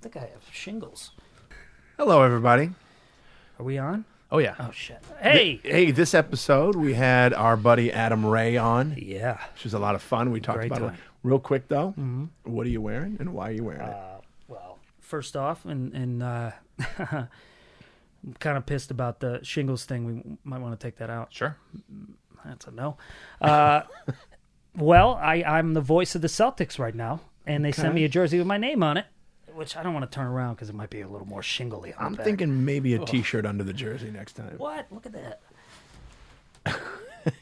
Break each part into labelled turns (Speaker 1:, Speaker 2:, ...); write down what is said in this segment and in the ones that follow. Speaker 1: think I have shingles.
Speaker 2: Hello, everybody.
Speaker 1: Are we on?
Speaker 2: Oh yeah.
Speaker 1: Oh shit! Hey.
Speaker 2: Hey, this episode we had our buddy Adam Ray on, which
Speaker 1: yeah.
Speaker 2: was a lot of fun. We talked
Speaker 1: Great
Speaker 2: about it
Speaker 1: time.
Speaker 2: real quick though. Mm-hmm. What are you wearing and why are you wearing
Speaker 1: Uh,
Speaker 2: it?
Speaker 1: Well, first off, and and uh, I'm kind of pissed about the shingles thing. We might want to take that out.
Speaker 2: Sure.
Speaker 1: That's a no. Uh, well, I I'm the voice of the Celtics right now, and they sent
Speaker 2: Okay.
Speaker 1: me a jersey with my name on it, which I don't want to turn around because it might be a little more shingly. On
Speaker 2: I'm
Speaker 1: the back. Oh.
Speaker 2: thinking maybe a T-shirt under the jersey next time.
Speaker 1: What? Look at that. that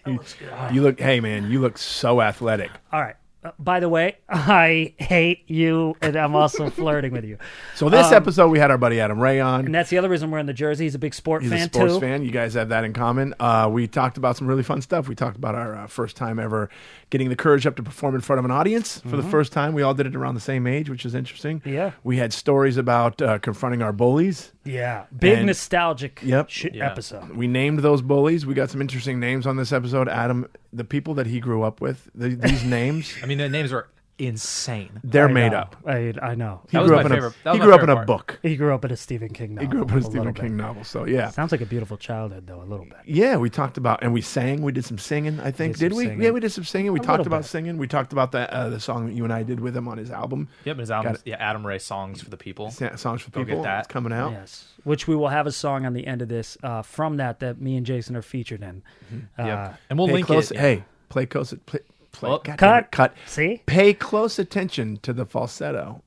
Speaker 1: looks good.
Speaker 2: You look, hey man, you look so athletic.
Speaker 1: All right. Uh, by the way, I hate you, and I'm also flirting with you.
Speaker 2: So this
Speaker 1: Um,
Speaker 2: episode we had our buddy Adam Ray on.
Speaker 1: And that's the other reason we're in the jersey. He's a big sport
Speaker 2: He's
Speaker 1: fan
Speaker 2: a sports
Speaker 1: too.
Speaker 2: fan. You guys have that in common. Uh, we talked about some really fun stuff. We talked about our uh, first time ever getting the courage up to perform in front of an audience for
Speaker 3: Mm-hmm.
Speaker 2: the first time. We all did it around the same age, which is interesting.
Speaker 1: Yeah.
Speaker 2: We had stories about uh, confronting our bullies.
Speaker 1: Yeah, big
Speaker 2: And-
Speaker 1: nostalgic
Speaker 2: Yep.
Speaker 1: shi- episode.
Speaker 2: We named those bullies. We got some interesting names on this episode. Adam, the people that he grew up with, th these names,
Speaker 3: I mean, the names are insane.
Speaker 2: they're
Speaker 1: I
Speaker 2: made
Speaker 1: know.
Speaker 2: up.
Speaker 1: I, I know.
Speaker 2: He
Speaker 3: That was
Speaker 2: grew
Speaker 3: my
Speaker 2: up in
Speaker 3: favorite- that
Speaker 2: a
Speaker 3: was
Speaker 2: he
Speaker 3: my
Speaker 2: grew up in
Speaker 3: favorite
Speaker 2: a
Speaker 3: part.
Speaker 2: book.
Speaker 1: He grew up in a Stephen King novel.
Speaker 2: He grew up in a
Speaker 1: little
Speaker 2: Stephen
Speaker 1: bit.
Speaker 2: King novel. So yeah,
Speaker 1: Sounds like a beautiful childhood, though, a little bit.
Speaker 2: Yeah, we talked about and we sang. We did some singing. I think
Speaker 1: did
Speaker 2: did,
Speaker 1: some
Speaker 2: we?
Speaker 1: singing.
Speaker 2: Yeah, we did some singing. We talked
Speaker 1: little
Speaker 2: about
Speaker 1: bit.
Speaker 2: singing. We talked about that uh, the song that you and I did with him on his album.
Speaker 3: Yep, his album, yeah, Adam Ray songs for the people.
Speaker 2: Sa- Songs for
Speaker 3: Go get
Speaker 2: people.
Speaker 3: that.
Speaker 2: It's coming out.
Speaker 1: Yes, which we will have a song on the end of this uh, from that that me and Jason are featured in.
Speaker 2: Mm-hmm.
Speaker 1: Uh,
Speaker 3: Yep. and we'll
Speaker 2: Pay
Speaker 3: link
Speaker 2: close.
Speaker 3: it.
Speaker 2: Hey, play close. Play, play,
Speaker 3: Oh.
Speaker 2: God damn it,
Speaker 1: Cut.
Speaker 2: cut.
Speaker 1: See,
Speaker 2: Pay close attention to the falsetto.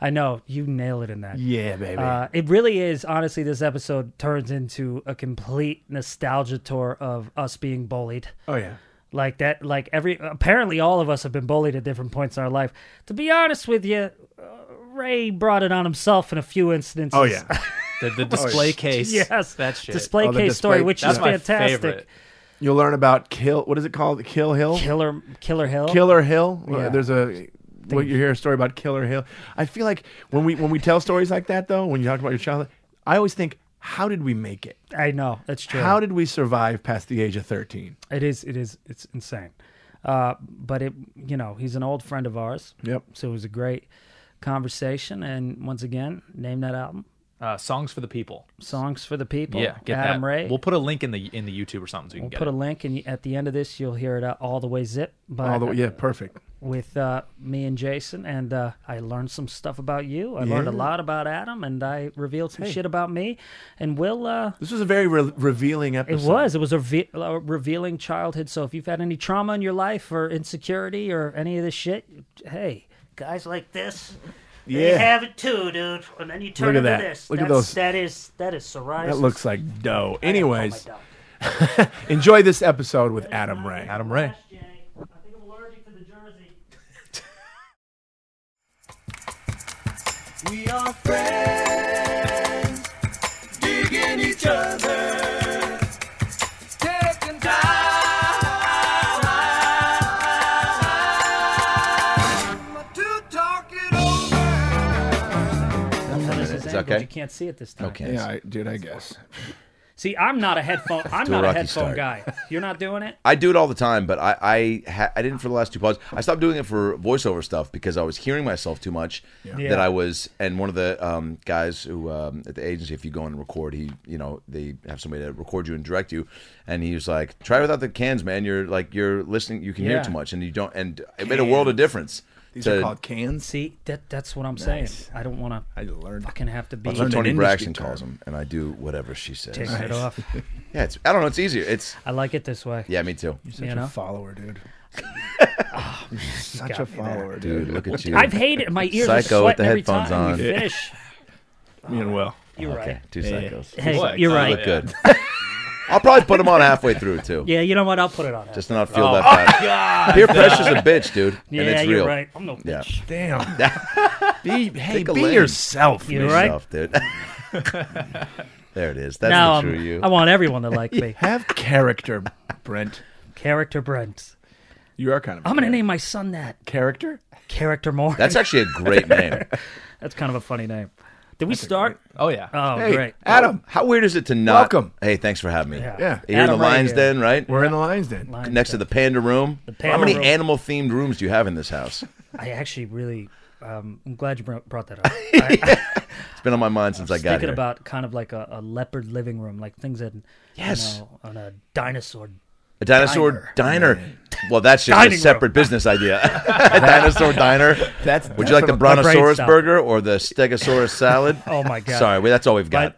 Speaker 1: I know you nail it in that.
Speaker 2: Yeah, baby.
Speaker 1: Uh, it really is. Honestly, this episode turns into a complete nostalgia tour of us being bullied.
Speaker 2: oh yeah.
Speaker 1: Like that, like every apparently all of us have been bullied at different points in our life. To be honest with you, uh, Ray brought it on himself in a few instances.
Speaker 2: Oh yeah.
Speaker 3: The, the display case.
Speaker 1: yes,
Speaker 3: that shit.
Speaker 1: display
Speaker 2: Oh, the
Speaker 1: case story,
Speaker 2: display-
Speaker 1: which
Speaker 3: That's
Speaker 1: is
Speaker 3: my
Speaker 1: fantastic.
Speaker 3: favorite.
Speaker 2: You'll learn about kill. What is it called? Kill Hill.
Speaker 1: Killer, Killer Hill.
Speaker 2: Killer Hill. Uh,
Speaker 1: Yeah.
Speaker 2: There's a what you hear a story about Killer Hill. I feel like when we when we tell stories like that though, when you talk about your childhood, I always think, how did we make it?
Speaker 1: I know that's true.
Speaker 2: How did we survive past the age of 13?
Speaker 1: it is, it is, it's insane. Uh, but it, you know, he's an old friend of ours,
Speaker 2: Yep.
Speaker 1: so it was a great conversation. And once again, name that album,
Speaker 3: Uh, songs for the people.
Speaker 1: "Songs for the People."
Speaker 3: Yeah, get
Speaker 1: Adam
Speaker 3: that.
Speaker 1: Ray.
Speaker 3: We'll put a link in the in the YouTube or something so you can get
Speaker 1: put a
Speaker 3: it.
Speaker 1: link, and you- at the end of this, you'll hear it out all the way zip. But
Speaker 2: All the way, yeah, perfect.
Speaker 1: with uh, me and Jason, and uh, I learned some stuff about you. I learned a
Speaker 2: Yeah.
Speaker 1: lot about Adam, and I revealed some shit about me. And we'll. Uh,
Speaker 2: This was a very re- revealing
Speaker 1: it
Speaker 2: episode.
Speaker 1: was. It was a, ve- a revealing childhood. So if you've had any trauma in your life or insecurity or any of this shit, hey, guys like this, they
Speaker 2: Yeah.
Speaker 1: have it too, dude. And then you turn
Speaker 2: Look at
Speaker 1: into
Speaker 2: that.
Speaker 1: this.
Speaker 2: Look at
Speaker 1: That's-
Speaker 2: those.
Speaker 1: That is that is psoriasis.
Speaker 2: That looks like dough.
Speaker 1: Oh, my
Speaker 2: Anyways,
Speaker 1: God.
Speaker 2: enjoy this episode with Adam Ray.
Speaker 3: Adam Ray.
Speaker 1: Gosh, Jay, I think I'm allergic to the jersey.
Speaker 4: We are friends, digging each other, taking time to talk it over.
Speaker 1: This is angled.
Speaker 5: okay?
Speaker 1: You can't see it this time.
Speaker 5: Okay.
Speaker 2: Yeah, I, dude, I guess.
Speaker 1: See, I'm not a headphone. I'm
Speaker 5: Do a
Speaker 1: not a
Speaker 5: Rocky
Speaker 1: headphone
Speaker 5: start.
Speaker 1: guy. You're not doing it.
Speaker 5: I do it all the time, but I I, ha- I didn't for the last two pods. I stopped doing it for voiceover stuff because I was hearing myself too much.
Speaker 1: Yeah.
Speaker 5: That I was, and one of the um, guys who um, at the agency, if you go in and record, he you know they have somebody to record you and direct you, and he was like, try without the cans, man. You're like you're listening, you can
Speaker 1: Yeah.
Speaker 5: hear too much, and you don't, and it made a world of difference.
Speaker 2: These
Speaker 5: to-
Speaker 2: are called cans.
Speaker 1: See, that that's what I'm
Speaker 2: Nice.
Speaker 1: saying. I don't want
Speaker 2: I
Speaker 1: to
Speaker 2: learned.
Speaker 1: fucking have to be
Speaker 5: That's what
Speaker 2: Learned an
Speaker 5: Tony
Speaker 2: industry
Speaker 5: Braxton
Speaker 2: term.
Speaker 5: calls them, and I do whatever she says.
Speaker 1: taking it off.
Speaker 5: Yeah, it's I don't know, it's easier. It's
Speaker 1: I like it this way.
Speaker 5: yeah, me too,
Speaker 2: You're such
Speaker 1: you know? Oh,
Speaker 2: a follower, dude. You're such a
Speaker 1: got me there.
Speaker 2: follower,
Speaker 5: dude.
Speaker 2: dude.
Speaker 5: Look at you.
Speaker 1: I've hated my ears are
Speaker 5: Psycho with
Speaker 1: sweating
Speaker 5: the
Speaker 1: every
Speaker 5: headphones
Speaker 1: time
Speaker 5: on.
Speaker 1: you finish.
Speaker 2: Me and Will.
Speaker 1: You're
Speaker 5: okay,
Speaker 1: right.
Speaker 5: two psychos.
Speaker 1: Hey,
Speaker 3: Boy,
Speaker 1: you're
Speaker 3: you
Speaker 1: right.
Speaker 5: look good. I'll probably put them on halfway through too.
Speaker 1: Yeah, you know what? I'll put it on.
Speaker 5: Just to not feel that bad. Peer pressure's a bitch, dude.
Speaker 1: yeah,
Speaker 5: and it's
Speaker 1: you're
Speaker 5: real.
Speaker 1: right. I'm no bitch.
Speaker 2: Damn. be hey,
Speaker 5: Take a
Speaker 2: be
Speaker 5: lane.
Speaker 2: yourself.
Speaker 1: You're
Speaker 2: man.
Speaker 1: right.
Speaker 5: Stuff, dude. there it is. That's
Speaker 1: Now
Speaker 5: the true you.
Speaker 1: I'm, I want everyone to like me.
Speaker 2: Have character, Brent.
Speaker 1: Character Brent.
Speaker 2: You are kind of.
Speaker 1: I'm gonna name my son that.
Speaker 2: character.
Speaker 1: Character more.
Speaker 5: That's actually a great name.
Speaker 1: That's kind of a funny name. Did we start?
Speaker 3: Oh yeah.
Speaker 1: Oh,
Speaker 2: Hey,
Speaker 1: great.
Speaker 2: Adam.
Speaker 5: How weird is it to not?
Speaker 2: Welcome.
Speaker 5: Hey, thanks for having me.
Speaker 2: Yeah.
Speaker 5: You're
Speaker 1: Adam
Speaker 5: in the
Speaker 1: right
Speaker 5: lion's
Speaker 1: here.
Speaker 5: den, right?
Speaker 2: We're in the lion's den.
Speaker 1: Lion
Speaker 5: Next to the panda room.
Speaker 1: panda
Speaker 5: How many
Speaker 1: room.
Speaker 5: animal themed rooms do you have in this house?
Speaker 1: I actually really Um, I'm glad you br- brought that up.
Speaker 5: It's been on my mind since I got
Speaker 1: Thinking
Speaker 5: here.
Speaker 1: about kind of like a, a leopard living room, like things that
Speaker 5: Yes.
Speaker 1: you know, on a dinosaur.
Speaker 5: a dinosaur diner. Well, that's just
Speaker 1: Dining
Speaker 5: a
Speaker 1: room.
Speaker 5: separate business idea. a dinosaur diner.
Speaker 2: That's
Speaker 5: Would you like the
Speaker 2: brown?
Speaker 1: brain
Speaker 5: brontosaurus
Speaker 1: stopped.
Speaker 5: burger or the stegosaurus salad?
Speaker 1: Oh my god!
Speaker 5: Sorry, we- that's all we've got.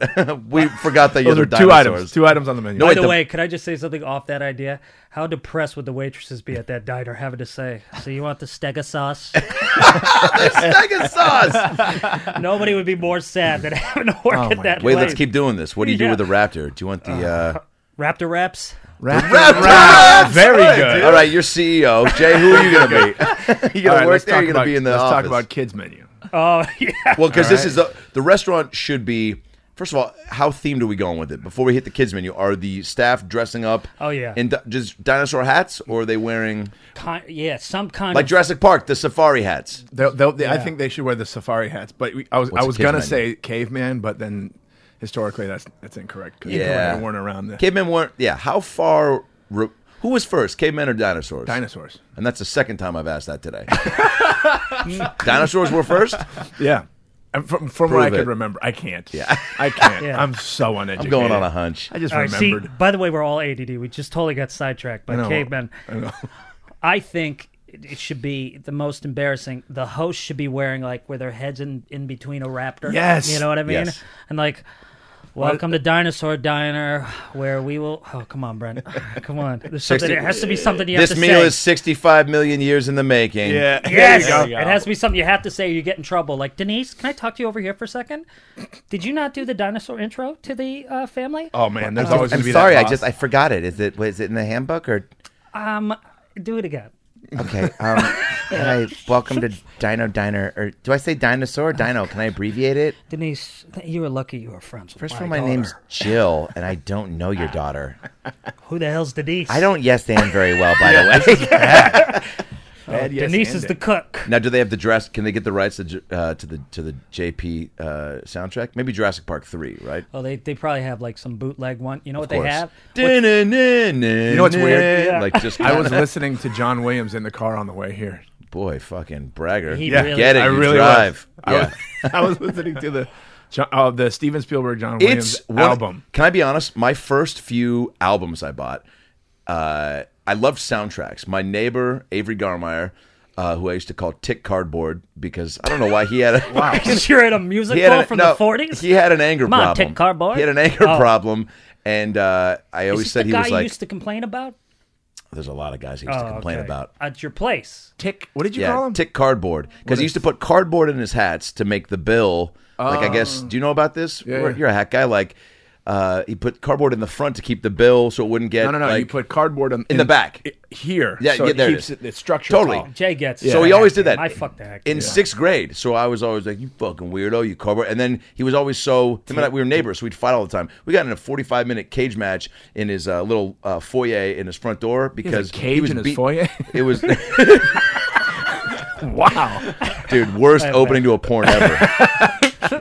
Speaker 5: we forgot that you
Speaker 2: Those are
Speaker 5: were
Speaker 2: two items.
Speaker 5: dinosaurs.
Speaker 2: Two items on the menu.
Speaker 5: No,
Speaker 1: By
Speaker 5: wait,
Speaker 1: the,
Speaker 5: the-
Speaker 1: way, could I just say something off that idea? How depressed would the waitresses be at that diner having to say, "So you want the stega sauce?"
Speaker 5: Stegosaurus.
Speaker 1: Nobody would be more sad than having to work at
Speaker 2: my
Speaker 1: that.
Speaker 5: Oh Wait,
Speaker 1: place.
Speaker 5: let's keep doing this. What do you
Speaker 1: Yeah.
Speaker 5: do with the raptor? Do you want the? Uh,
Speaker 1: Raptor wraps.
Speaker 2: Wrap-
Speaker 5: Very
Speaker 2: good.
Speaker 5: All right, you're CEO. Jay, who are you going to be? you
Speaker 2: All
Speaker 5: going
Speaker 2: right,
Speaker 5: to work
Speaker 2: let's
Speaker 5: there?
Speaker 2: talk
Speaker 5: You're going
Speaker 2: about-
Speaker 5: to be in the
Speaker 2: Let's talk
Speaker 5: office.
Speaker 2: about kids menu.
Speaker 1: Oh yeah.
Speaker 5: well, because this is the, the restaurant should be. First of all, how themed are we going with it? Before we hit the kids menu, are the staff dressing up?
Speaker 1: Oh, yeah.
Speaker 5: in di- just dinosaur hats, or are they wearing
Speaker 1: Kind, yeah, some kind
Speaker 5: like
Speaker 1: of
Speaker 5: Jurassic Park the safari hats?
Speaker 2: They'll, they'll, they, I think they should wear the safari hats. But we, I was
Speaker 5: What's
Speaker 2: I
Speaker 5: a
Speaker 2: was
Speaker 5: kid's
Speaker 2: gonna
Speaker 5: menu?
Speaker 2: say caveman, but then historically that's that's incorrect. 'cause
Speaker 5: Yeah.
Speaker 2: they weren't around the
Speaker 5: Cavemen weren't. Yeah, how far? Re- who was first, cavemen or dinosaurs?
Speaker 2: dinosaurs.
Speaker 5: And that's the second time I've asked that today. dinosaurs were first.
Speaker 2: Yeah, And from from what I
Speaker 5: Prove
Speaker 2: could
Speaker 5: it.
Speaker 2: remember, I can't. Yeah, I can't.
Speaker 1: Yeah.
Speaker 2: I'm so uneducated.
Speaker 5: I'm going on a hunch.
Speaker 2: I just
Speaker 1: All right, see,
Speaker 2: remembered.
Speaker 1: by the way, we're all ADD. We just totally got sidetracked by
Speaker 2: I know.
Speaker 1: cavemen.
Speaker 2: I know.
Speaker 1: I think it it should be the most embarrassing. The host should be wearing like where their heads in, in between a raptor.
Speaker 2: Yes.
Speaker 1: you know what I mean.
Speaker 5: Yes.
Speaker 1: And like, welcome to Dinosaur Diner, where we will. Oh, come on, Brent. Come on. There's something.
Speaker 5: Sixty-
Speaker 1: There has to be something you
Speaker 5: This
Speaker 1: have to
Speaker 5: meal
Speaker 1: say.
Speaker 5: is 65 million years in the making.
Speaker 2: Yeah.
Speaker 1: Yes,
Speaker 3: There you go.
Speaker 1: it has to be something you have to say. or You get in trouble. Like Denise, can I talk to you over here for a second? Did you not do the dinosaur intro to the uh, family?
Speaker 2: Oh man, there's always
Speaker 5: I'm
Speaker 2: gonna be
Speaker 5: sorry,
Speaker 2: that
Speaker 5: I
Speaker 2: boss.
Speaker 5: just I forgot it. Is it was it in the handbook or
Speaker 1: Um, do it again.
Speaker 5: okay? Um, hi, welcome to Dino Diner or do I say dinosaur
Speaker 1: Oh,
Speaker 5: or dino? Can I abbreviate it?
Speaker 1: Denise, th- you were lucky you were friends with
Speaker 5: First of
Speaker 1: my
Speaker 5: all, my
Speaker 1: daughter.
Speaker 5: name's Jill, and I don't know your daughter.
Speaker 1: Who the hell's Denise?
Speaker 5: I don't yes and very well, by the way.
Speaker 2: Bad yes
Speaker 1: Denise
Speaker 2: and
Speaker 1: is
Speaker 2: it.
Speaker 1: the cook.
Speaker 5: now, do they have the dress? Can they get the rights to Ju- uh, to the to the JP uh, soundtrack? Maybe Jurassic Park three, right?
Speaker 1: Oh, they, they probably have like some bootleg one. You know what
Speaker 5: Of
Speaker 1: they have?
Speaker 5: course. You
Speaker 2: know what's weird? Yeah.
Speaker 5: Like just
Speaker 2: I was listening to John Williams in the car on the way here.
Speaker 5: boy, fucking bragger.
Speaker 1: He
Speaker 2: Yeah,
Speaker 1: really-
Speaker 5: Get it?
Speaker 2: I
Speaker 5: you
Speaker 2: really
Speaker 5: drive.
Speaker 2: was.
Speaker 5: Yeah.
Speaker 2: I was, I was listening to the John, uh, the Steven Spielberg John Williams
Speaker 5: one-
Speaker 2: album.
Speaker 5: Can I be honest? My first few albums I bought, uh, I loved soundtracks. My neighbor Avery Garmeyer, uh, who I used to call Tick Cardboard because I don't know why he had a wow.
Speaker 1: Because you're in a
Speaker 5: He
Speaker 1: musical
Speaker 5: had an,
Speaker 1: from
Speaker 5: no,
Speaker 1: the 40s?
Speaker 5: He had an anger
Speaker 1: Come on,
Speaker 5: problem.
Speaker 1: Tick Cardboard.
Speaker 5: He had an anger
Speaker 1: Oh.
Speaker 5: problem, and uh, I
Speaker 1: Is
Speaker 5: always
Speaker 1: this
Speaker 5: said
Speaker 1: the
Speaker 5: he
Speaker 1: guy
Speaker 5: was
Speaker 1: you
Speaker 5: like.
Speaker 1: used to complain about?
Speaker 5: There's a lot of guys he used to
Speaker 1: Oh,
Speaker 5: complain
Speaker 1: okay.
Speaker 5: about.
Speaker 1: At your place.
Speaker 2: Tick. What did you
Speaker 5: Yeah,
Speaker 2: call him?
Speaker 5: tick cardboard because he used to put cardboard in his hats to make the bill. like I guess, do you know about this?
Speaker 2: Oh. Yeah,
Speaker 5: You're-
Speaker 2: yeah.
Speaker 5: You're a hat guy. Like uh, he put cardboard in the front to keep the bill so it wouldn't get.
Speaker 2: No, no, no. you
Speaker 5: like-
Speaker 2: put cardboard on,
Speaker 5: in the back.
Speaker 2: i- here.
Speaker 5: Yeah,
Speaker 2: so
Speaker 5: yeah,
Speaker 2: it
Speaker 5: there it
Speaker 2: keeps
Speaker 5: is.
Speaker 2: it, it's structure
Speaker 5: Totally.
Speaker 2: tall.
Speaker 1: Jay gets
Speaker 5: So he always did that.
Speaker 1: I fucked the heck
Speaker 5: in
Speaker 1: out of him.
Speaker 5: sixth grade. So I was always like, "You fucking weirdo, you cardboard." And then he was always so. Him and I, we were neighbors, so we'd fight all the time. We got in a forty-five minute cage match in his uh, little uh, foyer in his front door
Speaker 2: He has
Speaker 5: because
Speaker 2: a cage
Speaker 5: was
Speaker 2: in his
Speaker 5: beat-
Speaker 2: foyer.
Speaker 5: It was,
Speaker 2: wow.
Speaker 5: dude, worst opening to a porn ever.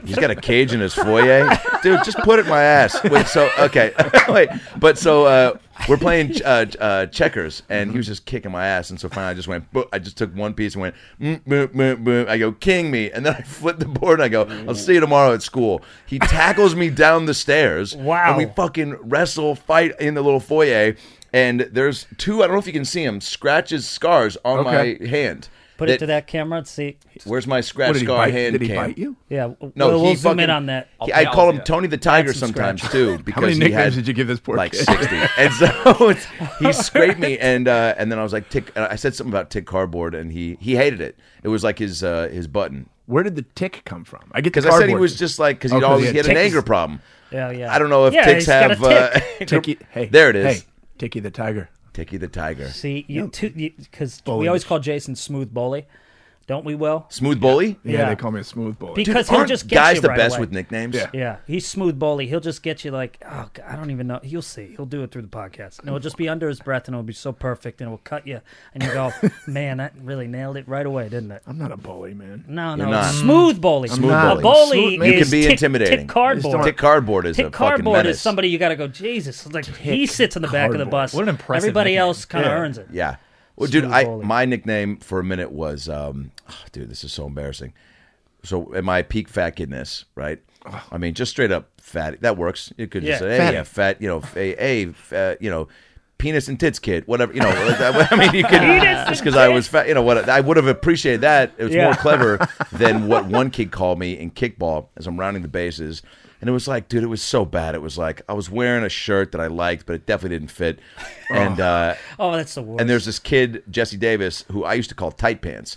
Speaker 5: He's got a cage in his foyer, dude. Just put it in my ass. Wait, so okay, wait, but so uh, we're playing uh, uh, checkers, and he was just kicking my ass, and so finally I just went, boop, I just took one piece and went, mm, boop, boop, boop. I go, king me, and then I flip the board, and I go, I'll see you tomorrow at school. He tackles me down the stairs.
Speaker 1: Wow.
Speaker 5: and we fucking wrestle, fight in the little foyer. And there's two. I don't know if you can see him. Scratches, scars on
Speaker 2: Okay.
Speaker 5: my hand.
Speaker 1: Put it to that camera and see.
Speaker 5: Where's my scratch
Speaker 2: What did he
Speaker 5: scar
Speaker 2: bite?
Speaker 5: hand
Speaker 2: Did he
Speaker 5: cam?
Speaker 2: bite you?
Speaker 1: Yeah, w-
Speaker 5: No,
Speaker 1: we'll,
Speaker 5: he
Speaker 1: we'll zoom
Speaker 5: fucking-
Speaker 1: in on that.
Speaker 5: He- I
Speaker 3: I'll
Speaker 5: call him
Speaker 3: see it.
Speaker 5: Tony the Tiger
Speaker 1: some
Speaker 5: sometimes too
Speaker 2: How
Speaker 5: because
Speaker 2: many
Speaker 5: he had
Speaker 2: nicknames did you give this poor
Speaker 5: like
Speaker 2: kid?
Speaker 5: sixty, and so it's, he scraped me, and uh, and then I was like tick. And I said something about tick cardboard, and he he hated it. It was like his uh, his button
Speaker 2: Where did the tick come from? I get
Speaker 5: because I said he was just like because he'd
Speaker 2: Oh, 'cause
Speaker 5: always
Speaker 2: he
Speaker 5: he had
Speaker 2: had
Speaker 5: an
Speaker 2: ticks.
Speaker 5: anger problem.
Speaker 1: Yeah, yeah.
Speaker 5: I don't know if
Speaker 1: Yeah,
Speaker 5: ticks
Speaker 1: he's got a
Speaker 5: have uh,
Speaker 1: tick.
Speaker 2: Ticky. Hey,
Speaker 5: There it is.
Speaker 2: Hey, Ticky the tiger.
Speaker 5: Ticky the tiger,
Speaker 1: See, you too, because we
Speaker 2: Bullies.
Speaker 1: always call Jason Smooth Bully, don't we, Will?
Speaker 5: smooth bully.
Speaker 2: Yeah,
Speaker 1: Yeah.
Speaker 2: they call me a smooth bully.
Speaker 1: Because he'll
Speaker 5: Aren't
Speaker 1: just get
Speaker 5: guys
Speaker 1: you
Speaker 5: the
Speaker 1: right
Speaker 5: best
Speaker 1: away.
Speaker 5: with nicknames?
Speaker 2: Yeah.
Speaker 1: Yeah, he's smooth bully. He'll just get you like, oh, God, I don't even know. You'll see. He'll do it through the podcast. And it'll just be under his breath, and it'll be so perfect, and it'll cut you, and you go, man, that really nailed it right away, didn't it?
Speaker 2: I'm not a bully, man.
Speaker 1: No,
Speaker 5: You're
Speaker 1: no,
Speaker 5: not.
Speaker 1: smooth bully.
Speaker 5: Smooth
Speaker 1: A
Speaker 5: bully.
Speaker 1: bully
Speaker 2: Smooth- You
Speaker 1: is
Speaker 5: can be
Speaker 1: tick-
Speaker 5: intimidating.
Speaker 1: Tick cardboard.
Speaker 5: Tick cardboard is a
Speaker 1: Tick
Speaker 5: fucking
Speaker 1: cardboard
Speaker 5: menace.
Speaker 1: is somebody you got to go. Jesus, like he sits in the back of the
Speaker 2: cardboard.
Speaker 1: bus.
Speaker 3: What an impressive
Speaker 1: Everybody
Speaker 3: nickname.
Speaker 1: else kind of
Speaker 2: Yeah.
Speaker 1: earns it.
Speaker 5: Yeah. Well, dude,
Speaker 1: Smooth
Speaker 5: I
Speaker 1: bowling.
Speaker 5: my nickname for a minute was, um, dude, this is so embarrassing. So at my peak fat kidness, right? I mean, just straight up fatty. That works. You could just
Speaker 1: Yeah,
Speaker 5: say, hey,
Speaker 2: fatty.
Speaker 5: yeah, fat, you know, f- hey, hey f- uh, you know, penis and tits kid, whatever, you know. like that. I mean, you could just because I was fat, you know, what I would have appreciated that. It was
Speaker 1: Yeah.
Speaker 5: more clever than what one kid called me in kickball as I'm rounding the bases. And it was like, dude, it was so bad. It was like I was wearing a shirt that I liked, but it definitely didn't fit. And uh,
Speaker 1: Oh, that's the worst.
Speaker 5: and there's this kid Jesse Davis who I used to call tight pants,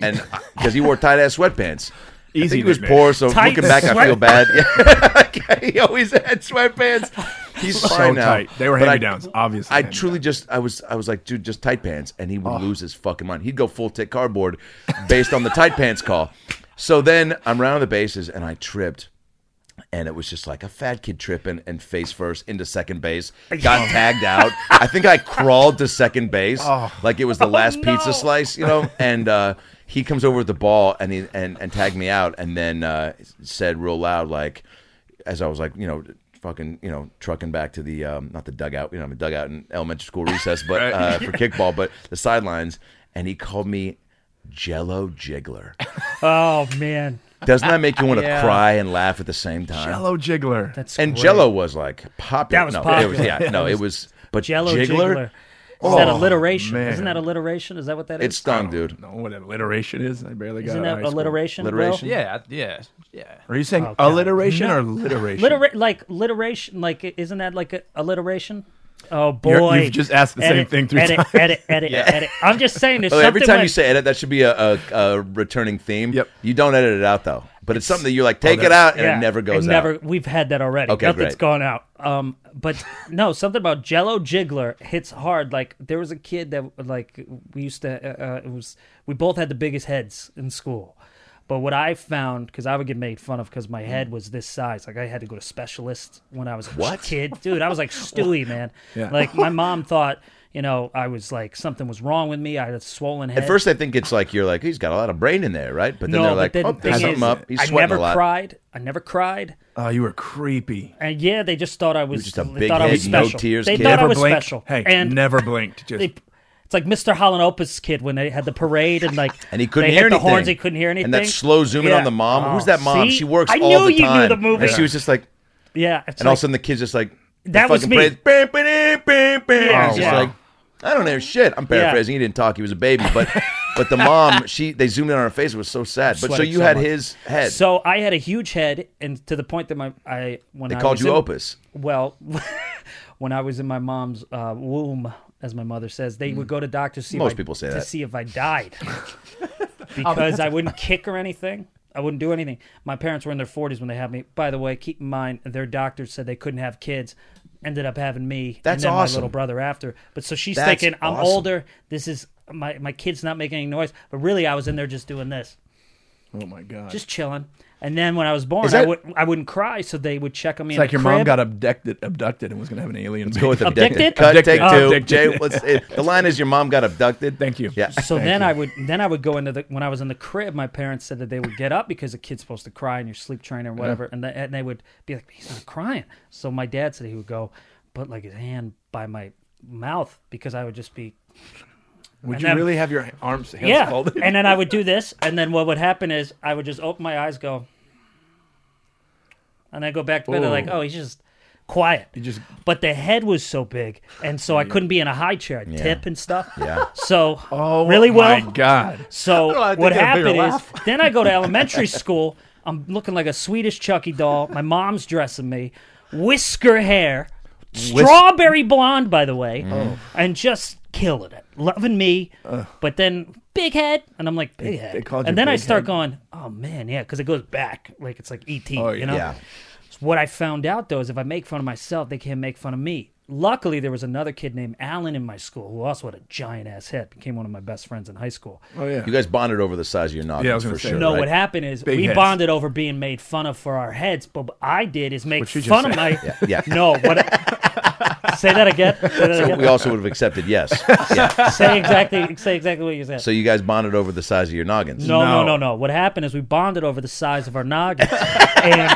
Speaker 5: and because he wore tight ass sweatpants. I
Speaker 2: Easy
Speaker 5: think he was
Speaker 2: nickname.
Speaker 5: poor, so
Speaker 1: Tight
Speaker 5: looking back, I feel
Speaker 1: sweat-
Speaker 5: bad. Yeah. he always had sweatpants. He's fine now.
Speaker 2: tight. They were
Speaker 5: but I-
Speaker 2: hand-me-downs, obviously
Speaker 5: I
Speaker 2: hand-me-downs.
Speaker 5: truly just, I was, I was like, dude, just tight pants, and he would lose his fucking mind. He'd go full tick cardboard based on the tight pants call. So then I'm rounding the bases, and I tripped and it was just like a fat kid tripping and face first into second base. Got tagged out. I think I crawled to second base, like it was the last pizza slice, you know. And uh, he comes over with the ball and he and, and tagged me out, and then uh, said real loud, like as I was like, you know. Fucking, you know, trucking back to the um, not the dugout, you know, I'm a dugout in elementary school recess, but uh, for kickball, but the sidelines, and he called me Jello Jiggler.
Speaker 1: oh man,
Speaker 5: Doesn't that make you want to
Speaker 3: Yeah.
Speaker 5: cry and laugh at the same time?
Speaker 2: Hello, Jiggler.
Speaker 1: that's
Speaker 5: and
Speaker 1: great.
Speaker 5: Jello was like popular.
Speaker 1: That was
Speaker 5: no, It
Speaker 1: popular.
Speaker 5: was, yeah, no, it was. But
Speaker 1: Jello
Speaker 5: Jiggler,
Speaker 1: Jiggler. Is that
Speaker 2: Oh,
Speaker 1: alliteration?
Speaker 2: man.
Speaker 1: Isn't that alliteration? Is that what that is?
Speaker 5: it stung, dude.
Speaker 2: know what alliteration is. I barely got
Speaker 1: Isn't
Speaker 2: it in
Speaker 1: that
Speaker 2: high school.
Speaker 1: alliteration? Will?
Speaker 5: Alliteration?
Speaker 3: Yeah, yeah, yeah.
Speaker 2: Are you saying
Speaker 1: God.
Speaker 2: alliteration or alliteration?
Speaker 1: Litera- like alliteration, like i- isn't that like a, alliteration? Oh
Speaker 2: You're-
Speaker 1: boy,
Speaker 2: you've just asked the same
Speaker 1: edit,
Speaker 2: thing three
Speaker 1: edit,
Speaker 2: times.
Speaker 1: Edit, edit, edit. I'm just saying there's
Speaker 5: Well,
Speaker 1: something.
Speaker 5: every time
Speaker 1: when-
Speaker 5: you say edit, that should be a, a, a returning theme.
Speaker 2: Yep.
Speaker 5: You don't edit it out though, but it's something that you're like,
Speaker 1: Oh,
Speaker 5: take it
Speaker 2: that's-
Speaker 5: out, and it never goes
Speaker 1: never,
Speaker 5: out.
Speaker 1: We've had that already.
Speaker 5: Okay,
Speaker 1: Nothing's
Speaker 5: great.
Speaker 1: gone out. Um, but no, something about Jello Jiggler hits hard. Like there was a kid that like we used to. Uh, uh, it was we both had the biggest heads in school. But what I found, because I would get made fun of because my head was this size, like I had to go to specialists when I was a
Speaker 5: What?
Speaker 1: kid, dude. I was like Stewie, man.
Speaker 2: Yeah.
Speaker 1: Like my mom thought, you know, I was like something was wrong with me. I had a swollen head.
Speaker 5: At first, I think it's like you're like he's got a lot of brain in there, right? But then
Speaker 1: no,
Speaker 5: they're like,
Speaker 1: but then
Speaker 5: oh,
Speaker 1: the
Speaker 5: there's
Speaker 1: thing
Speaker 5: something
Speaker 1: is,
Speaker 5: up. He's
Speaker 1: I
Speaker 5: sweating
Speaker 1: never
Speaker 5: a lot.
Speaker 1: cried. I never cried.
Speaker 2: Oh, you were creepy.
Speaker 1: And yeah, they just thought I was
Speaker 5: just a
Speaker 1: they
Speaker 5: big
Speaker 1: thought I was
Speaker 5: head, no
Speaker 1: special.
Speaker 5: tears
Speaker 1: they
Speaker 5: kid.
Speaker 1: thought I
Speaker 5: Never
Speaker 1: was
Speaker 2: blinked.
Speaker 1: special.
Speaker 2: Hey,
Speaker 1: and
Speaker 2: never blinked. Just
Speaker 1: they, it's like Mr. Holland Opus kid when they had the parade and like
Speaker 5: And he couldn't
Speaker 1: they
Speaker 5: hear
Speaker 1: hit
Speaker 5: anything.
Speaker 1: the horns. He couldn't hear anything.
Speaker 5: And that slow zoom in
Speaker 1: Yeah.
Speaker 5: on the mom.
Speaker 1: Oh,
Speaker 5: Who's that mom?
Speaker 1: see?
Speaker 5: She works
Speaker 1: I
Speaker 5: all
Speaker 1: knew
Speaker 5: the
Speaker 1: you knew
Speaker 5: time.
Speaker 1: the movie.
Speaker 5: And she was just like,
Speaker 1: yeah. It's
Speaker 5: and all
Speaker 1: like,
Speaker 5: of a sudden the kid's just like the
Speaker 1: That was
Speaker 5: fucking
Speaker 1: me.
Speaker 5: praise- bam, ba-dam, bam, bam.
Speaker 1: Yeah,
Speaker 5: It's just
Speaker 1: yeah.
Speaker 5: like I don't hear shit. I'm paraphrasing. He didn't talk. He was a baby, but but the mom, she they zoomed in on her face. It was so sad. But so
Speaker 1: sweating
Speaker 5: you
Speaker 1: so
Speaker 5: had
Speaker 1: much.
Speaker 5: his head.
Speaker 1: so I had a huge head, and to the point that my I when
Speaker 5: they
Speaker 1: I
Speaker 5: called
Speaker 1: was
Speaker 5: you
Speaker 1: in-
Speaker 5: Opus.
Speaker 1: Well, when I was in my mom's uh, womb, as my mother says, they would go to doctors to see if
Speaker 5: Hmm. Most
Speaker 1: I-
Speaker 5: people say
Speaker 1: to
Speaker 5: that.
Speaker 1: see if I died because I wouldn't kick or anything. I wouldn't do anything. My parents were in their 40s when they had me. By the way, keep in mind their doctors said they couldn't have kids. Ended up having me
Speaker 5: That's
Speaker 1: and then
Speaker 5: awesome.
Speaker 1: my little brother after. But so she's
Speaker 5: That's
Speaker 1: thinking I'm
Speaker 5: awesome.
Speaker 1: older. This is my my kid's not making any noise. But really, I was in there just doing this
Speaker 2: oh my god!
Speaker 1: just chilling. And then when I was born,
Speaker 5: Is that-
Speaker 1: I would I wouldn't cry, so they would check on me.
Speaker 2: it's
Speaker 1: in
Speaker 2: like
Speaker 1: the
Speaker 2: your
Speaker 1: crib.
Speaker 2: mom got abducted, abducted, and was going to have an alien.
Speaker 5: Go with
Speaker 1: Abducted?
Speaker 5: abducted. Cut
Speaker 2: Abducted.
Speaker 5: take two.
Speaker 2: Abducted.
Speaker 5: Jay, let's, it, the line is your mom got abducted.
Speaker 2: Thank you.
Speaker 5: Yeah.
Speaker 1: So then I would then I would go into the when I was in the crib, my parents said that they would get up because a kid's supposed to cry and your sleep trainer
Speaker 2: Uh-huh.
Speaker 1: or whatever, and, they, and they would be like, he's not crying. So my dad said he would go put like his hand by my mouth because I would just be
Speaker 2: Would
Speaker 1: And
Speaker 2: you
Speaker 1: then-
Speaker 2: really have your arms hands
Speaker 1: yeah,
Speaker 2: folded?
Speaker 1: and then I would do this, and then what would happen is I would just open my eyes, go, and I go back to bed. They're like,
Speaker 2: Ooh.
Speaker 1: oh, he's just quiet.
Speaker 2: You just
Speaker 1: but the head was so big, and so I couldn't be in a high chair, I'd tip and stuff.
Speaker 5: Yeah.
Speaker 1: So
Speaker 2: oh
Speaker 1: really well.
Speaker 2: My god!
Speaker 1: So
Speaker 3: know, I think
Speaker 1: what
Speaker 3: I had a bigger
Speaker 1: happened is
Speaker 3: laugh.
Speaker 1: then I go to elementary school. I'm looking like a Swedish Chucky doll. My mom's dressing me, whisker hair, strawberry blonde, by the way, and just killing it, loving me. But then big head, and I'm like big head,
Speaker 2: they called you
Speaker 1: and then I
Speaker 2: big
Speaker 1: start
Speaker 2: head?
Speaker 1: going, oh man, yeah, because it goes back like it's like ET,
Speaker 2: Oh,
Speaker 1: you know.
Speaker 5: Yeah.
Speaker 1: What I found out though is if I make fun of myself, they can't make fun of me. Luckily, there was another kid named Alan in my school who also had a giant ass head, became one of my best friends in high school.
Speaker 2: Oh yeah.
Speaker 5: You guys bonded over the size of your noggin
Speaker 2: Yeah, I was
Speaker 5: for
Speaker 2: gonna say.
Speaker 5: sure.
Speaker 1: No,
Speaker 5: right?
Speaker 1: what happened is
Speaker 2: Big
Speaker 1: we
Speaker 2: heads.
Speaker 1: bonded over being made fun of for our heads, but what I did is make
Speaker 2: What she just
Speaker 1: fun of
Speaker 2: said.
Speaker 1: my.
Speaker 5: yeah.
Speaker 1: No, what? say that again. Say, that again.
Speaker 5: We also would have accepted yes. Yeah.
Speaker 1: say exactly. Say exactly what you said.
Speaker 5: So you guys bonded over the size of your noggins.
Speaker 1: no, no, no,
Speaker 2: No.
Speaker 1: no. What happened is we bonded over the size of our noggins. and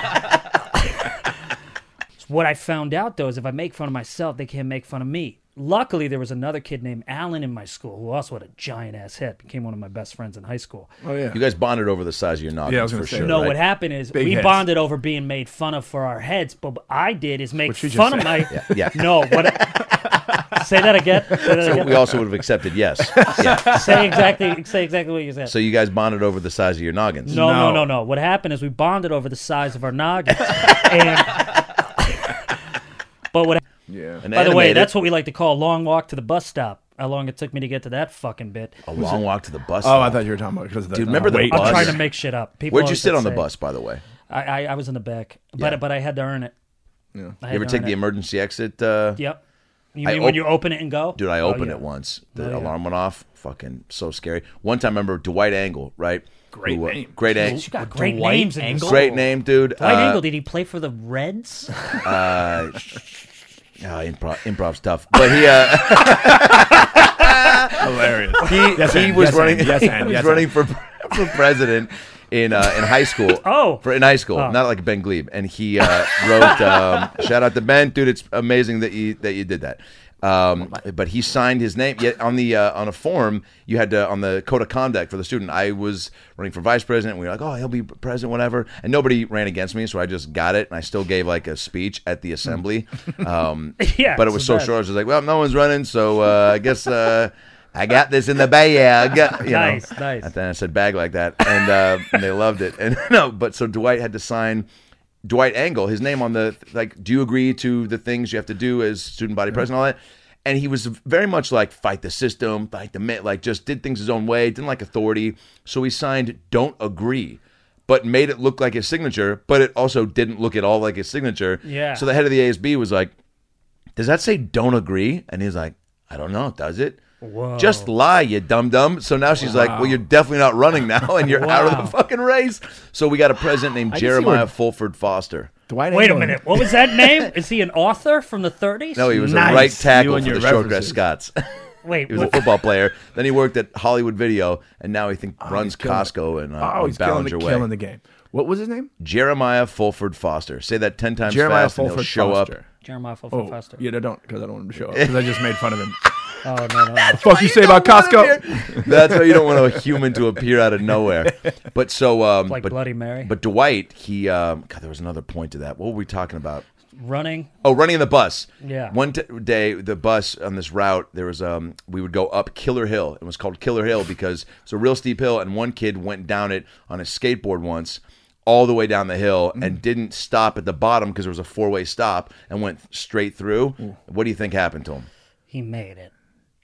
Speaker 1: what I found out though is if I make fun of myself, they can't make fun of me. luckily there was another kid named Alan in my school who also had a giant ass head. Became one of my best friends in high school.
Speaker 2: Oh yeah.
Speaker 5: You guys bonded over the size of your noggin
Speaker 2: Yeah, I was gonna
Speaker 5: for
Speaker 2: say.
Speaker 5: sure.
Speaker 1: No,
Speaker 5: right?
Speaker 1: what happened is
Speaker 2: Big
Speaker 1: we
Speaker 2: heads.
Speaker 1: bonded over being made fun of for our heads, but what I did is make
Speaker 2: What she just
Speaker 1: fun of
Speaker 2: said.
Speaker 1: my.
Speaker 5: yeah.
Speaker 1: No, what? say that again. Say, that again.
Speaker 5: We also would have accepted yes. Yeah.
Speaker 1: say exactly. Say exactly what you said.
Speaker 5: So you guys bonded over the size of your noggins.
Speaker 1: no, no,
Speaker 2: No.
Speaker 1: no, no. What happened is we bonded over the size of our noggins. and, but what?
Speaker 2: Yeah.
Speaker 5: And
Speaker 1: By the way,
Speaker 5: animated,
Speaker 1: that's what we like to call a long walk to the bus stop. How long it took me to get to that fucking bit?
Speaker 5: a long walk to the bus.
Speaker 2: Oh, I
Speaker 5: stop.
Speaker 2: thought you were talking about because of the
Speaker 5: Dude, remember the
Speaker 2: weight
Speaker 1: I'm
Speaker 5: bus?
Speaker 1: trying to make shit up. People
Speaker 5: Where'd you
Speaker 1: always
Speaker 5: sit on the
Speaker 1: say-
Speaker 5: bus, by the way?
Speaker 1: I, I, I was in the back, but
Speaker 5: Yeah.
Speaker 1: but I had to earn it. Yeah.
Speaker 5: You ever take the emergency exit? Uh,
Speaker 1: Yep. You
Speaker 5: I
Speaker 1: mean when
Speaker 5: op-
Speaker 1: you open it and go?
Speaker 5: Dude, I
Speaker 1: Oh,
Speaker 5: opened
Speaker 1: yeah.
Speaker 5: it once. The alarm went off. Fucking so scary. One time, I remember Dwight Angle, right?
Speaker 2: Great
Speaker 5: uh,
Speaker 2: name.
Speaker 5: Great
Speaker 1: You
Speaker 5: Angle.
Speaker 1: got great
Speaker 3: Dwight
Speaker 1: names in your
Speaker 3: Angle?
Speaker 1: school.
Speaker 5: Great name, dude.
Speaker 1: Oh. Dwight
Speaker 5: Uh,
Speaker 1: Angle, did he play for the Reds?
Speaker 5: oh, improv, improv's tough, but he uh,
Speaker 2: hilarious.
Speaker 5: he, he was
Speaker 2: yes,
Speaker 5: running.
Speaker 2: and, yes,
Speaker 5: he
Speaker 2: and,
Speaker 5: was
Speaker 2: yes,
Speaker 5: running for for president in uh, in high school.
Speaker 1: Oh.
Speaker 5: for in high school, not like Ben Glebe. And he uh, wrote. Um, shout out to Ben, dude. It's amazing that you that you did that. Um, but he signed his name. Yet on the uh, on a form, you had to on the code of conduct for the student. I was running for vice president. We were like, oh, he'll be president, whatever. And nobody ran against me, so I just got it. And I still gave like a speech at the assembly. Um,
Speaker 1: Yeah,
Speaker 5: but it
Speaker 1: it's
Speaker 5: was
Speaker 1: the
Speaker 5: so
Speaker 1: best.
Speaker 5: short. I was just like, well, no one's running, so uh, I guess uh, I got this in the bag. You know?
Speaker 1: Nice, nice.
Speaker 5: And then I said bag like that, and, uh, and they loved it. And no, but so Dwight had to sign Dwight Angle, his name on the like. Do you agree to the things you have to do as student body president, all that? And he was very much like fight the system, fight the myth, like just did things his own way, didn't like authority. So he signed don't agree, but made it look like his signature, but it also didn't look at all like his signature.
Speaker 1: Yeah.
Speaker 5: So the head of the ASB was like, does that say don't agree? And he's like, I don't know, does it?
Speaker 1: Whoa.
Speaker 5: Just lie, you dum dum. So now she's like, Well, you're definitely not running now and you're out of the fucking race. So we got a president named
Speaker 2: can see where-
Speaker 5: Jeremiah Fulford Foster.
Speaker 2: Dwight
Speaker 1: Wait a
Speaker 2: Angle.
Speaker 1: minute. What was that name? Is he an author from the 30s?
Speaker 5: No, he was
Speaker 2: Nice.
Speaker 5: a right tackle
Speaker 2: You
Speaker 5: for
Speaker 2: and
Speaker 5: the
Speaker 2: your
Speaker 5: Shortgrass
Speaker 2: references.
Speaker 5: Scots.
Speaker 1: Wait,
Speaker 5: he was a
Speaker 1: what-
Speaker 5: football player. Then he worked at Hollywood Video and now he think runs
Speaker 2: Oh, he's killing it.
Speaker 5: Costco and uh,
Speaker 2: Oh,
Speaker 5: on
Speaker 2: he's killing the,
Speaker 5: Ballinger Way.
Speaker 2: killing the game. What was his name?
Speaker 5: Jeremiah Fulford Foster. Say that 10 times
Speaker 2: Jeremiah
Speaker 5: fast and he'll
Speaker 2: Fulford
Speaker 5: show
Speaker 2: Foster.
Speaker 5: up.
Speaker 1: Jeremiah Fulford
Speaker 2: Oh,
Speaker 1: Foster.
Speaker 2: yeah, no, don't because I don't want him to show up because I just made fun of him.
Speaker 1: Oh, no, no, no.
Speaker 2: Fuck you say about Costco?
Speaker 5: That's why you don't want a human to appear out of nowhere. But so, um,
Speaker 1: Like
Speaker 5: but,
Speaker 1: Bloody Mary.
Speaker 5: But Dwight, he, um, God, there was another point to that. What were we talking about?
Speaker 1: Running.
Speaker 5: Oh, running in the bus.
Speaker 1: Yeah.
Speaker 5: One t- day, the bus on this route, there was um, we would go up Killer Hill. It was called Killer Hill because it's a real steep hill, and one kid went down it on a skateboard once, all the way down the hill,
Speaker 1: Mm.
Speaker 5: and didn't stop at the bottom because there was a four way stop, and went straight through. What do you think happened to him?
Speaker 1: He made it.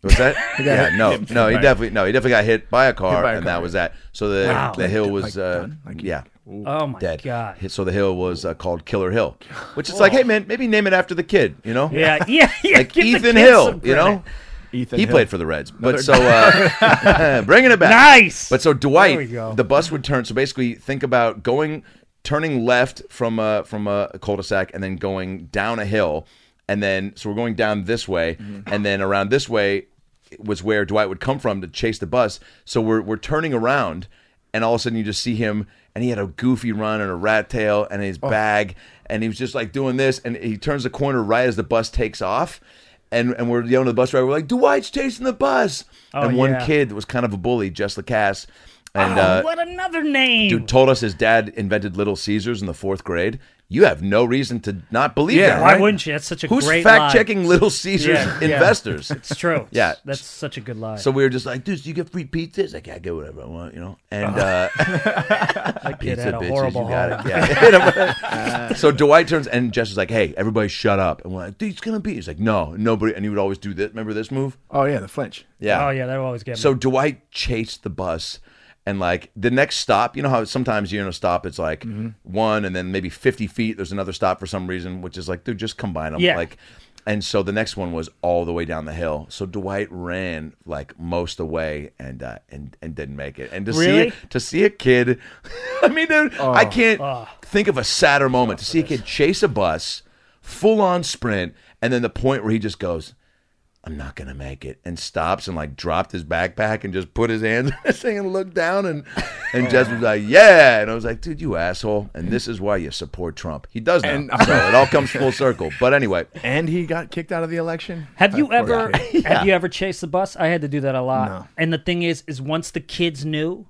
Speaker 5: Was that? yeah,
Speaker 2: hit.
Speaker 5: no, no, he
Speaker 2: Right.
Speaker 5: definitely, no, he definitely got hit by a car,
Speaker 2: Hit by a
Speaker 5: and
Speaker 2: car.
Speaker 5: that was that. So the
Speaker 1: Wow.
Speaker 5: the hill
Speaker 2: Like, like
Speaker 5: was, uh,
Speaker 2: done? Like,
Speaker 5: yeah,
Speaker 1: Oh, my
Speaker 5: dead.
Speaker 1: God.
Speaker 5: Hit- So the hill was uh, called Killer Hill, which is like, hey man, maybe name it after the kid, you know?
Speaker 1: Yeah, yeah, yeah.
Speaker 5: like
Speaker 1: give the
Speaker 5: Ethan
Speaker 1: kid
Speaker 5: Hill,
Speaker 1: some
Speaker 5: you know.
Speaker 2: Ethan.
Speaker 5: He
Speaker 2: Hill.
Speaker 5: played for the Reds, but so uh, bringing it back.
Speaker 1: Nice!
Speaker 5: But so
Speaker 1: There we
Speaker 5: Dwight,
Speaker 1: go.
Speaker 5: the bus would turn. So basically, think about going, turning left from a from a cul-de-sac, and then going down a hill, and then so we're going down this way, and then around this way was where Dwight would come from to chase the bus. So we're we're turning around, and all of a sudden you just see him, and he had a goofy run and a rat tail and
Speaker 1: Oh.
Speaker 5: his bag, and he was just like doing this, and he turns the corner right as the bus takes off. And, and we're yelling to the bus driver, we're like, Dwight's chasing the bus. and one
Speaker 1: Oh, yeah.
Speaker 5: kid was kind of a bully, Jess Lacasse. And
Speaker 1: Oh,
Speaker 5: uh,
Speaker 1: what another name?
Speaker 5: dude told us his dad invented Little Caesars in the fourth grade. You have no reason to not believe
Speaker 2: Yeah,
Speaker 5: that.
Speaker 1: Why
Speaker 5: right?
Speaker 1: wouldn't you? That's such a
Speaker 5: Who's
Speaker 1: great lie.
Speaker 5: fact checking Little Caesars
Speaker 1: Yeah, yeah.
Speaker 5: investors?
Speaker 1: It's true.
Speaker 5: Yeah.
Speaker 1: That's such a good lie.
Speaker 5: So we were just like, dude, you get free pizzas. Like, I get whatever I want, you know. And
Speaker 1: Uh-huh.
Speaker 5: uh,
Speaker 1: that kid
Speaker 5: pizza
Speaker 1: had a
Speaker 5: bitches,
Speaker 1: horrible
Speaker 5: you got
Speaker 1: home.
Speaker 5: it. Yeah. so Dwight turns and Jess is like, hey, everybody, shut up. And we're like, dude, it's gonna be. He's like, no, nobody. And he would always do this. Remember this move?
Speaker 2: Oh yeah, the flinch.
Speaker 5: Yeah.
Speaker 1: Oh yeah, that always get me.
Speaker 5: So Dwight chased the bus, and like the next stop, you know how sometimes you're in a stop, it's like
Speaker 1: Mm-hmm.
Speaker 5: one, and then maybe 50 feet, there's another stop for some reason, which is like, dude, just combine them.
Speaker 1: Yeah.
Speaker 5: Like, and so the next one was all the way down the hill. So Dwight ran like most of the way and uh, and and didn't make it. And to see
Speaker 1: Really? Oh,
Speaker 5: it, to see a kid, I mean, dude, I can't think of a sadder moment to see a kid chase a bus, full on sprint, and then the point where he just goes, I'm not gonna make it, and stops and like dropped his backpack and just put his hands on his thing and looked down and and Jess was like, yeah, and I was like, dude, you asshole, and this is why you support Trump. He does
Speaker 2: And-
Speaker 5: now, so it all comes full circle. But anyway,
Speaker 2: And he got kicked out of the election.
Speaker 1: Have you
Speaker 2: That poor
Speaker 1: ever
Speaker 2: kid.
Speaker 1: have you ever chased the bus? I had to do that a lot.
Speaker 2: No.
Speaker 1: And the thing is, is once the kids knew,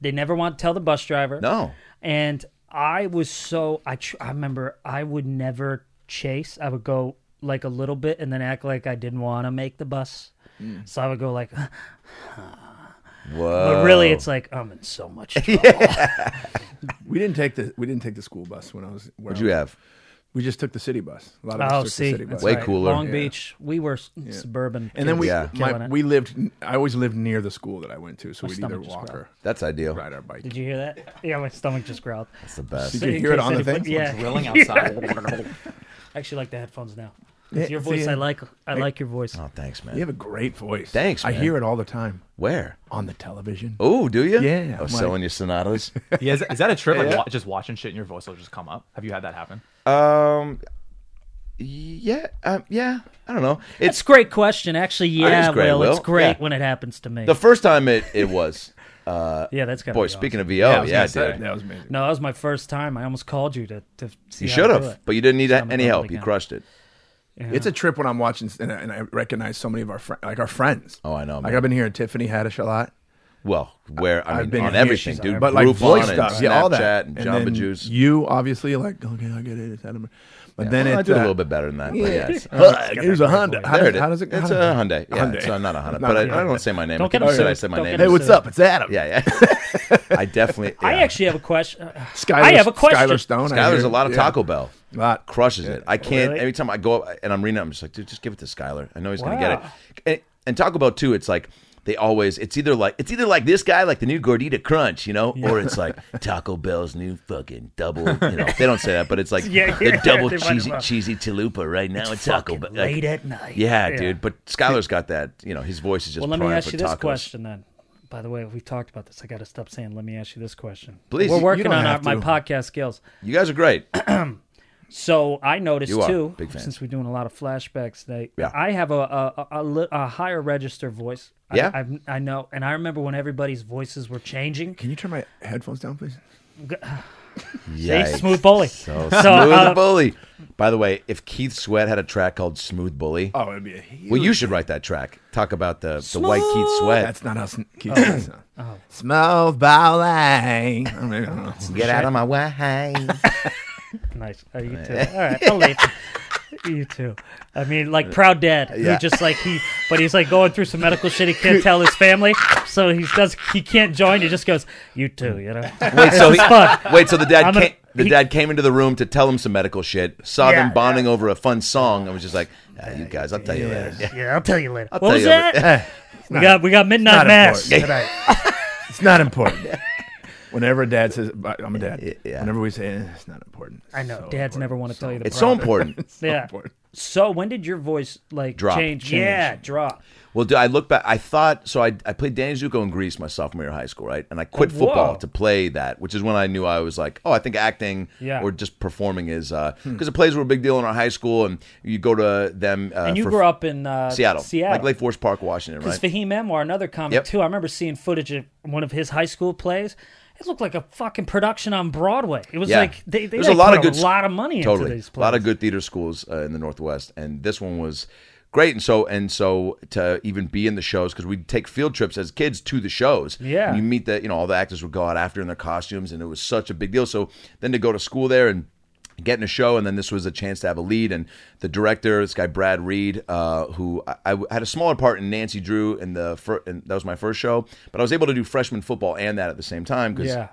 Speaker 1: they never want to tell the bus driver.
Speaker 5: No.
Speaker 1: And I was so I tr- I remember I would never chase. I would go like a little bit and then act like I didn't want to make the bus.
Speaker 2: Hmm.
Speaker 1: So I would go like,
Speaker 5: whoa,
Speaker 1: but really, it's like I'm in so much. Trouble.
Speaker 2: We didn't take the we didn't take the school bus when I was. Where
Speaker 5: what'd
Speaker 2: I
Speaker 5: you
Speaker 2: was-
Speaker 5: have?
Speaker 2: We just took the city bus. A lot of us
Speaker 1: Oh,
Speaker 2: took
Speaker 1: see,
Speaker 2: the city
Speaker 1: that's
Speaker 2: bus.
Speaker 5: Way
Speaker 1: right.
Speaker 5: cooler.
Speaker 1: Long
Speaker 5: Yeah.
Speaker 1: Beach. We were s- suburban,
Speaker 2: And then we
Speaker 5: Yeah.
Speaker 1: Killing
Speaker 2: my,
Speaker 1: it.
Speaker 2: we lived. I always lived near the school that I went to, so we'd either
Speaker 1: stomach just
Speaker 2: walk
Speaker 1: growled.
Speaker 2: or
Speaker 5: That's ideal.
Speaker 2: ride our bike.
Speaker 1: Did you hear that? Yeah, my stomach just growled.
Speaker 5: That's the best.
Speaker 2: Did you hear it on the thing?
Speaker 1: Yeah,
Speaker 3: Drilling outside.
Speaker 1: I actually like the headphones now.
Speaker 2: Yeah,
Speaker 1: your
Speaker 2: see,
Speaker 1: voice, I
Speaker 2: and-
Speaker 1: like. I like your voice.
Speaker 5: Oh, thanks, man.
Speaker 2: You have a great voice.
Speaker 5: Thanks,
Speaker 2: I
Speaker 5: man.
Speaker 2: hear it all the time
Speaker 5: Where?
Speaker 2: on the television.
Speaker 5: Oh, do you?
Speaker 2: Yeah,
Speaker 5: I was
Speaker 2: I'm like-
Speaker 5: selling you sonatas.
Speaker 3: yeah, is, is that a trip? Like wa- just watching shit and your voice will just come up. Have you had that happen?
Speaker 5: um, yeah, um, yeah. I don't know. It's
Speaker 1: It's a great question, actually. Yeah,
Speaker 5: is great,
Speaker 1: Will, It's
Speaker 5: Will.
Speaker 1: great
Speaker 5: Yeah.
Speaker 1: when it happens to me.
Speaker 5: the first time it it was. Uh,
Speaker 1: yeah, that's got
Speaker 5: boy, speaking of VO,
Speaker 3: was
Speaker 5: yeah,
Speaker 3: gonna say.
Speaker 5: dude.
Speaker 2: That was amazing.
Speaker 1: No, that was my first time. I almost called you to to see.
Speaker 5: You
Speaker 1: how
Speaker 5: should
Speaker 1: to do
Speaker 5: have,
Speaker 1: it.
Speaker 5: but you didn't need
Speaker 1: Stomach
Speaker 5: any help.
Speaker 1: bubbling
Speaker 5: You
Speaker 1: out.
Speaker 5: crushed it.
Speaker 2: It's a trip when I'm watching, and I, and I recognize so many of our fri like our friends.
Speaker 5: Oh, I know,
Speaker 2: Like
Speaker 5: man.
Speaker 2: I've been hearing Tiffany Haddish a lot.
Speaker 5: Well, where I mean,
Speaker 2: I've been
Speaker 5: on
Speaker 2: here,
Speaker 5: everything,
Speaker 2: she's
Speaker 5: dude.
Speaker 2: on but like
Speaker 5: Groupon
Speaker 2: voice
Speaker 5: and
Speaker 2: stuff, yeah, all that,
Speaker 5: Snapchat and,
Speaker 2: And
Speaker 5: Jamba
Speaker 2: then
Speaker 5: Juice.
Speaker 2: You obviously like okay, I get it. It's Adam. But then
Speaker 5: Well,
Speaker 2: it's
Speaker 5: I do a
Speaker 2: uh,
Speaker 5: little bit better than that. But yeah, it's-
Speaker 2: Fuck, here's a Honda. How
Speaker 5: There
Speaker 2: does,
Speaker 5: it is.
Speaker 2: how does it?
Speaker 5: It's
Speaker 2: how
Speaker 5: a
Speaker 2: does-
Speaker 5: Hyundai. Yeah,
Speaker 2: Hyundai.
Speaker 5: it's uh, not a Honda,
Speaker 2: Not
Speaker 5: but I,
Speaker 2: a
Speaker 5: I don't say my name.
Speaker 1: Don't
Speaker 5: I
Speaker 1: get
Speaker 5: think you
Speaker 1: upset.
Speaker 5: said I said my
Speaker 1: Don't
Speaker 5: name.
Speaker 1: get
Speaker 2: Hey, what's up? It's Adam.
Speaker 5: Yeah, yeah. I definitely.
Speaker 1: I
Speaker 5: yeah.
Speaker 1: actually have a question.
Speaker 2: Skylar,
Speaker 1: I have a question.
Speaker 2: Skylar Stone. I
Speaker 5: Guy, there's
Speaker 2: hear-
Speaker 5: a lot of
Speaker 2: yeah.
Speaker 5: Taco Bell.
Speaker 2: Lot.
Speaker 5: Crushes it. I can't.
Speaker 1: Really?
Speaker 5: Every time I go up and I'm reading, it, I'm just like, dude, just give it to Skyler. I know he's gonna
Speaker 1: Wow.
Speaker 5: get it. And, and Taco Bell too. It's like they always. It's either like it's either like this guy, like the new gordita crunch, you know, or it's like Taco Bell's new fucking double. You know, they don't say that, but it's like
Speaker 1: Yeah,
Speaker 5: the
Speaker 1: yeah,
Speaker 5: double
Speaker 1: they might
Speaker 5: cheesy
Speaker 1: as well.
Speaker 5: cheesy chalupa right now at Taco
Speaker 1: Fucking
Speaker 5: Bell. Like,
Speaker 1: late at night.
Speaker 5: yeah, dude. But Skyler's got that. You know, his voice is just.
Speaker 1: Well, let me
Speaker 5: prime
Speaker 1: ask
Speaker 5: for
Speaker 1: you this
Speaker 5: tacos.
Speaker 1: question then. By the way, we talked about this. I got to stop saying. Let me ask you this question.
Speaker 5: Please.
Speaker 1: we're
Speaker 5: You- you
Speaker 1: working
Speaker 2: don't
Speaker 1: on our,
Speaker 2: have
Speaker 1: my
Speaker 2: to.
Speaker 1: podcast skills.
Speaker 5: You guys are great.
Speaker 1: So I noticed
Speaker 5: You are.
Speaker 1: too,
Speaker 5: Big fan.
Speaker 1: since we're doing a lot of flashbacks today,
Speaker 5: Yeah.
Speaker 1: I have a a, a, a li- a higher register voice. I-
Speaker 5: Yeah.
Speaker 1: I've- I, know, and I remember when everybody's voices were changing.
Speaker 2: Can you turn my headphones down, please?
Speaker 1: See,
Speaker 5: Yikes.
Speaker 1: smooth bully.
Speaker 5: So, smooth
Speaker 1: uh,
Speaker 5: bully. By the way, if Keith Sweat had a track called "Smooth Bully,"
Speaker 2: Oh, it'd be a huge.
Speaker 5: well, you should write that track. Talk about the the white Keith Sweat.
Speaker 2: That's not us. Keith
Speaker 1: Oh.
Speaker 2: Sweat's not. Smooth bowling. I mean, oh, I don't know.
Speaker 5: Get out of my way.
Speaker 1: Nice. Oh, you too. All right, I'll leave. You too. I mean, like proud dad.
Speaker 5: Yeah.
Speaker 1: Who just like he, but he's like going through some medical shit. He can't tell his family, so he does. He can't join. He just goes, "You too," you know.
Speaker 5: wait, so he,
Speaker 1: fun.
Speaker 5: wait, so the dad
Speaker 1: I'm gonna-
Speaker 5: came, the
Speaker 1: he-
Speaker 5: dad came into the room to tell him some medical shit. Saw
Speaker 1: Yeah,
Speaker 5: them bonding over a fun song. I was just like, ah, you guys, I'll tell you later. Yeah.
Speaker 1: Yeah, I'll tell you later.
Speaker 5: tell
Speaker 1: what was
Speaker 5: you
Speaker 1: that?
Speaker 5: later.
Speaker 1: we got we got midnight
Speaker 2: not
Speaker 1: mass
Speaker 2: important.
Speaker 1: tonight.
Speaker 2: It's not important. Whenever a dad says, but I'm a dad.
Speaker 5: Yeah.
Speaker 2: Whenever we say, eh, it's not important.
Speaker 1: I know. Dads never want to tell you the
Speaker 5: It's so
Speaker 1: problem.
Speaker 5: important.
Speaker 1: yeah.
Speaker 2: important.
Speaker 1: So when did your voice like
Speaker 5: Drop.
Speaker 1: change?
Speaker 2: Change.
Speaker 1: Yeah, drop.
Speaker 5: Well, dude, I look back. I thought so. I, I played Danny Zuko in Greece my sophomore year of high school, right? And I quit
Speaker 1: Oh, whoa.
Speaker 5: football to play that, which is when I knew I was like, oh, I think acting
Speaker 1: Yeah. Hmm.
Speaker 5: or just performing is because the plays were a big deal in our high school, and you go to them. Uh,
Speaker 1: And you
Speaker 5: for
Speaker 1: grew up in uh,
Speaker 5: Seattle,
Speaker 1: Seattle,
Speaker 5: like Lake Forest Park, Washington,
Speaker 1: Because
Speaker 5: right?
Speaker 1: Fahim Anwar, another comic
Speaker 5: Yep.
Speaker 1: too, I remember seeing footage of one of his high school plays. It looked like a fucking production on Broadway. It was
Speaker 5: Yeah.
Speaker 1: like they, they
Speaker 5: There's
Speaker 1: like,
Speaker 5: a lot
Speaker 1: put
Speaker 5: of good
Speaker 1: a
Speaker 5: sc-
Speaker 1: lot of money
Speaker 5: totally
Speaker 1: into these
Speaker 5: a
Speaker 1: plays.
Speaker 5: lot of good theater schools uh, in the northwest and this one was great and so and so to even be in the shows because we'd take field trips as kids to the shows
Speaker 1: Yeah.
Speaker 5: And you meet the you know all the actors would go out after in their costumes and it was such a big deal so then to go to school there and get in a show and then this was a chance to have a lead and the director this guy brad reed uh, who I, I w- had a smaller part in nancy drew in the fir- and that was my first show but i was able to do freshman football and that at the same time because
Speaker 1: Yeah.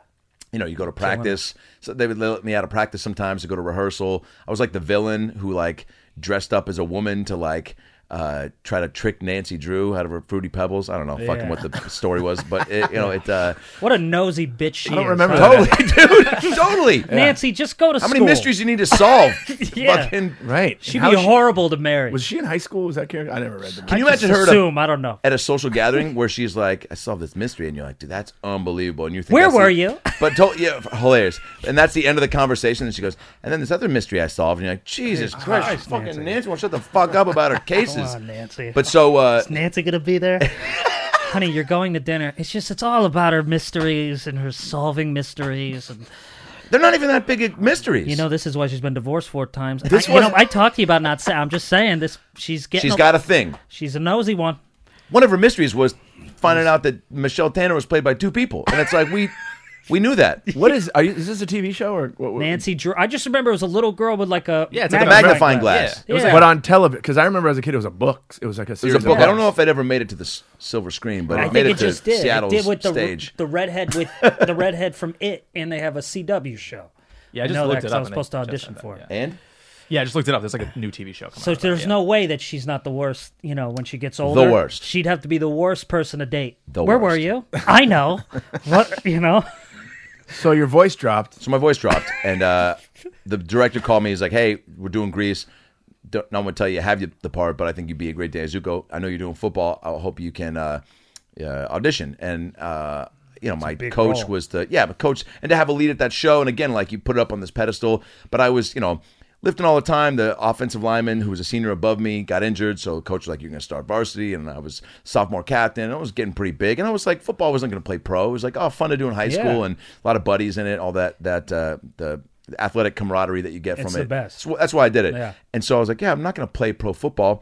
Speaker 5: you know, you go to practice. So they would let me out of practice sometimes to go to rehearsal. I was like the villain who like dressed up as a woman to like uh, try to trick Nancy Drew out of her fruity pebbles. I don't know fucking
Speaker 1: Yeah.
Speaker 5: what the story was, but it, you know, it uh,
Speaker 1: What a nosy bitch she
Speaker 2: I don't
Speaker 1: is,
Speaker 2: remember
Speaker 1: huh?
Speaker 2: that.
Speaker 5: totally, dude, totally.
Speaker 1: Nancy, just go to
Speaker 5: How
Speaker 1: school.
Speaker 5: many mysteries you need to solve?
Speaker 1: Yeah.
Speaker 5: Fucking.
Speaker 2: Right.
Speaker 1: She'd
Speaker 2: How
Speaker 1: be
Speaker 2: she-
Speaker 1: horrible to marry.
Speaker 2: Was she in high school? Was that character? I never read the book.
Speaker 5: Can you
Speaker 1: I just
Speaker 5: imagine her at a,
Speaker 1: assume, I don't know.
Speaker 5: at a social gathering where she's like, "I solved this mystery," and you're like, "Dude, that's unbelievable." And you think,
Speaker 1: Where
Speaker 5: that's the-
Speaker 1: were you?
Speaker 5: But to- yeah, hilarious. And that's the end of the conversation. And she goes, "And then this other mystery I solved," and you're like, "Jesus Christ,
Speaker 1: Christ,
Speaker 5: fucking
Speaker 1: Nancy.
Speaker 5: Nancy, won't shut the fuck up about her cases." is.
Speaker 1: on, Nancy.
Speaker 5: But so uh,
Speaker 1: Is Nancy gonna be there? Honey, you're going to dinner. It's just it's all about her mysteries and her solving mysteries and
Speaker 5: they're not even that big of mysteries.
Speaker 1: you know this is why she's been divorced four times.
Speaker 5: This
Speaker 1: I, you know,
Speaker 5: was-
Speaker 1: I talked to you about not saying I'm just saying this she's getting
Speaker 5: she's
Speaker 1: a-
Speaker 5: got a thing.
Speaker 1: she's a nosy one.
Speaker 5: One of her mysteries was finding out that Michelle Tanner was played by two people, and it's like we we knew that.
Speaker 2: What is? Are you, is this a TV show or what? what-
Speaker 1: Nancy Drew I just remember it was a little girl with like a
Speaker 3: Yeah, it's
Speaker 5: Like a
Speaker 3: Magnifying
Speaker 5: magnifying glass.
Speaker 3: glass.
Speaker 5: It was
Speaker 1: Yeah.
Speaker 2: But on television, because I remember as a kid, it was a book. It was like a
Speaker 5: It
Speaker 2: series.
Speaker 5: was a book.
Speaker 2: Of
Speaker 5: I don't know if it ever made it to the s- silver screen, but
Speaker 1: I
Speaker 5: it made
Speaker 1: think it
Speaker 5: it, to
Speaker 1: just did.
Speaker 5: Seattle's
Speaker 1: it did with the
Speaker 5: stage.
Speaker 1: the redhead with the redhead from it, and they have a CW show.
Speaker 3: Yeah, I just
Speaker 1: know
Speaker 3: looked
Speaker 1: that
Speaker 3: it
Speaker 1: 'cause
Speaker 3: up
Speaker 1: I was
Speaker 3: and
Speaker 1: supposed to
Speaker 3: they just
Speaker 1: audition
Speaker 3: said that,
Speaker 1: for it.
Speaker 3: yeah.
Speaker 5: and
Speaker 3: Yeah, I just looked it up. There's like a new TV show. Coming
Speaker 1: So
Speaker 3: out,
Speaker 1: there's
Speaker 3: yeah.
Speaker 1: no way that she's not the worst. You know, when she gets older,
Speaker 5: worst.
Speaker 1: She'd have to be the worst person to date.
Speaker 5: The
Speaker 1: Where were
Speaker 5: worst.
Speaker 1: you? I know. what you know?
Speaker 2: So your voice dropped.
Speaker 5: so my voice dropped, and uh, the director called me. He's like, "Hey, we're doing Grease. Don't, not want to tell you have you the part, but I think you'd be a great Dazuko. I know you're doing football. I hope you can uh, uh, audition." And uh, you know, my
Speaker 1: big
Speaker 5: coach
Speaker 1: role.
Speaker 5: was the yeah, but coach, and to have a lead at that show, and again, like you put it up on this pedestal. But I was, you know. Lifting all the time, the offensive lineman who was a senior above me got injured, so coach was like, "You're going to start varsity," and I was sophomore captain. And I was getting pretty big, and I was like, football wasn't going to play pro. It was like, oh, fun to do in high
Speaker 1: Yeah.
Speaker 5: school, and a lot of buddies in it, all that that uh, the athletic camaraderie that you get
Speaker 1: It's
Speaker 5: from
Speaker 1: the
Speaker 5: it.
Speaker 1: best.
Speaker 5: So that's why I did it.
Speaker 1: Yeah.
Speaker 5: And so I was like, yeah, I'm not going to play pro football.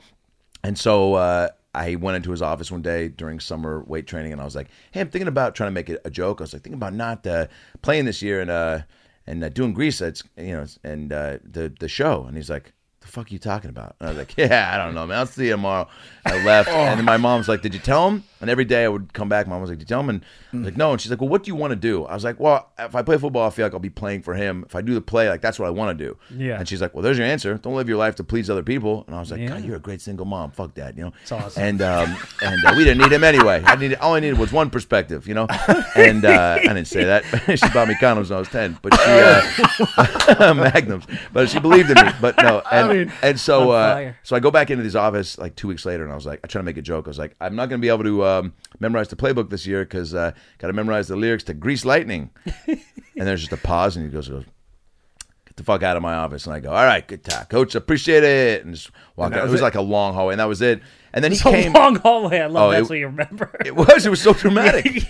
Speaker 5: And so uh, I went into his office one day during summer weight training, and I was like, hey, I'm thinking about trying to make it a joke. I was like, thinking about not uh, playing this year and uh, and uh, doing Grease. It's you know, it's- and uh, the the show. And he's like. The fuck are you talking about? And I was like, yeah, I don't know, man. I'll see you tomorrow. I left, and then my mom's like, did you tell him? And every day I would come back. Mom was like, did you tell him? And I was like, no. And she's like, well, what do you want to do? I was like, well, if I play football, I feel like I'll be playing for him. If I do the play, like that's what I want to do.
Speaker 1: Yeah.
Speaker 5: And she's like, well, there's your answer. Don't live your life to please other people. And I was like, God, you're a great single mom. Fuck that, you know. It's
Speaker 1: awesome.
Speaker 5: And um, and uh, we didn't need him anyway. I needed all I needed was one perspective, you know. And uh, I didn't say that. she bought me condoms when I was ten, but she uh, magnums. But she believed in me. But no, and, and so
Speaker 1: On
Speaker 5: uh,
Speaker 1: fire.
Speaker 5: so I go back into this office like two weeks later, and I was like, I try to make a joke. I was like, I'm not going to be able to um, memorize the playbook this year because uh, got to memorize the lyrics to Grease Lightning. and there's just a pause, and he goes, goes, "Get the fuck out of my office!" And I go, "All right, good talk, coach. Appreciate it." And just walk out. It was like a long hallway, and that was it. And then he
Speaker 1: It's a
Speaker 5: came.
Speaker 1: long hallway. I love
Speaker 5: Oh,
Speaker 1: that's
Speaker 5: it-
Speaker 1: what you remember.
Speaker 5: It was. It was so dramatic.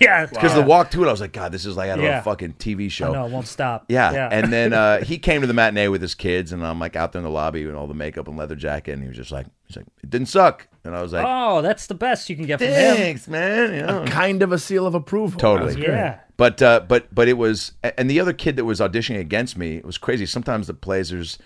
Speaker 1: yeah,
Speaker 5: Because
Speaker 1: yeah.
Speaker 5: the walk to it, I was like, God, this is like out of
Speaker 1: Yeah.
Speaker 5: a fucking TV show.
Speaker 1: no, it won't stop.
Speaker 5: Yeah. And then uh, he came to the matinee with his kids, and I'm like out there in the lobby with all the makeup and leather jacket, and he was just like, he's like, it didn't suck. And I was like,
Speaker 1: oh, that's the best you can get from him.
Speaker 5: thanks, man. You know.
Speaker 2: Kind of a seal of approval.
Speaker 5: Totally.
Speaker 2: That was great.
Speaker 1: Yeah.
Speaker 5: But uh, but but it was, and the other kid that was auditioning against me it was crazy. Sometimes the plays there's,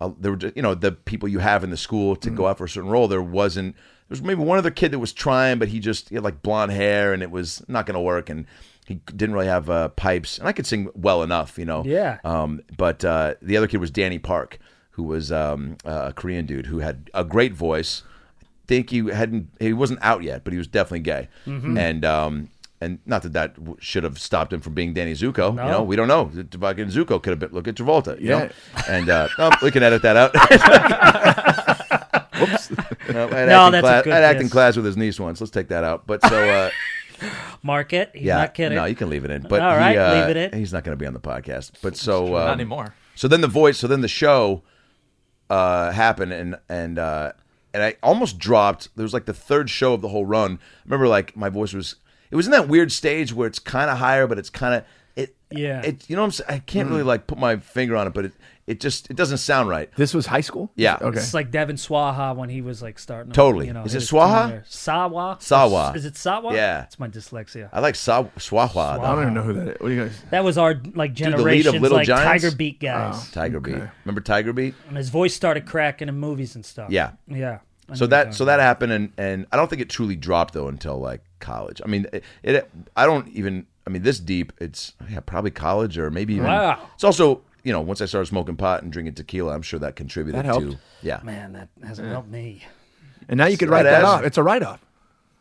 Speaker 5: uh, there were just, you know the people you have in the school to go out for a certain role. There wasn't. There was maybe one other kid that was trying, but he just he had like blonde hair, and it was not going to work, and he didn't really have uh, pipes. And I could sing well enough, you know.
Speaker 1: Yeah.
Speaker 5: Um, but uh, the other kid was Danny Park, who was um, a Korean dude who had a great voice. I think he hadn't he wasn't out yet, but he was definitely gay.
Speaker 1: Mm-hmm.
Speaker 5: And um, and not that that w- should have stopped him from being Danny Zuko. You know, we don't know. The- Fucking Zuko could have been. Look at Travolta. You know? And uh, no, we can edit that out. No, I had
Speaker 1: No,
Speaker 5: acting
Speaker 1: that's a
Speaker 5: class,
Speaker 1: good
Speaker 5: I had acting
Speaker 1: guess.
Speaker 5: class with his niece once. Let's take that out. But so. Uh,
Speaker 1: Mark it. He's
Speaker 5: yeah,
Speaker 1: not kidding.
Speaker 5: No, you can leave it in. But
Speaker 1: All
Speaker 5: he,
Speaker 1: right,
Speaker 5: uh,
Speaker 1: leave it in.
Speaker 5: He's not going to be on the podcast. But so um,
Speaker 3: Not anymore.
Speaker 5: So then the voice. So then the show uh, happened, and and uh, and I almost dropped. There was like the third show of the whole run. I remember, like my voice was. It was in that weird stage where it's kind of higher, but it's kind of it.
Speaker 1: Yeah. Mm.
Speaker 5: It. You know what I'm saying? I can't really like put my finger on it, but it. It just it doesn't sound right.
Speaker 2: This was high school.
Speaker 5: Yeah.
Speaker 2: Okay.
Speaker 1: It's like Devin Swaha when he was like starting. to,
Speaker 5: Totally.
Speaker 1: You know,
Speaker 5: Is it
Speaker 1: his
Speaker 5: Swaha?
Speaker 1: career. Sawa.
Speaker 5: Sawa.
Speaker 1: Is it Sawa?
Speaker 5: Yeah. Uh,
Speaker 1: It's my dyslexia.
Speaker 5: I like Sa- Swaha.
Speaker 2: I don't even know who that is. What do you guys?
Speaker 1: That was our like
Speaker 5: lead of
Speaker 1: generation's
Speaker 5: Little
Speaker 1: like
Speaker 5: Giants? Oh.
Speaker 1: Tiger Beat guys.
Speaker 5: Tiger Beat. Remember Tiger Beat?
Speaker 1: And his voice started cracking in movies and stuff.
Speaker 5: Yeah.
Speaker 1: Yeah. I
Speaker 5: so
Speaker 1: know
Speaker 5: that so
Speaker 1: you're
Speaker 5: that happened and and I don't think it truly dropped though until like college. I mean it, it I don't even I mean this deep it's yeah probably college or maybe even
Speaker 1: Wow.
Speaker 5: It's also you know once I started smoking pot and drinking tequila I'm sure that contributed
Speaker 2: That helped.
Speaker 5: to yeah
Speaker 1: talking about. Man, that hasn't helped me.
Speaker 2: And now you could write
Speaker 5: Right
Speaker 2: that
Speaker 5: as-
Speaker 2: off. It's a write off.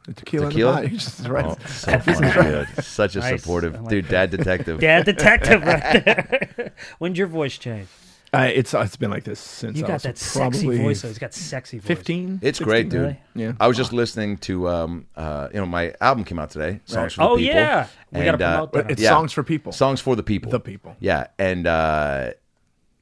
Speaker 2: The tequila. and the
Speaker 5: Tequila? Oh,
Speaker 2: pie. It's just a write-off.
Speaker 5: so funny, dude. such a
Speaker 1: Nice.
Speaker 5: supportive
Speaker 1: I like
Speaker 5: dude dad detective
Speaker 1: Dad detective right there. When'd your voice change?
Speaker 5: Oh.
Speaker 2: Uh, it's it's been like this since
Speaker 1: You
Speaker 2: I
Speaker 1: got
Speaker 2: was
Speaker 1: that
Speaker 2: probably
Speaker 1: sexy voice. though. He's got sexy voice.
Speaker 2: Fifteen.
Speaker 5: It's great, dude.
Speaker 1: Really?
Speaker 2: Yeah.
Speaker 5: I was just listening to um uh you know my album came out today songs for
Speaker 1: Oh,
Speaker 5: the people uh,
Speaker 1: yeah. We gotta promote that.
Speaker 2: It's
Speaker 5: yeah.
Speaker 2: songs for people.
Speaker 5: songs for the people
Speaker 2: The people.
Speaker 5: yeah and uh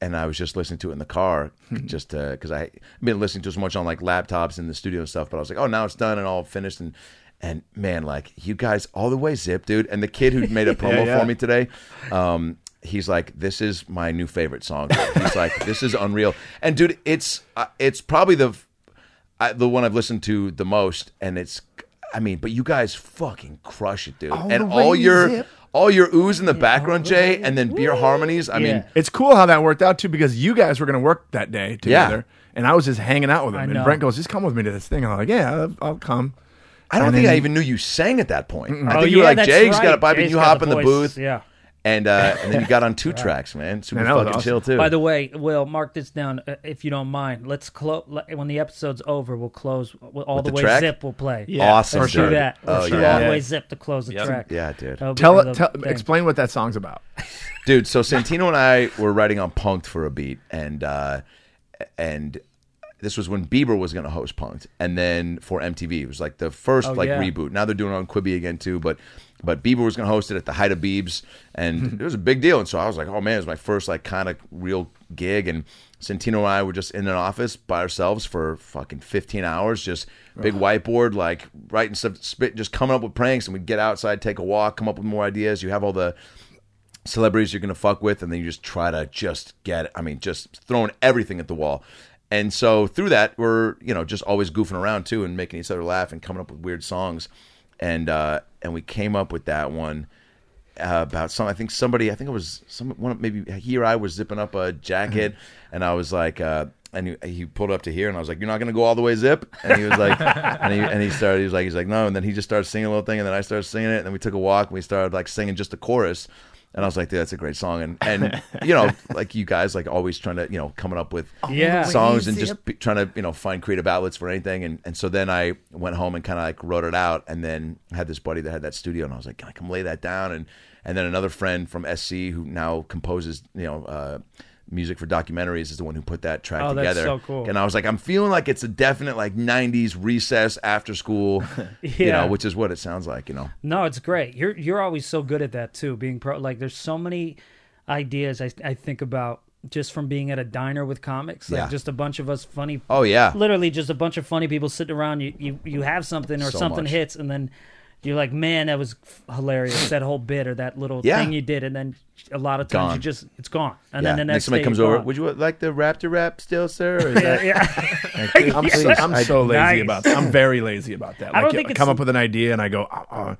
Speaker 5: and I was just listening to it in the car,
Speaker 2: Hmm.
Speaker 5: just because I I've been listening to it so much on like laptops in the studio and stuff. But I was like, oh, now it's done and all finished, and and man, like you guys all the way zip, dude. And the kid who made a promo
Speaker 2: yeah.
Speaker 5: for me today, um, he's like, this is my new favorite song. He's like, this is unreal, and dude, it's uh, it's probably the I, the one I've listened to the most, and it's I mean, but you guys fucking crush it, dude,
Speaker 2: All
Speaker 5: and
Speaker 2: the
Speaker 5: all
Speaker 2: way
Speaker 5: your.
Speaker 2: zip.
Speaker 5: All your oohs in the background, Jay, and then beer harmonies. I
Speaker 1: Yeah.
Speaker 5: mean,
Speaker 2: It's cool how that worked out too, because you guys were going to work that day together, and I was just hanging out with him.
Speaker 1: I
Speaker 2: And
Speaker 1: know.
Speaker 2: Brent goes, "Just come with me to this thing." And I'm like, "Yeah, I'll, I'll come."
Speaker 5: I don't
Speaker 2: And
Speaker 5: think
Speaker 2: then-
Speaker 5: I even knew you sang at that point. I
Speaker 1: Oh,
Speaker 5: think you were
Speaker 1: yeah,
Speaker 5: like,
Speaker 1: that's
Speaker 5: Jake's got a
Speaker 1: right.
Speaker 5: pipe, and
Speaker 1: Jake's
Speaker 5: you
Speaker 1: got
Speaker 5: hop
Speaker 1: the
Speaker 5: in the
Speaker 1: voice,
Speaker 5: booth.
Speaker 1: yeah.
Speaker 5: And uh, and then you got on two tracks, man. Super
Speaker 2: Man, that was
Speaker 5: fucking
Speaker 2: awesome.
Speaker 5: chill too.
Speaker 1: By the way, Will, mark this down uh, if you don't mind. Let's close when the episode's over. We'll close we'll- all the,
Speaker 5: the
Speaker 1: way
Speaker 5: track?
Speaker 1: zip. We'll play.
Speaker 2: Yeah,
Speaker 5: awesome,
Speaker 1: Let's do
Speaker 5: dude.
Speaker 1: that.
Speaker 5: Oh
Speaker 1: Let's do
Speaker 5: yeah,
Speaker 1: all the
Speaker 2: Yeah.
Speaker 1: way zip to close the
Speaker 3: Yep.
Speaker 1: track.
Speaker 5: yeah, dude.
Speaker 1: That'll be
Speaker 2: Tell
Speaker 1: for
Speaker 2: it.
Speaker 1: the
Speaker 2: Tell,
Speaker 1: thing.
Speaker 2: explain what that song's about.
Speaker 5: dude. So Santino and I were writing on Punked for a beat, and uh, and this was when Bieber was going to host Punked, and then for MTV, it was like the first
Speaker 1: Oh,
Speaker 5: like
Speaker 1: yeah.
Speaker 5: reboot. Now they're doing it on Quibi again too, but but Bieber was going to host it at the height of Biebs, and it was a big deal. And so I was like, oh man, it was my first like kind of real gig, and Santino and I were just in an office by ourselves for fucking fifteen hours, just big whiteboard, like writing stuff, spit, just coming up with pranks, and we'd get outside, take a walk, come up with more ideas. You have all the celebrities you're gonna fuck with, and then you just try to just get. I mean, just throwing everything at the wall. And so through that, we're you know just always goofing around too, and making each other laugh, and coming up with weird songs, and uh, and we came up with that one uh, about some. I think somebody. I think it was some one. Maybe here I was zipping up a jacket, and I was like. Uh, and he, he pulled up to here, and I was like, "You're not gonna go all the way, zip." And he was like, and he and he started. He was like, he's like, no. And then he just started singing a little thing, and then I started singing it, and then we took a walk, and we started like singing just the chorus. And I was like, dude, that's a great song. And and you know, like you guys, like always trying to you know coming up with
Speaker 1: Yeah.
Speaker 5: songs and just be, trying to you know find creative outlets for anything and and so then I went home and kind of like wrote it out and then had this buddy that had that studio and I was like can I come lay that down and and then another friend from SC who now composes you know uh, music for documentaries is the one who put that track
Speaker 1: Oh, that's
Speaker 5: together
Speaker 1: so cool.
Speaker 5: and I was like I'm feeling like it's a definite like 90s recess after school you
Speaker 1: Yeah.
Speaker 5: know which is what it sounds like you know
Speaker 1: No, it's great. You're you're always so good at that too. Being pro, like there's so many ideas I I think about just from being at a diner with comics. Like
Speaker 5: Yeah.
Speaker 1: just a bunch of us funny.
Speaker 5: oh yeah
Speaker 1: Literally just a bunch of funny people sitting around. You you, you have something or
Speaker 5: So
Speaker 1: something
Speaker 5: much.
Speaker 1: hits and then. You're like, man, that was f- hilarious. That whole bit or that little
Speaker 5: Yeah.
Speaker 1: thing you did, and then a lot of times
Speaker 5: Gone.
Speaker 1: you just it's gone. And
Speaker 5: yeah
Speaker 1: then the
Speaker 5: next
Speaker 1: next
Speaker 5: somebody
Speaker 1: day,
Speaker 5: comes
Speaker 1: it's
Speaker 5: over
Speaker 1: gone.
Speaker 5: would you like the raptor rap still sir or is that-
Speaker 1: yeah,
Speaker 2: I'm, so, I'm so lazy
Speaker 1: Nice.
Speaker 2: about. That. I'm very lazy about that. Like,
Speaker 1: don't think
Speaker 2: I
Speaker 1: it's
Speaker 2: come
Speaker 1: some-
Speaker 2: up with an idea and I go, oh, oh,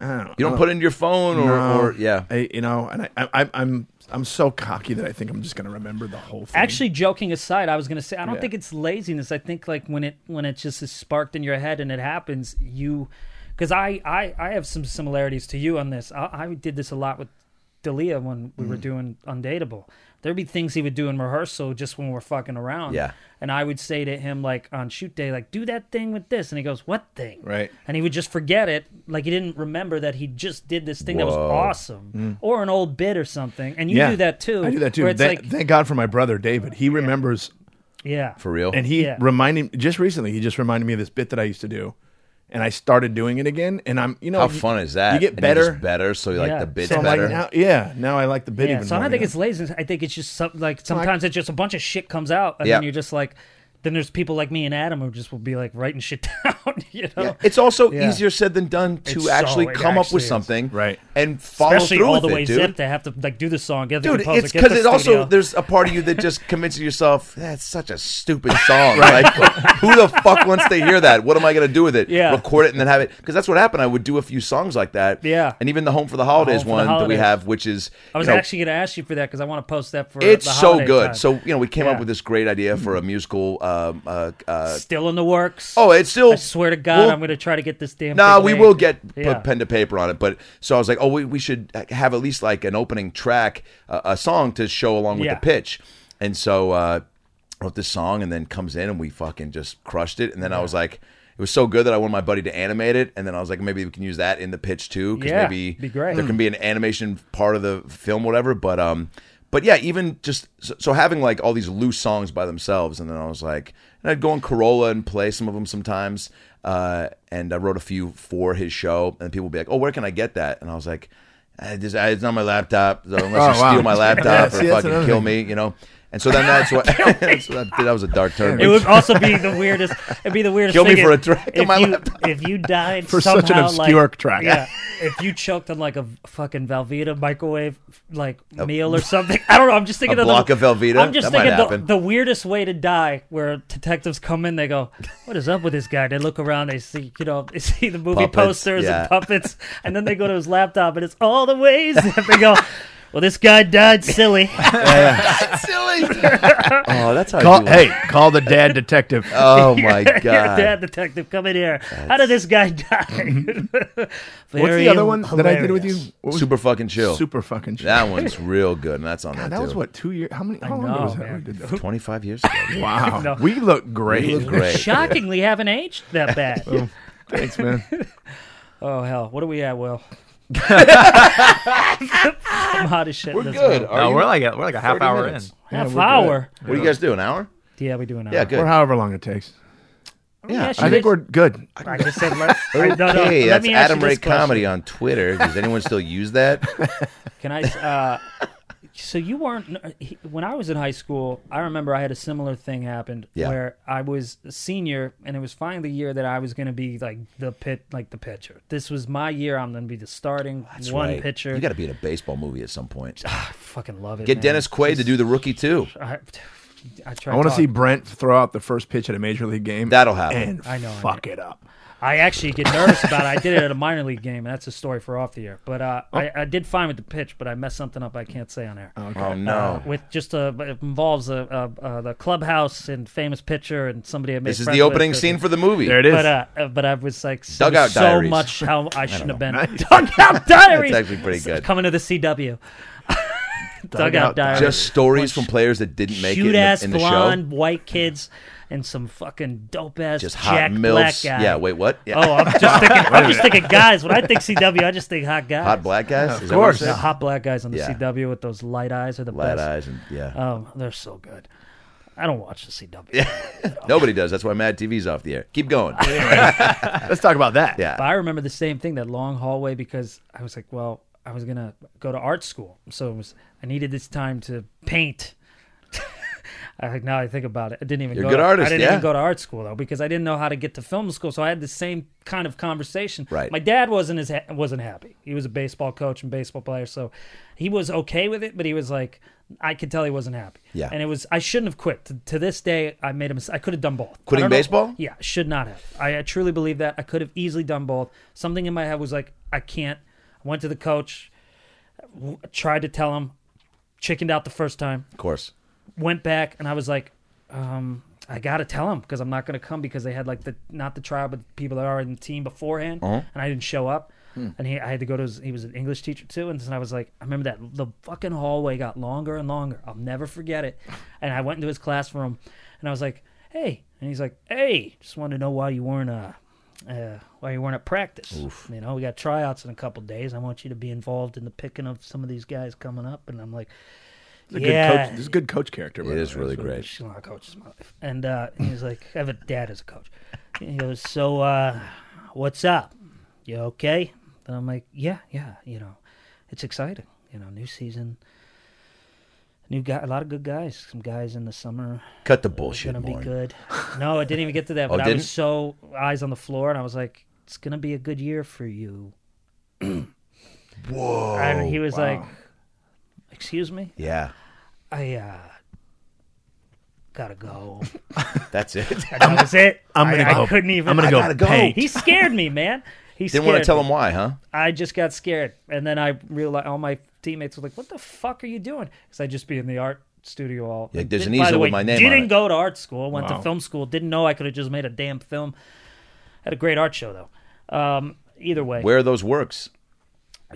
Speaker 2: I don't know.
Speaker 5: you don't put it into your phone or,
Speaker 2: No.
Speaker 5: or yeah
Speaker 2: I, you know, and I, I, I'm I'm so cocky that I think I'm just going to remember the whole thing.
Speaker 1: Actually, joking aside, I was gonna say I don't
Speaker 2: Mm-hmm. Yeah.
Speaker 1: think it's laziness. I think like when it when it just is sparked in your head and it happens, you because I, I I have some similarities to you on this. I, I did this a lot with Dalia when we
Speaker 2: Mm-hmm.
Speaker 1: were doing Undateable. There'd be things he would do in rehearsal just when we're fucking around.
Speaker 5: Yeah.
Speaker 1: and I would say to him like on shoot day, like do that thing with this, and he goes, "What thing?"
Speaker 2: Right.
Speaker 1: and he would just forget it, like he didn't remember that he just did this thing that was
Speaker 5: Whoa.
Speaker 1: awesome or an old bit or something. And you
Speaker 2: Mm. Yeah.
Speaker 1: do that too.
Speaker 2: I do that too.
Speaker 1: where it's
Speaker 2: Thank,
Speaker 1: like,
Speaker 2: thank God for my brother David. He remembers,
Speaker 1: yeah,
Speaker 5: for real
Speaker 2: and he
Speaker 1: Yeah.
Speaker 2: reminded just recently. He just reminded me of this bit that I used to do, and I started doing it again. And I'm, you know,
Speaker 5: How
Speaker 2: you-
Speaker 5: fun is that?
Speaker 2: You get
Speaker 5: And you're
Speaker 2: better.
Speaker 5: just better. So like
Speaker 1: Yeah.
Speaker 5: the bit's
Speaker 2: So I'm like,
Speaker 5: better.
Speaker 2: now, yeah, now I like the bit
Speaker 1: Yeah,
Speaker 2: even
Speaker 1: so I
Speaker 2: more
Speaker 1: don't think
Speaker 2: now.
Speaker 1: it's laziness. I think it's just some, like sometimes it's just a bunch of shit comes out, and
Speaker 5: Yeah.
Speaker 1: then you're just like, then there's people like me and Adam who just will be like writing shit down, you know.
Speaker 5: Yeah. It's also
Speaker 2: Yeah.
Speaker 5: easier said than done to
Speaker 1: It's so-
Speaker 5: actually
Speaker 1: it
Speaker 5: come up
Speaker 1: actually
Speaker 5: with
Speaker 1: is.
Speaker 5: something,
Speaker 2: Right.
Speaker 5: And follow
Speaker 1: Especially
Speaker 5: through
Speaker 1: all
Speaker 5: with
Speaker 1: the
Speaker 5: it,
Speaker 1: way
Speaker 5: dude.
Speaker 1: zipped, they have to like do the song, get the
Speaker 5: Dude,
Speaker 1: composer,
Speaker 5: it's
Speaker 1: get
Speaker 5: because
Speaker 1: the
Speaker 5: it also
Speaker 1: studio.
Speaker 5: there's a part of you that just convinces yourself that's such a stupid song. Like, who the fuck wants to hear that? What am I gonna do with it?
Speaker 1: Yeah.
Speaker 5: record it and then have it because that's what happened. I would do a few songs like that.
Speaker 1: Yeah.
Speaker 5: and even the Home for the Holidays
Speaker 1: for the
Speaker 5: one that we
Speaker 1: Holidays.
Speaker 5: have, which is
Speaker 1: I was
Speaker 5: you know,
Speaker 1: actually going to ask you for that because I want to post that for.
Speaker 5: it's
Speaker 1: the
Speaker 5: so
Speaker 1: holiday
Speaker 5: good.
Speaker 1: time.
Speaker 5: So you know, we came
Speaker 1: Yeah.
Speaker 5: up with this great idea for a musical. Um, uh, uh,
Speaker 1: still in the works.
Speaker 5: Oh, it's still.
Speaker 1: I swear to God,
Speaker 5: we'll-
Speaker 1: I'm going to try to get this damn.
Speaker 5: Nah,
Speaker 1: thing
Speaker 5: we
Speaker 1: made.
Speaker 5: will get
Speaker 1: Yeah.
Speaker 5: put pen to paper on it. But so I was like, oh, we, we should have at least like an opening track, uh, a song to show along with
Speaker 1: Yeah.
Speaker 5: the pitch. And so uh, wrote this song, and then comes in, and we fucking just crushed it. And then I was like. It was so good that I wanted my buddy to animate it, and then I was like, maybe we can use that in the pitch too, because
Speaker 1: Yeah,
Speaker 5: maybe
Speaker 1: be great.
Speaker 5: there can be an animation part of the film, whatever. But um, but yeah, even just so, so having like all these loose songs by themselves, and then I was like, and I'd go on Corolla and play some of them sometimes. Uh, and I wrote a few for his show, and people would be like, "Oh, where can I get that?" And I was like, I just, I, it's not my laptop. So unless
Speaker 2: Oh,
Speaker 5: you
Speaker 2: wow.
Speaker 5: steal my
Speaker 2: Yeah,
Speaker 5: laptop
Speaker 2: see,
Speaker 5: or
Speaker 2: that's
Speaker 5: fucking
Speaker 2: another
Speaker 5: kill
Speaker 2: thing.
Speaker 5: me, you know. And so then that's what that's what that, that was a dark turn.
Speaker 1: It would also be the weirdest. It'd be the weirdest.
Speaker 5: Kill me
Speaker 1: thing
Speaker 5: for
Speaker 1: if-
Speaker 5: a track on
Speaker 1: if
Speaker 5: my
Speaker 1: you,
Speaker 5: laptop.
Speaker 1: If you died
Speaker 2: For
Speaker 1: somehow,
Speaker 2: such an obscure
Speaker 1: like,
Speaker 2: track.
Speaker 1: Yeah, if you choked on like a fucking Velveeta microwave like meal or something. I don't know. I'm just thinking
Speaker 5: a
Speaker 1: of
Speaker 5: block
Speaker 1: the,
Speaker 5: of Velveeta?
Speaker 1: I'm just
Speaker 5: That might
Speaker 1: thinking
Speaker 5: happen.
Speaker 1: the, the weirdest way to die, where detectives come in, they go, "What is up with this guy?" They look around, they see you know, they see the movie
Speaker 5: Puppets,
Speaker 1: posters
Speaker 5: yeah.
Speaker 1: and puppets, and then they go to his laptop, and it's all the ways that they go. Well, this guy died silly.
Speaker 5: oh, that's how
Speaker 2: Call,
Speaker 5: you hey.
Speaker 2: hey, call the dad detective.
Speaker 5: Oh my
Speaker 1: Your dad
Speaker 5: god.
Speaker 1: detective, come in here. How did this guy die?
Speaker 2: What's the other one that I did with you? What was-
Speaker 5: Super fucking chill.
Speaker 2: Super fucking chill.
Speaker 5: That one's real good, and that's on
Speaker 2: God,
Speaker 5: there
Speaker 2: that was
Speaker 5: too.
Speaker 2: what two years? How many? How long ago
Speaker 1: know,
Speaker 2: was that?
Speaker 1: man.
Speaker 2: We did that?
Speaker 5: twenty five years ago.
Speaker 2: Wow,
Speaker 1: No.
Speaker 2: we look great.
Speaker 5: We look great.
Speaker 1: Shockingly, haven't aged that bad.
Speaker 2: Thanks, man.
Speaker 1: oh hell, what are we at, Will? I'm hot as shit.
Speaker 5: We're
Speaker 1: this
Speaker 5: good.
Speaker 1: one.
Speaker 5: Are
Speaker 3: No,
Speaker 5: you-
Speaker 3: Oh, we're like a, we're like a half
Speaker 5: 30
Speaker 3: hour
Speaker 5: minutes.
Speaker 1: Half
Speaker 2: we're
Speaker 1: hour.
Speaker 5: what do you guys do? An hour?
Speaker 1: Yeah, we do an hour.
Speaker 5: Yeah, good.
Speaker 2: Or however long it takes.
Speaker 5: Yeah,
Speaker 1: she
Speaker 2: I think
Speaker 1: did-
Speaker 2: we're good.
Speaker 1: I just said. Let, I, no, no,
Speaker 5: Hey,
Speaker 1: let
Speaker 5: that's
Speaker 1: me ask
Speaker 5: Adam
Speaker 1: you
Speaker 5: Ray
Speaker 1: this question.
Speaker 5: Comedy on Twitter. Does anyone still use that?
Speaker 1: Can I? Uh, so you weren't uh, he- when I was in high school. I remember I had a similar thing happened
Speaker 5: Yeah.
Speaker 1: where I was a senior, and it was finally the year that I was going to be like the pit, like the pitcher. This was my year. I'm going to be the starting
Speaker 5: That's
Speaker 1: one
Speaker 5: right.
Speaker 1: pitcher.
Speaker 5: You got to be in a baseball movie at some point.
Speaker 1: I fucking love it. Ah,
Speaker 5: Get
Speaker 1: man.
Speaker 5: Dennis Quaid to do the rookie too.
Speaker 1: I, I try.
Speaker 2: I want to
Speaker 1: talk.
Speaker 2: see Brent throw out the first pitch at a major league game.
Speaker 5: That'll happen.
Speaker 2: And
Speaker 1: I know, I
Speaker 2: fuck it up.
Speaker 1: I actually get nervous about it. I did it at a minor league game, and that's a story for off the air. But uh, I, I did fine with the pitch, but I messed something up I can't say on air. Uh,
Speaker 5: Oh no!
Speaker 1: with just a it involves a, a, a the clubhouse and famous pitcher and somebody. I made
Speaker 5: this is
Speaker 1: friends
Speaker 5: the opening
Speaker 1: with.
Speaker 5: scene for the movie.
Speaker 2: There it is.
Speaker 1: But uh, uh, but I was like s-
Speaker 5: Dugout
Speaker 1: so
Speaker 5: Diaries.
Speaker 1: much how I shouldn't have been dugout diaries.
Speaker 5: That's actually pretty good.
Speaker 1: Coming to the CW. dugout,
Speaker 2: Dugout
Speaker 1: diaries.
Speaker 5: Just stories from players that didn't make it in
Speaker 1: cute ass
Speaker 5: the, in the show.
Speaker 1: blonde white kids and some fucking dope ass
Speaker 5: Just hot
Speaker 1: Jack Black
Speaker 5: milfs.
Speaker 1: guy.
Speaker 5: Yeah. Wait, what? Yeah.
Speaker 1: Oh, I'm just thinking. I'm just thinking guys. When I think CW, I just think hot guys.
Speaker 5: hot black guys. Is that what
Speaker 2: course.
Speaker 5: you're
Speaker 1: The
Speaker 5: saying?
Speaker 1: hot black guys on the
Speaker 5: Yeah.
Speaker 1: CW with those light eyes are the
Speaker 5: Light
Speaker 1: best.
Speaker 5: eyes and yeah.
Speaker 1: Um, they're so good. I don't watch the CW.
Speaker 5: Nobody does. That's why Mad TV's off the air. Keep going.
Speaker 2: Let's talk about that.
Speaker 5: Yeah.
Speaker 1: But I remember the same thing that long hallway because I was like, well, I was gonna go to art school, so it was, I needed this time to paint. I like now I think about it. I didn't even
Speaker 5: You're a
Speaker 1: go
Speaker 5: good
Speaker 1: to,
Speaker 5: artist,
Speaker 1: I didn't
Speaker 5: yeah.
Speaker 1: even go to art school though because I didn't know how to get to film school. So I had the same kind of conversation.
Speaker 5: Right.
Speaker 1: My dad wasn't as ha- wasn't happy. He was a baseball coach and baseball player, so he was okay with it, but he was like, I could tell he wasn't happy.
Speaker 5: Yeah.
Speaker 1: And it was I shouldn't have quit. To, to this day, I made a mis- I could have done both. I
Speaker 5: Quitting
Speaker 1: don't know-
Speaker 5: baseball?
Speaker 1: yeah, should not have. I, I truly believe that. I could have easily done both. Something in my head was like, I can't. I went to the coach, w- tried to tell him, chickened out the first time,
Speaker 5: Of course.
Speaker 1: went back, and I was like, um, I got to tell him because I'm not going to come because they had like the, not the trial, but the people that are in the team beforehand,
Speaker 2: Uh-huh.
Speaker 1: and I didn't show up.
Speaker 2: Hmm.
Speaker 1: And he, I had to go to his, he was an English teacher too. And so I was like, I remember that the fucking hallway got longer and longer. I'll never forget it. And I went into his classroom and I was like, hey. And he's like, hey, just wanted to know why you weren't, uh, uh, why you weren't at practice. You know, we got tryouts in a couple days. I want you to be involved in the picking of some of these guys coming up. And I'm like,
Speaker 2: It's a
Speaker 1: yeah,
Speaker 2: good coach. This is a good coach character. by
Speaker 5: It
Speaker 2: the
Speaker 5: is
Speaker 2: way.
Speaker 5: really
Speaker 2: So-
Speaker 5: great.
Speaker 1: she's not a coach in my life. And uh, he was like, I have a dad as a coach. And he goes, so uh, what's up? You okay? And I'm like, yeah, yeah. You know, it's exciting. You know, new season, new guy, a lot of good guys. Some guys in the summer
Speaker 5: Cut the
Speaker 1: it's
Speaker 5: bullshit,
Speaker 1: gonna be
Speaker 5: Maury.
Speaker 1: good. No, it didn't even get to that.
Speaker 5: Oh,
Speaker 1: But I
Speaker 5: didn't?
Speaker 1: was so eyes on the floor, and I was like, "It's gonna be a good year for you." Whoa! And he was like, "Excuse me,
Speaker 5: Yeah.
Speaker 1: I uh, gotta go."
Speaker 5: That's it. Didn't
Speaker 1: That was it.
Speaker 2: I'm gonna
Speaker 1: I,
Speaker 2: go.
Speaker 1: I couldn't even.
Speaker 2: I'm gonna
Speaker 5: gotta
Speaker 2: go.
Speaker 5: go.
Speaker 2: paint.
Speaker 1: He scared me, man. He scared
Speaker 5: want to tell
Speaker 1: me.
Speaker 5: him why, huh?
Speaker 1: I just got scared, and then I realized all my teammates were like, "What the fuck are you doing?" Because I'd just be in the art studio all.
Speaker 5: Yeah, there's
Speaker 1: Did-
Speaker 5: an
Speaker 1: by the
Speaker 5: easel
Speaker 1: way,
Speaker 5: with my name on
Speaker 1: Didn't
Speaker 5: it.
Speaker 1: go to art school. Went
Speaker 2: Wow.
Speaker 1: to film school. Didn't know I could have just made a damn film. Had a great art show though. Um, either way,
Speaker 5: Where are those works?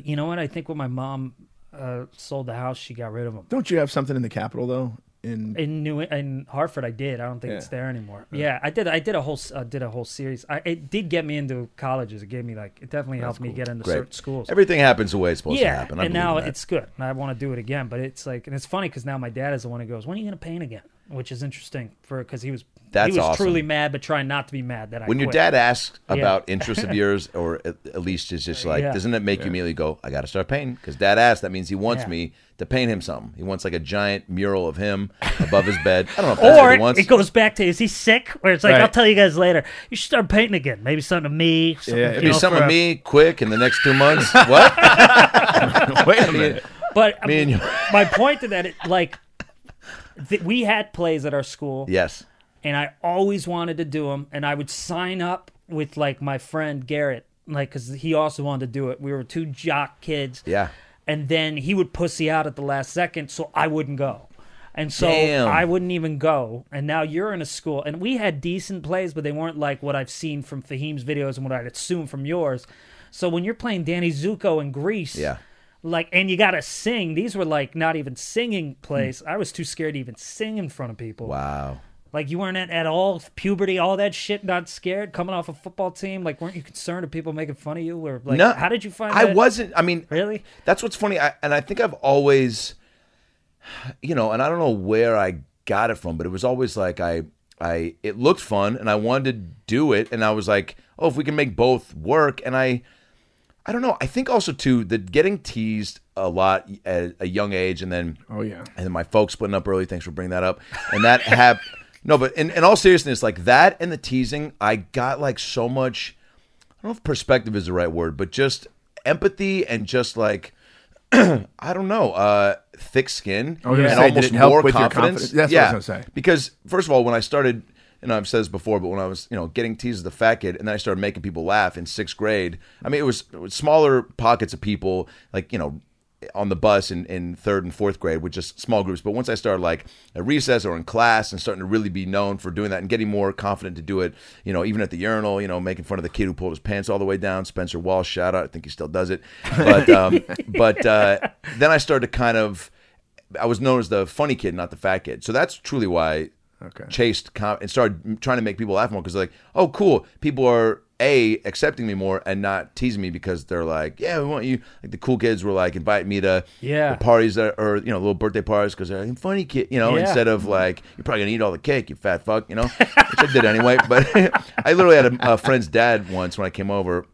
Speaker 1: you know what? I think when my mom uh, sold the house, she got rid of them.
Speaker 2: Don't you have something in the Capitol though? In
Speaker 1: In New in Hartford, I did. I don't think
Speaker 2: Yeah.
Speaker 1: it's there anymore. Yeah, I did. I did a whole s- uh, did a whole series. I, it did get me into colleges. It gave me like it definitely helped me get into
Speaker 5: Great.
Speaker 1: certain schools.
Speaker 5: Everything happens the way it's supposed
Speaker 1: yeah,
Speaker 5: to happen. I
Speaker 1: and
Speaker 5: believe
Speaker 1: now
Speaker 5: in that.
Speaker 1: it's good, and I want to do it again. But it's like, and it's funny because now my dad is the one who goes, "When are you going to paint again?" Which is interesting for because he was
Speaker 5: That's
Speaker 1: he was
Speaker 5: awesome.
Speaker 1: truly mad, but trying not to be mad that I
Speaker 5: when your
Speaker 1: quit.
Speaker 5: dad asks about interests of yours, or at, at least is just like,
Speaker 1: Yeah.
Speaker 5: doesn't it make you immediately go, I got to start painting? Because dad asked, that means he wants
Speaker 1: Yeah.
Speaker 5: me to paint him something. He wants like a giant mural of him above his bed. I don't know if that's
Speaker 1: Or
Speaker 5: what he
Speaker 1: it,
Speaker 5: wants.
Speaker 1: it goes back to is he sick? Where it's like
Speaker 2: Right.
Speaker 1: I'll tell you guys later. You should start painting again. Maybe something of me. Something,
Speaker 2: Yeah,
Speaker 1: you
Speaker 5: It'd be
Speaker 1: know,
Speaker 5: something
Speaker 1: for
Speaker 5: with
Speaker 1: a-
Speaker 5: me quick in the next two months. what?
Speaker 2: Wait a minute.
Speaker 1: But
Speaker 5: Me and you.
Speaker 1: my point to that, it, like th- we had plays at our school,
Speaker 5: Yes.
Speaker 1: and I always wanted to do them, and I would sign up with like my friend Garrett, like because he also wanted to do it. We were two jock kids,
Speaker 5: Yeah.
Speaker 1: and then he would pussy out at the last second, so I wouldn't go. And so
Speaker 5: Damn.
Speaker 1: I wouldn't even go. And now you're in a school, and we had decent plays, but they weren't like what I've seen from Fahim's videos and what I'd assume from yours. So when you're playing Danny Zuko in Greece,
Speaker 5: Yeah.
Speaker 1: like, and you gotta sing. These were like not even singing plays. I was too scared to even sing in front of people.
Speaker 5: Wow.
Speaker 1: Like you weren't at, at all puberty, all that shit. Not scared coming off a football team. Like, weren't you concerned of people making fun of you? Or like, how did you find?
Speaker 5: I
Speaker 1: that?
Speaker 5: wasn't. I mean,
Speaker 1: Really?
Speaker 5: That's what's funny. I, and I think I've always, you know, and I don't know where I got it from, but it was always like I, I, it looked fun, and I wanted to do it, and I was like, oh, if we can make both work, and I, I don't know. I think also too that getting teased a lot at a young age, and then
Speaker 2: Oh, yeah.
Speaker 5: and then my folks splitting up early. Thanks for bringing that up. And that have no, but in, in all seriousness, like that and the teasing, I got like so much. I don't know if perspective is the right word, but just empathy and just like I don't know, uh, thick skin
Speaker 2: was gonna
Speaker 5: and
Speaker 2: say, did
Speaker 5: almost
Speaker 2: it help
Speaker 5: more
Speaker 2: with your confidence?
Speaker 5: confidence.
Speaker 2: That's what I
Speaker 5: yeah,
Speaker 2: was gonna say.
Speaker 5: because first of all, when I started, and I've said this before, but when I was you know getting teased as the fat kid, and then I started making people laugh in sixth grade. I mean, it was, it was smaller pockets of people, like you know. On the bus in, in third and fourth grade with just small groups. But once I started like at recess or in class and starting to really be known for doing that and getting more confident to do it, you know, even at the urinal, you know, making fun of the kid who pulled his pants all the way down, Spencer Walsh, shout out. I think he still does it. But, um, but uh, then I started to kind of, I was known as the funny kid, not the fat kid. So that's truly why I chased com- and started m- trying to make people laugh more because like, oh, cool, people are a accepting me more and not teasing me because they're like, yeah, we want you. Like the cool kids were like, invite me to
Speaker 1: Yeah.
Speaker 5: the parties that, or you know little birthday parties because they're like, funny kid, you know,
Speaker 1: Yeah. Mm-hmm.
Speaker 5: instead of like you're probably gonna eat all the cake, you fat fuck, you know, which I did anyway. But I literally had a, a friend's dad once when I came over.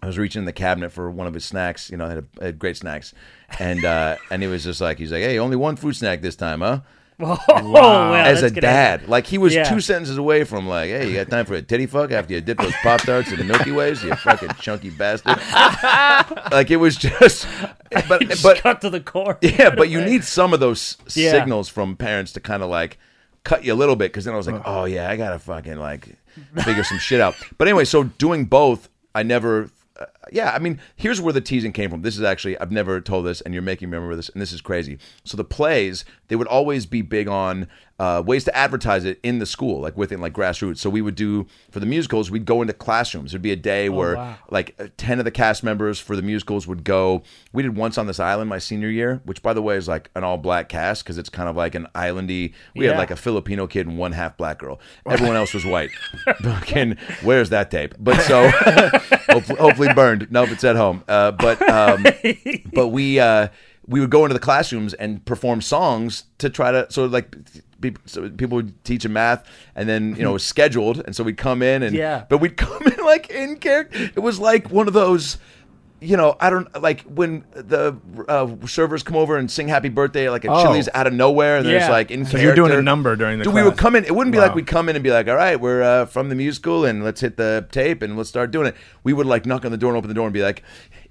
Speaker 5: I was reaching in the cabinet for one of his snacks. You know, I had, a, I had great snacks, and uh, and he was just like, he's like, hey, only one fruit snack this time, huh?
Speaker 1: Oh, wow,
Speaker 5: As a
Speaker 1: that's gonna-
Speaker 5: dad, like he was
Speaker 1: Yeah.
Speaker 5: two sentences away from like, hey, you got time for a titty fuck after you dip those pop tarts in the Milky Ways, you fucking chunky bastard. like it was just, but but
Speaker 1: Just cut to the core.
Speaker 5: yeah, but you need some of those s-
Speaker 1: Yeah.
Speaker 5: signals from parents to kind of like cut you a little bit because then I was like, oh yeah, I gotta fucking like figure some shit out. But anyway, so doing both, I never. Uh, yeah, I mean, here's where the teasing came from. This is actually I've never told this, and you're making me remember this, and this is crazy. So the plays they would always be big on uh, ways to advertise it in the school, like within like grassroots. So we would do for the musicals, we'd go into classrooms. There'd be a day where
Speaker 1: Oh, wow.
Speaker 5: like uh, 10 of the cast members for the musicals would go we did once on this island my senior year which by the way is like an all black cast because it's kind of like an islandy we
Speaker 1: Yeah.
Speaker 5: had like a filipino kid and one half black girl everyone else was white fucking where's that tape but so hopefully, hopefully burned no if it's at home uh, but um but we uh, we would go into the classrooms and perform songs to try to so like pe- so people would teach in math and then you know it was scheduled and so we'd come in and
Speaker 1: Yeah.
Speaker 5: but we'd come in like in character it was like one of those you know i don't like when the uh, servers come over and sing happy birthday like a
Speaker 2: Oh.
Speaker 5: chili's out of nowhere and there's
Speaker 1: Yeah.
Speaker 5: like in
Speaker 2: So you're doing a
Speaker 5: character.
Speaker 2: number during the
Speaker 5: Dude, we would
Speaker 2: class.
Speaker 5: come in. It wouldn't be
Speaker 2: Wow.
Speaker 5: like we'd come in and be like, "All right, we're uh, from the musical, and let's hit the tape and let's start doing it." We would like knock on the door and open the door and be like,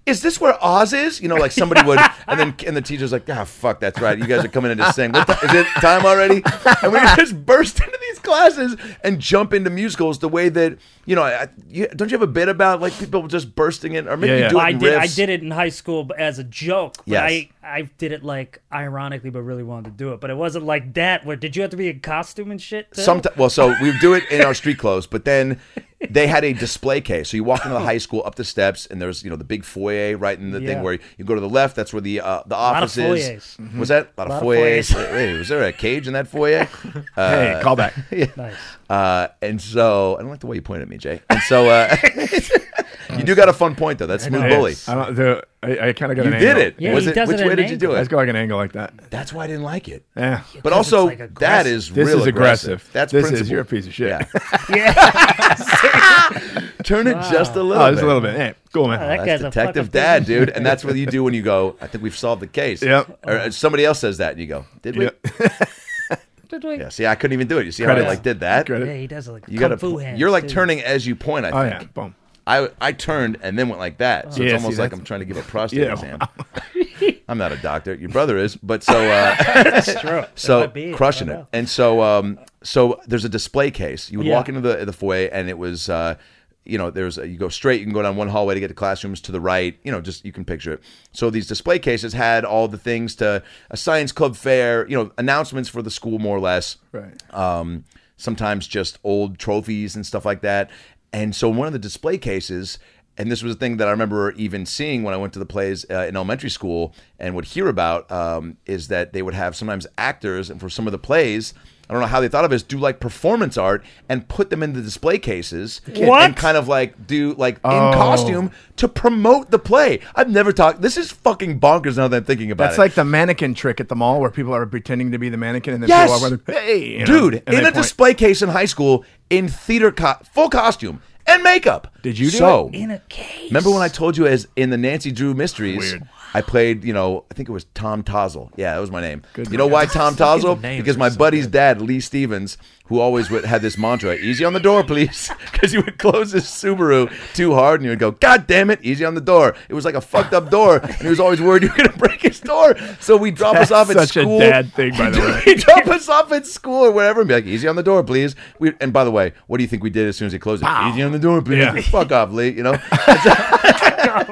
Speaker 5: "Is this where Oz is?" You know, like somebody would, and then and the teacher's like, "Ah, fuck, that's right. You guys are coming in to sing. What ti- is it time already?" And we just burst into these classes and jump into musicals the way that you know. I, you, don't you have a bit about like people just bursting in, or maybe
Speaker 2: Yeah, yeah.
Speaker 5: you do it
Speaker 1: I
Speaker 5: in
Speaker 1: did. I
Speaker 5: riffs?
Speaker 1: did it in high school b- as a joke. But
Speaker 5: Yes.
Speaker 1: I I did it like ironically, but really wanted to do it. But it wasn't like that. Where did you have to be in costume and shit? too?
Speaker 5: Sometimes, well, so we would do it in our street clothes, but then they had a display case. So you walk into the high school, up the steps, and there's you know the big foyer right in the
Speaker 1: Yeah.
Speaker 5: thing where you go to the left. That's where the uh, the
Speaker 1: of
Speaker 5: office
Speaker 1: foyers. Mm-hmm.
Speaker 5: is. Was that a lot,
Speaker 1: Lot
Speaker 5: of
Speaker 1: of
Speaker 5: foyers?
Speaker 1: foyers.
Speaker 5: Wait, was there a cage in that foyer? Uh,
Speaker 2: Hey, call back.
Speaker 1: nice.
Speaker 5: uh, and so I don't like the way you point at me, Jay. And so uh, You do got a fun point though. That's smooth bully.
Speaker 2: I don't. The, I, I kind of got.
Speaker 5: You
Speaker 2: an
Speaker 5: did
Speaker 2: angle.
Speaker 5: it.
Speaker 1: Yeah,
Speaker 5: was
Speaker 1: he
Speaker 5: it
Speaker 1: does it
Speaker 5: which
Speaker 1: at
Speaker 5: way
Speaker 1: an
Speaker 5: did you do
Speaker 1: angle.
Speaker 2: I just
Speaker 5: it?
Speaker 2: got like an angle like that.
Speaker 5: That's why I didn't like it.
Speaker 2: Yeah.
Speaker 5: But
Speaker 1: 'Cause it's,
Speaker 5: also,
Speaker 1: like, aggressive.
Speaker 5: that is
Speaker 2: This
Speaker 5: real
Speaker 2: is aggressive.
Speaker 5: That's
Speaker 2: this
Speaker 5: principle.
Speaker 2: is you're a piece of shit.
Speaker 5: Yeah.
Speaker 1: Yeah,
Speaker 5: Turn it just a little.
Speaker 2: oh,
Speaker 5: bit.
Speaker 2: just a little bit. Hey, cool man.
Speaker 1: Oh, that guy's
Speaker 5: That's
Speaker 1: a
Speaker 5: detective
Speaker 1: fucking
Speaker 5: dad, dude, and that's what you do when you go. I think we've solved the case.
Speaker 2: Yep.
Speaker 5: Or uh, somebody else says that, and you go, "Did we?"
Speaker 2: Yeah.
Speaker 5: Yeah. See, I couldn't even do it. You see how I
Speaker 2: Credits.
Speaker 5: like did that?
Speaker 2: Credit.
Speaker 1: Yeah, he does it like
Speaker 5: You
Speaker 1: kung
Speaker 5: got
Speaker 1: fu hands.
Speaker 5: You're like
Speaker 1: too.
Speaker 5: turning as you point. I
Speaker 2: Oh
Speaker 5: think.
Speaker 2: yeah. Boom.
Speaker 5: I I turned and then went like that. So
Speaker 2: Yeah,
Speaker 5: it's
Speaker 2: see,
Speaker 5: almost like
Speaker 2: that's-
Speaker 5: I'm trying to give a prostate
Speaker 2: Yeah.
Speaker 5: exam. I'm not a doctor. Your brother is, but so uh,
Speaker 1: True.
Speaker 5: so
Speaker 1: Could be, I don't
Speaker 5: crushing it.
Speaker 1: know.
Speaker 5: And so um so there's a display case. You would
Speaker 1: Yeah.
Speaker 5: walk into the the foyer and it was uh you know there's a, you go straight you can go down one hallway to get to classrooms to the right you know just you can picture it so these display cases had all the things to a science club fair you know announcements for the school more or less
Speaker 2: Right.
Speaker 5: um, sometimes just old trophies and stuff like that. And so one of the display cases, and this was a thing that I remember even seeing when I went to the plays uh, in elementary school and would hear about, um, is that they would have sometimes actors, and for some of the plays, I don't know how they thought of this, do like performance art and put them in the display cases and
Speaker 1: What?
Speaker 5: kind of like do like in costume to promote the play. I've never talked. This is fucking bonkers now that I'm thinking about
Speaker 2: That's
Speaker 5: it.
Speaker 2: like the mannequin trick at the mall where people are pretending to be the mannequin and then
Speaker 5: Yes!
Speaker 2: people walk around, hey, you know,
Speaker 5: dude,
Speaker 2: and they
Speaker 5: in a
Speaker 2: point.
Speaker 5: display case in high school, in theater, co- full costume and makeup.
Speaker 2: Did you do
Speaker 5: so?
Speaker 1: in a cage.
Speaker 5: remember when I told you as in the Nancy Drew mysteries,
Speaker 2: Weird.
Speaker 5: I played. You know, I think it was Tom Tozzle. Yeah, that was my name. you know why Tom Tozzle?
Speaker 3: names
Speaker 5: Because
Speaker 3: are
Speaker 5: my
Speaker 3: so
Speaker 5: buddy's dad, Lee Stevens, who always would, had this mantra: "Easy on the door, please," because he would close his Subaru too hard, and he would go, "God damn it, easy on the door." It was like a fucked up door, and he was always worried you were gonna break his door. So we drop us off at
Speaker 2: such
Speaker 5: school.
Speaker 2: a dad thing, by the way.
Speaker 5: He'd drop us off at school or wherever and be like, easy on the door, please. We, and by the way, what do you think we did as soon as he closed it? Easy on the door, please.
Speaker 2: Yeah.
Speaker 5: Fuck off, Lee, you know?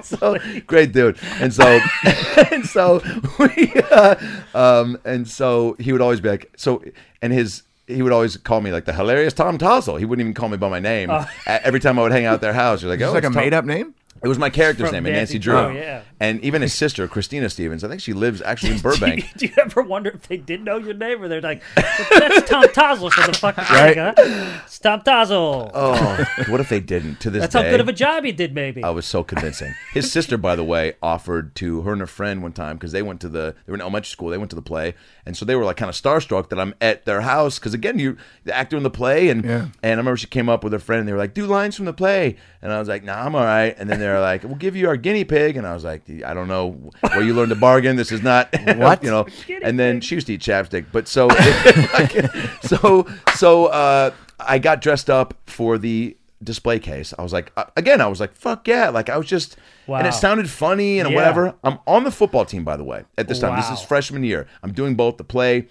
Speaker 5: so, great dude. And so, and so we, uh, um, and so he would always be like, so, and his, he would always call me like the hilarious Tom Tossel. He wouldn't even call me by my name. A- Every time I would hang out at their house, you're like,
Speaker 2: It's
Speaker 5: oh,
Speaker 2: Oh. like a
Speaker 5: it's Tom-
Speaker 2: made up name?
Speaker 5: it was my character's
Speaker 1: From
Speaker 5: name, and Nancy
Speaker 1: Nancy
Speaker 2: Oh,
Speaker 5: Drew.
Speaker 1: Drew, yeah.
Speaker 5: And even his sister, Christina Stevens, I think she lives actually in Burbank.
Speaker 1: Do you ever wonder if they did know your name, or they're like, "That's Tom Tozzle for the fucking
Speaker 2: Right.
Speaker 1: thing, huh? It's Tom Tozzle."
Speaker 5: Oh, what if they didn't? To this
Speaker 1: That's
Speaker 5: day,
Speaker 1: how good of a job he did, maybe.
Speaker 5: I was so convincing. His sister, by the way, offered to her and a friend one time because they went to the they were in elementary school. They went to the play, and so they were like kind of starstruck that I'm at their house because again, you the actor in the play, and
Speaker 2: Yeah.
Speaker 5: and I remember she came up with her friend and they were like, "Do lines from the play," and I was like, "Nah, I'm all right." And then they were like, "We'll give you our guinea pig," and I was like, "I don't know where you learned to bargain. This is not
Speaker 2: What?
Speaker 5: you know." And then she used to eat chapstick, but so so so uh, I got dressed up for the display case. I was like, uh, again, I was like, fuck yeah! Like I was just, and
Speaker 1: Wow.
Speaker 5: it sounded funny and
Speaker 1: Yeah.
Speaker 5: whatever. I'm on the football team by the way at this time. This
Speaker 1: Wow.
Speaker 5: is freshman year. I'm doing both the play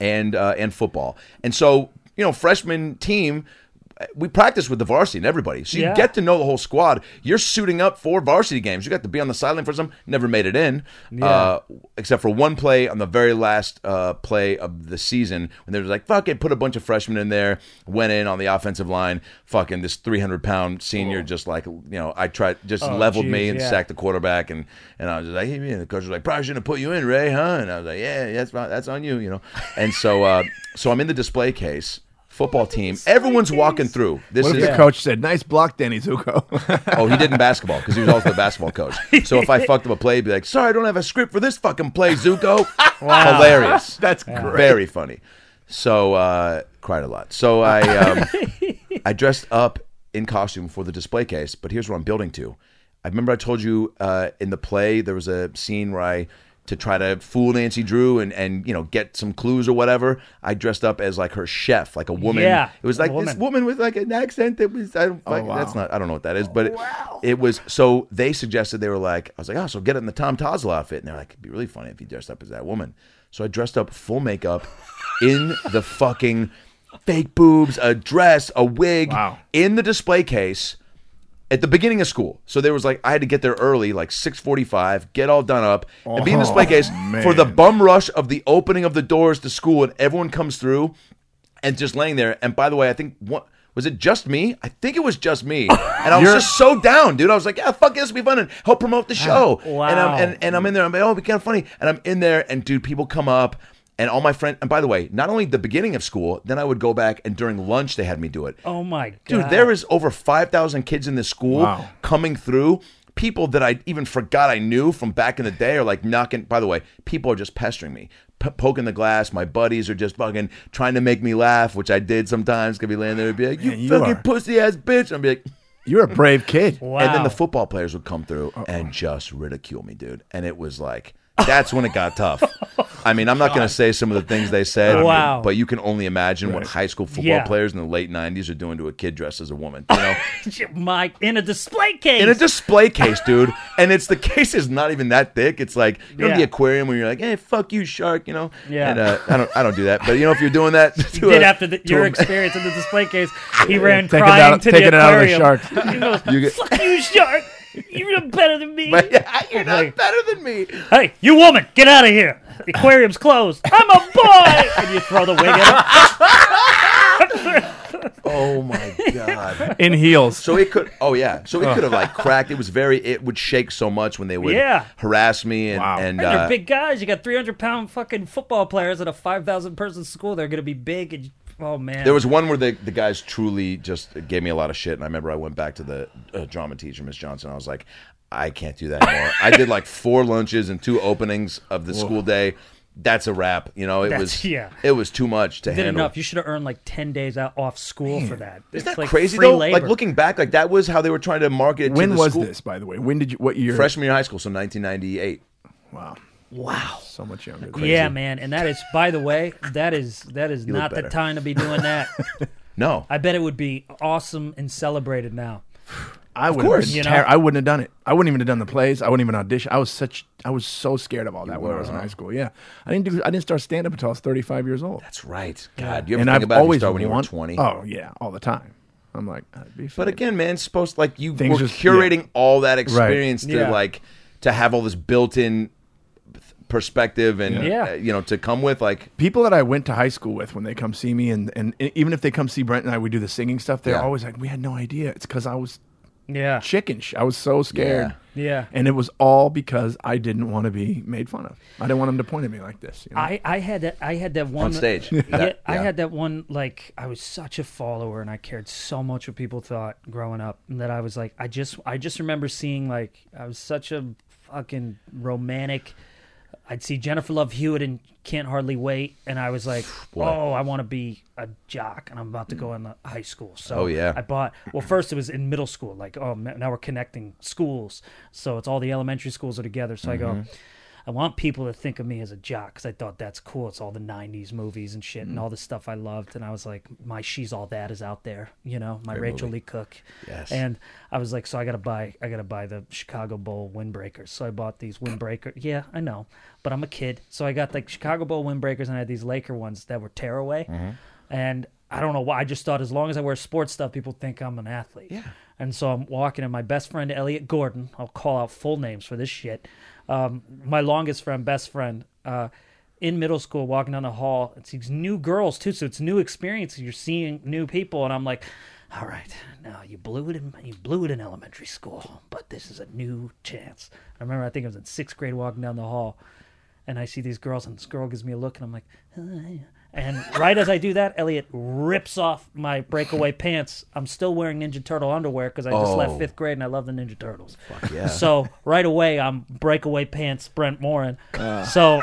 Speaker 5: and uh, and football, and so you know, freshman team. We practice with the varsity and everybody, so you
Speaker 1: Yeah.
Speaker 5: get to know the whole squad. You're suiting up for varsity games. You got to be on the sideline for some. Never made it in, uh, except for one play on the very last uh, play of the season when they was like, "Fuck it," put a bunch of freshmen in there. Went in on the offensive line. Fucking this 300 pound senior just like you know, I tried just leveled me
Speaker 1: geez,
Speaker 5: and
Speaker 1: Oh. yeah.
Speaker 5: sacked the quarterback, and and I was just like, hey, man. the coach was like, probably shouldn't have put you in, Ray, huh? And I was like, yeah, that's fine. that's on you, you know. And so, uh, so I'm in the display case. Football team. Everyone's walking through. This
Speaker 2: What
Speaker 5: is
Speaker 2: if the coach said, nice block, Danny Zuko?
Speaker 5: Oh, he did in basketball because he was also the basketball coach. So if I fucked up a play, he'd be like, "Sorry, I don't have a script for this fucking play, Zuko." Hilarious.
Speaker 2: That's great.
Speaker 5: Very funny. So uh, cried a lot. So I um, I dressed up in costume for the display case. But here's what I'm building to. I remember I told you uh, in the play there was a scene where I to try to fool Nancy Drew and and you know get some clues or whatever. I dressed up as like her chef, like a woman.
Speaker 1: Yeah,
Speaker 5: it was
Speaker 1: a
Speaker 5: like this
Speaker 1: woman.
Speaker 5: woman with like an accent that was I don't like,
Speaker 2: wow.
Speaker 5: that's not I don't know what that is, but it, it was so they suggested they were like I was like oh so get it in the Tom Tozzle outfit and they're like it'd be really funny if you dressed up as that woman. So I dressed up full makeup in the fucking fake boobs, a dress, a wig
Speaker 2: Wow.
Speaker 5: in the display case at the beginning of school. So there was like I had to get there early, like six forty-five, get all done up, and be in the display
Speaker 2: Oh,
Speaker 5: case for
Speaker 2: man.
Speaker 5: the bum rush of the opening of the doors to school, and everyone comes through, and just laying there. And by the way, I think one. Was it just me? I think it was just me, and I was
Speaker 2: You're-
Speaker 5: just so down, dude. I was like, "Yeah, fuck this, will be fun and help promote the show."
Speaker 1: Ah, Wow.
Speaker 5: And I'm and, and I'm in there. I'm like, "Oh, it'd be kind of funny." And I'm in there, and dude, people come up, And all my friend, and by the way, not only the beginning of school, then I would go back and during lunch they had me do it.
Speaker 1: Oh my god,
Speaker 5: Dude, there is over 5,000 kids in this school
Speaker 2: Wow.
Speaker 5: coming through. People that I even forgot I knew from back in the day are like knocking. By the way, people are just pestering me, p- poking the glass. My buddies are just fucking trying to make me laugh, which I did sometimes. Could be laying there and be like, "You
Speaker 2: Man, you
Speaker 5: fucking
Speaker 2: are-
Speaker 5: pussy ass bitch," and I'd be like,
Speaker 2: You're a brave kid.
Speaker 1: Wow.
Speaker 5: and then the football players would come through and just ridicule me, dude. And it was like that's when it got tough. I mean, I'm not going to say some of the things they said,
Speaker 1: Wow.
Speaker 5: but you can only imagine what high school football
Speaker 1: Yeah.
Speaker 5: players in the late '90s are doing to a kid dressed as a woman. You know,
Speaker 1: my in a display case.
Speaker 5: in a display case, dude. And it's the case is not even that thick. It's like you know
Speaker 1: Yeah.
Speaker 5: the aquarium where you're like, "Hey, fuck you, shark," you know.
Speaker 1: Yeah.
Speaker 5: And uh, I don't, I don't do that. But you know, if you're doing that, to
Speaker 1: did
Speaker 5: a-
Speaker 1: after the,
Speaker 5: to
Speaker 1: your
Speaker 5: a-
Speaker 1: experience in the display case, he ran
Speaker 2: Taking it
Speaker 1: crying
Speaker 2: out-
Speaker 1: to the
Speaker 2: taking it out of the
Speaker 1: aquarium. He goes,
Speaker 5: You get-
Speaker 1: Fuck you, shark! You're better than me.
Speaker 5: you're not better than me.
Speaker 1: Hey, you woman, get out of here! The aquarium's closed. I'm a boy. and you throw the wig at him.
Speaker 5: Oh my god.
Speaker 2: In heels.
Speaker 5: So it could, oh yeah. So it could have like cracked. It was very. It would shake so much when they would
Speaker 1: Yeah.
Speaker 5: harass me and
Speaker 2: Wow.
Speaker 5: and
Speaker 1: They're
Speaker 5: uh,
Speaker 1: big guys. You got 300 pound fucking football players at a 5,000 person school. They're gonna be big. And oh man,
Speaker 5: there was one where the the guys truly just gave me a lot of shit. And I remember I went back to the uh, drama teacher, Miss Johnson. I was like, I can't do that anymore. I did like four lunches and two openings of the school day. That's a wrap. You know, it
Speaker 1: That's-
Speaker 5: was
Speaker 1: yeah.
Speaker 5: It was too much to
Speaker 1: did
Speaker 5: handle.
Speaker 1: enough. You should have earned like 10 days out off school for that.
Speaker 5: Isn't
Speaker 1: It's
Speaker 5: that
Speaker 1: like
Speaker 5: crazy
Speaker 1: free
Speaker 5: though?
Speaker 1: labor.
Speaker 5: Like looking back, like that was how they were trying to market it. to
Speaker 2: when
Speaker 5: the
Speaker 2: was
Speaker 5: school.
Speaker 2: this, by the way? When did you? What year?
Speaker 5: Freshman year of high school, so 1998.
Speaker 2: Wow.
Speaker 1: wow.
Speaker 2: So much younger. than-
Speaker 1: Yeah, man, and that is. By the way, that is that is
Speaker 5: look
Speaker 1: not the
Speaker 5: better.
Speaker 1: time to be doing that.
Speaker 5: No,
Speaker 1: I bet it would be awesome and celebrated now.
Speaker 2: I would.
Speaker 5: course,
Speaker 1: you know?
Speaker 2: I wouldn't have done it. I wouldn't even have done the plays. I wouldn't even audition. I was such. I was so scared of all that when I was in high school. Yeah. I didn't do. I didn't start stand up until I was 35 years old.
Speaker 5: That's right. God, you ever
Speaker 2: and
Speaker 5: think
Speaker 2: I've
Speaker 5: about
Speaker 2: always
Speaker 5: always you start when you were
Speaker 2: want-
Speaker 5: 20?
Speaker 2: Oh yeah, all the time. I'm like, I'd be
Speaker 5: But
Speaker 2: fine.
Speaker 5: again, man, it's supposed like you
Speaker 2: Things
Speaker 5: were
Speaker 2: just-
Speaker 5: curating all that experience to
Speaker 1: Yeah.
Speaker 5: like to have all this built-in perspective and
Speaker 1: Yeah.
Speaker 5: uh, you know to come with like
Speaker 2: people that I went to high school with when they come see me, and and even if they come see Brent and I, we do the singing stuff. They're
Speaker 5: Yeah.
Speaker 2: always like, we had no idea. It's because I was
Speaker 1: Yeah,
Speaker 2: chicken. sh- I was so scared.
Speaker 1: Yeah. Yeah.
Speaker 2: And it was all because I didn't want to be made fun of. I didn't want them to point at me like this. You know?
Speaker 1: I, I had that I had that one
Speaker 5: On stage.
Speaker 1: Yeah,
Speaker 5: That-
Speaker 1: I
Speaker 5: yeah.
Speaker 1: had that one like I was such a follower and I cared so much what people thought growing up and that I was like I just I just remember seeing like I was such a fucking romantic. I'd see Jennifer Love Hewitt and Can't Hardly Wait, and I was like, "Oh, I want to be a jock, and I'm about to go in the high school." So,
Speaker 5: Oh, yeah.
Speaker 1: I bought. Well, first it was in middle school. Like, oh, ma- now we're connecting schools, so it's all the elementary schools are together. So
Speaker 5: Mm-hmm.
Speaker 1: I go, I want people to think of me as a jock because I thought that's cool. It's all the '90s movies and
Speaker 5: Mm.
Speaker 1: shit, and all the stuff I loved. And I was like, my she's all that is out there, you know, my Rachel Lee Cook.
Speaker 5: Yes.
Speaker 1: And I was like, so I gotta buy, I gotta buy the Chicago Bowl windbreakers. So I bought these windbreaker. Yeah, I know, but I'm a kid, so I got like Chicago Bowl windbreakers, and I had these Laker ones that were tearaway.
Speaker 5: Mm-hmm.
Speaker 1: And I don't know why. I just thought as long as I wear sports stuff, people think I'm an athlete. Yeah. And so I'm walking, and my best friend Elliot Gordon, I'll call out full names for this shit. Um, my longest friend, best friend, uh, in middle school, walking down the hall, it's these new girls too, so it's new experiences. You're seeing new people, and I'm like, all right, now you blew it in you blew it in elementary school, but this is a new chance. I remember I think I was in sixth grade walking down the hall, and I see these girls, and this girl gives me a look, and I'm like, "Hi." and right as I do that, Elliot rips off my breakaway pants. I'm still wearing Ninja Turtle underwear because I just left
Speaker 5: Oh.
Speaker 1: fifth grade and I love the Ninja Turtles.
Speaker 5: yeah.
Speaker 1: So right away, I'm breakaway pants, Brent Morin.
Speaker 5: Uh.
Speaker 1: So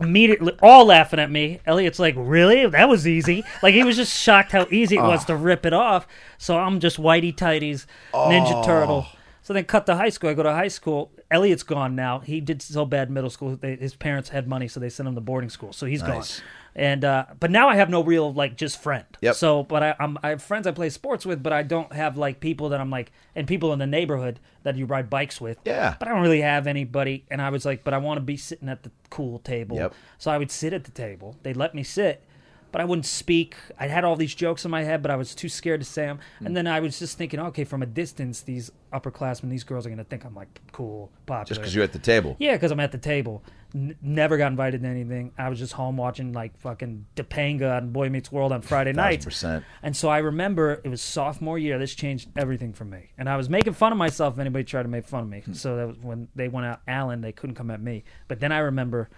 Speaker 1: immediately all laughing at me. Elliot's like, "Really? That was easy." Like he was just shocked how easy it
Speaker 5: Ah.
Speaker 1: was to rip it off. So I'm just whitey tighties,
Speaker 5: Oh.
Speaker 1: Ninja Turtle. So then cut to high school. I go to high school. Elliot's gone now. He did so bad middle school. They, his parents had money, so they sent him to boarding school. So he's
Speaker 5: Nice.
Speaker 1: gone. And uh, but now I have no real like just friend.
Speaker 5: Yep.
Speaker 1: So but I I'm, I have friends I play sports with, but I don't have like people that I'm like and people in the neighborhood that you ride bikes with.
Speaker 5: Yeah.
Speaker 1: But I don't really have anybody. And I was like, but I want to be sitting at the cool table.
Speaker 5: Yep.
Speaker 1: So I would sit at the table. They let me sit, but I wouldn't speak. I had all these jokes in my head, but I was too scared to say them.
Speaker 5: Hmm.
Speaker 1: And then I was just thinking, okay, from a distance, these upperclassmen, these girls are going to think I'm like cool, popular.
Speaker 5: just because you're at the table.
Speaker 1: Yeah, because I'm at the table. N- never got invited to anything. I was just home watching like fucking Topanga on Boy Meets World on Friday nights.
Speaker 5: percent.
Speaker 1: And so I remember it was sophomore year. This changed everything for me. And I was making fun of myself if anybody tried to make fun of me. So that was when they went out Allen, they couldn't come at me. But then I remember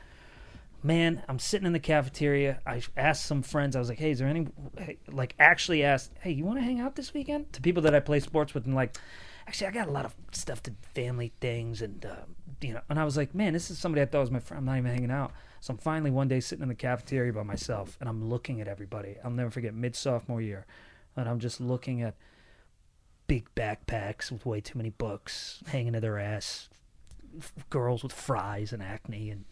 Speaker 1: man, I'm sitting in the cafeteria. I asked some friends. I was like, hey, is there any, hey, like, actually asked, hey, you want to hang out this weekend? To people that I play sports with, and like, actually, I got a lot of stuff to family things, and uh, you know, and I was like, man, this is somebody I thought was my friend. I'm not even hanging out. So I'm finally one day sitting in the cafeteria by myself, and I'm looking at everybody. I'll never forget mid sophomore year, and I'm just looking at big backpacks with way too many books hanging to their ass, f- girls with fries and acne and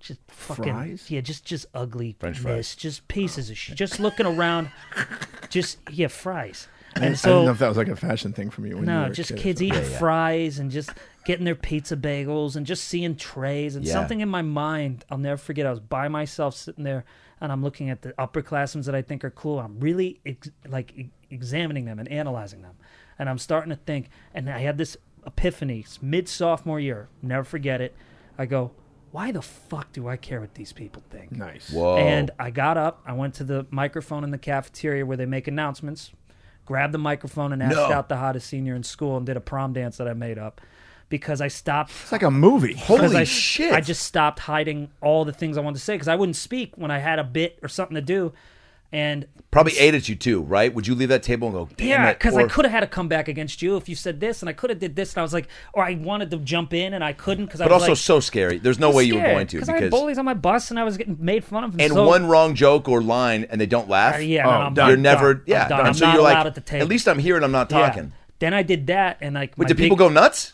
Speaker 1: just fucking
Speaker 2: Fries?
Speaker 1: yeah, just just ugly
Speaker 5: French fries.
Speaker 1: just pieces of shit. Just looking around, just yeah, fries. And
Speaker 2: I didn't know
Speaker 1: so
Speaker 2: if that was like a fashion thing for me. When you
Speaker 1: no,
Speaker 2: were a
Speaker 1: just
Speaker 2: kid or
Speaker 1: kids
Speaker 2: something.
Speaker 1: eating fries and just getting their pizza bagels and just seeing trays and
Speaker 5: Yeah.
Speaker 1: something in my mind. I'll never forget. I was by myself sitting there and I'm looking at the upperclassmen that I think are cool. I'm really ex- like e- examining them and analyzing them, and I'm starting to think. And I had this epiphany mid sophomore year. Never forget it. I go, why the fuck do I care what these people think?
Speaker 2: Nice.
Speaker 5: Whoa.
Speaker 1: And I got up. I went to the microphone in the cafeteria where they make announcements, grabbed the microphone, and asked
Speaker 5: No.
Speaker 1: out the hottest senior in school and did a prom dance that I made up because I stopped.
Speaker 2: It's like a movie.
Speaker 1: Because
Speaker 5: Holy
Speaker 1: I,
Speaker 5: shit.
Speaker 1: I just stopped hiding all the things I wanted to say because I wouldn't speak when I had a bit or something to do. And
Speaker 5: probably ate at you too, right? Would you leave that table and go, damn
Speaker 1: yeah,
Speaker 5: it?
Speaker 1: because I
Speaker 5: or-
Speaker 1: could have had a comeback against you if you said this, and I could have did this, and I was like, or I wanted to jump in and I couldn't because I
Speaker 5: But
Speaker 1: was
Speaker 5: also
Speaker 1: like,
Speaker 5: so scary. There's no way you were going to
Speaker 1: because I had
Speaker 5: because
Speaker 1: bullies on my bus and I was getting made fun of.
Speaker 5: and
Speaker 1: so-
Speaker 5: one wrong joke or line and they don't laugh.
Speaker 1: Uh, yeah, no,
Speaker 2: Oh,
Speaker 1: I'm
Speaker 2: done.
Speaker 1: done.
Speaker 5: you're never
Speaker 1: Done.
Speaker 5: yeah.
Speaker 1: I'm, done.
Speaker 5: And
Speaker 1: I'm
Speaker 5: so
Speaker 1: not
Speaker 5: you're like
Speaker 1: allowed at the table.
Speaker 5: least I'm here and I'm not
Speaker 1: Yeah.
Speaker 5: talking.
Speaker 1: Then I did that, and like,
Speaker 5: But
Speaker 1: my
Speaker 5: do people
Speaker 1: big-
Speaker 5: go nuts?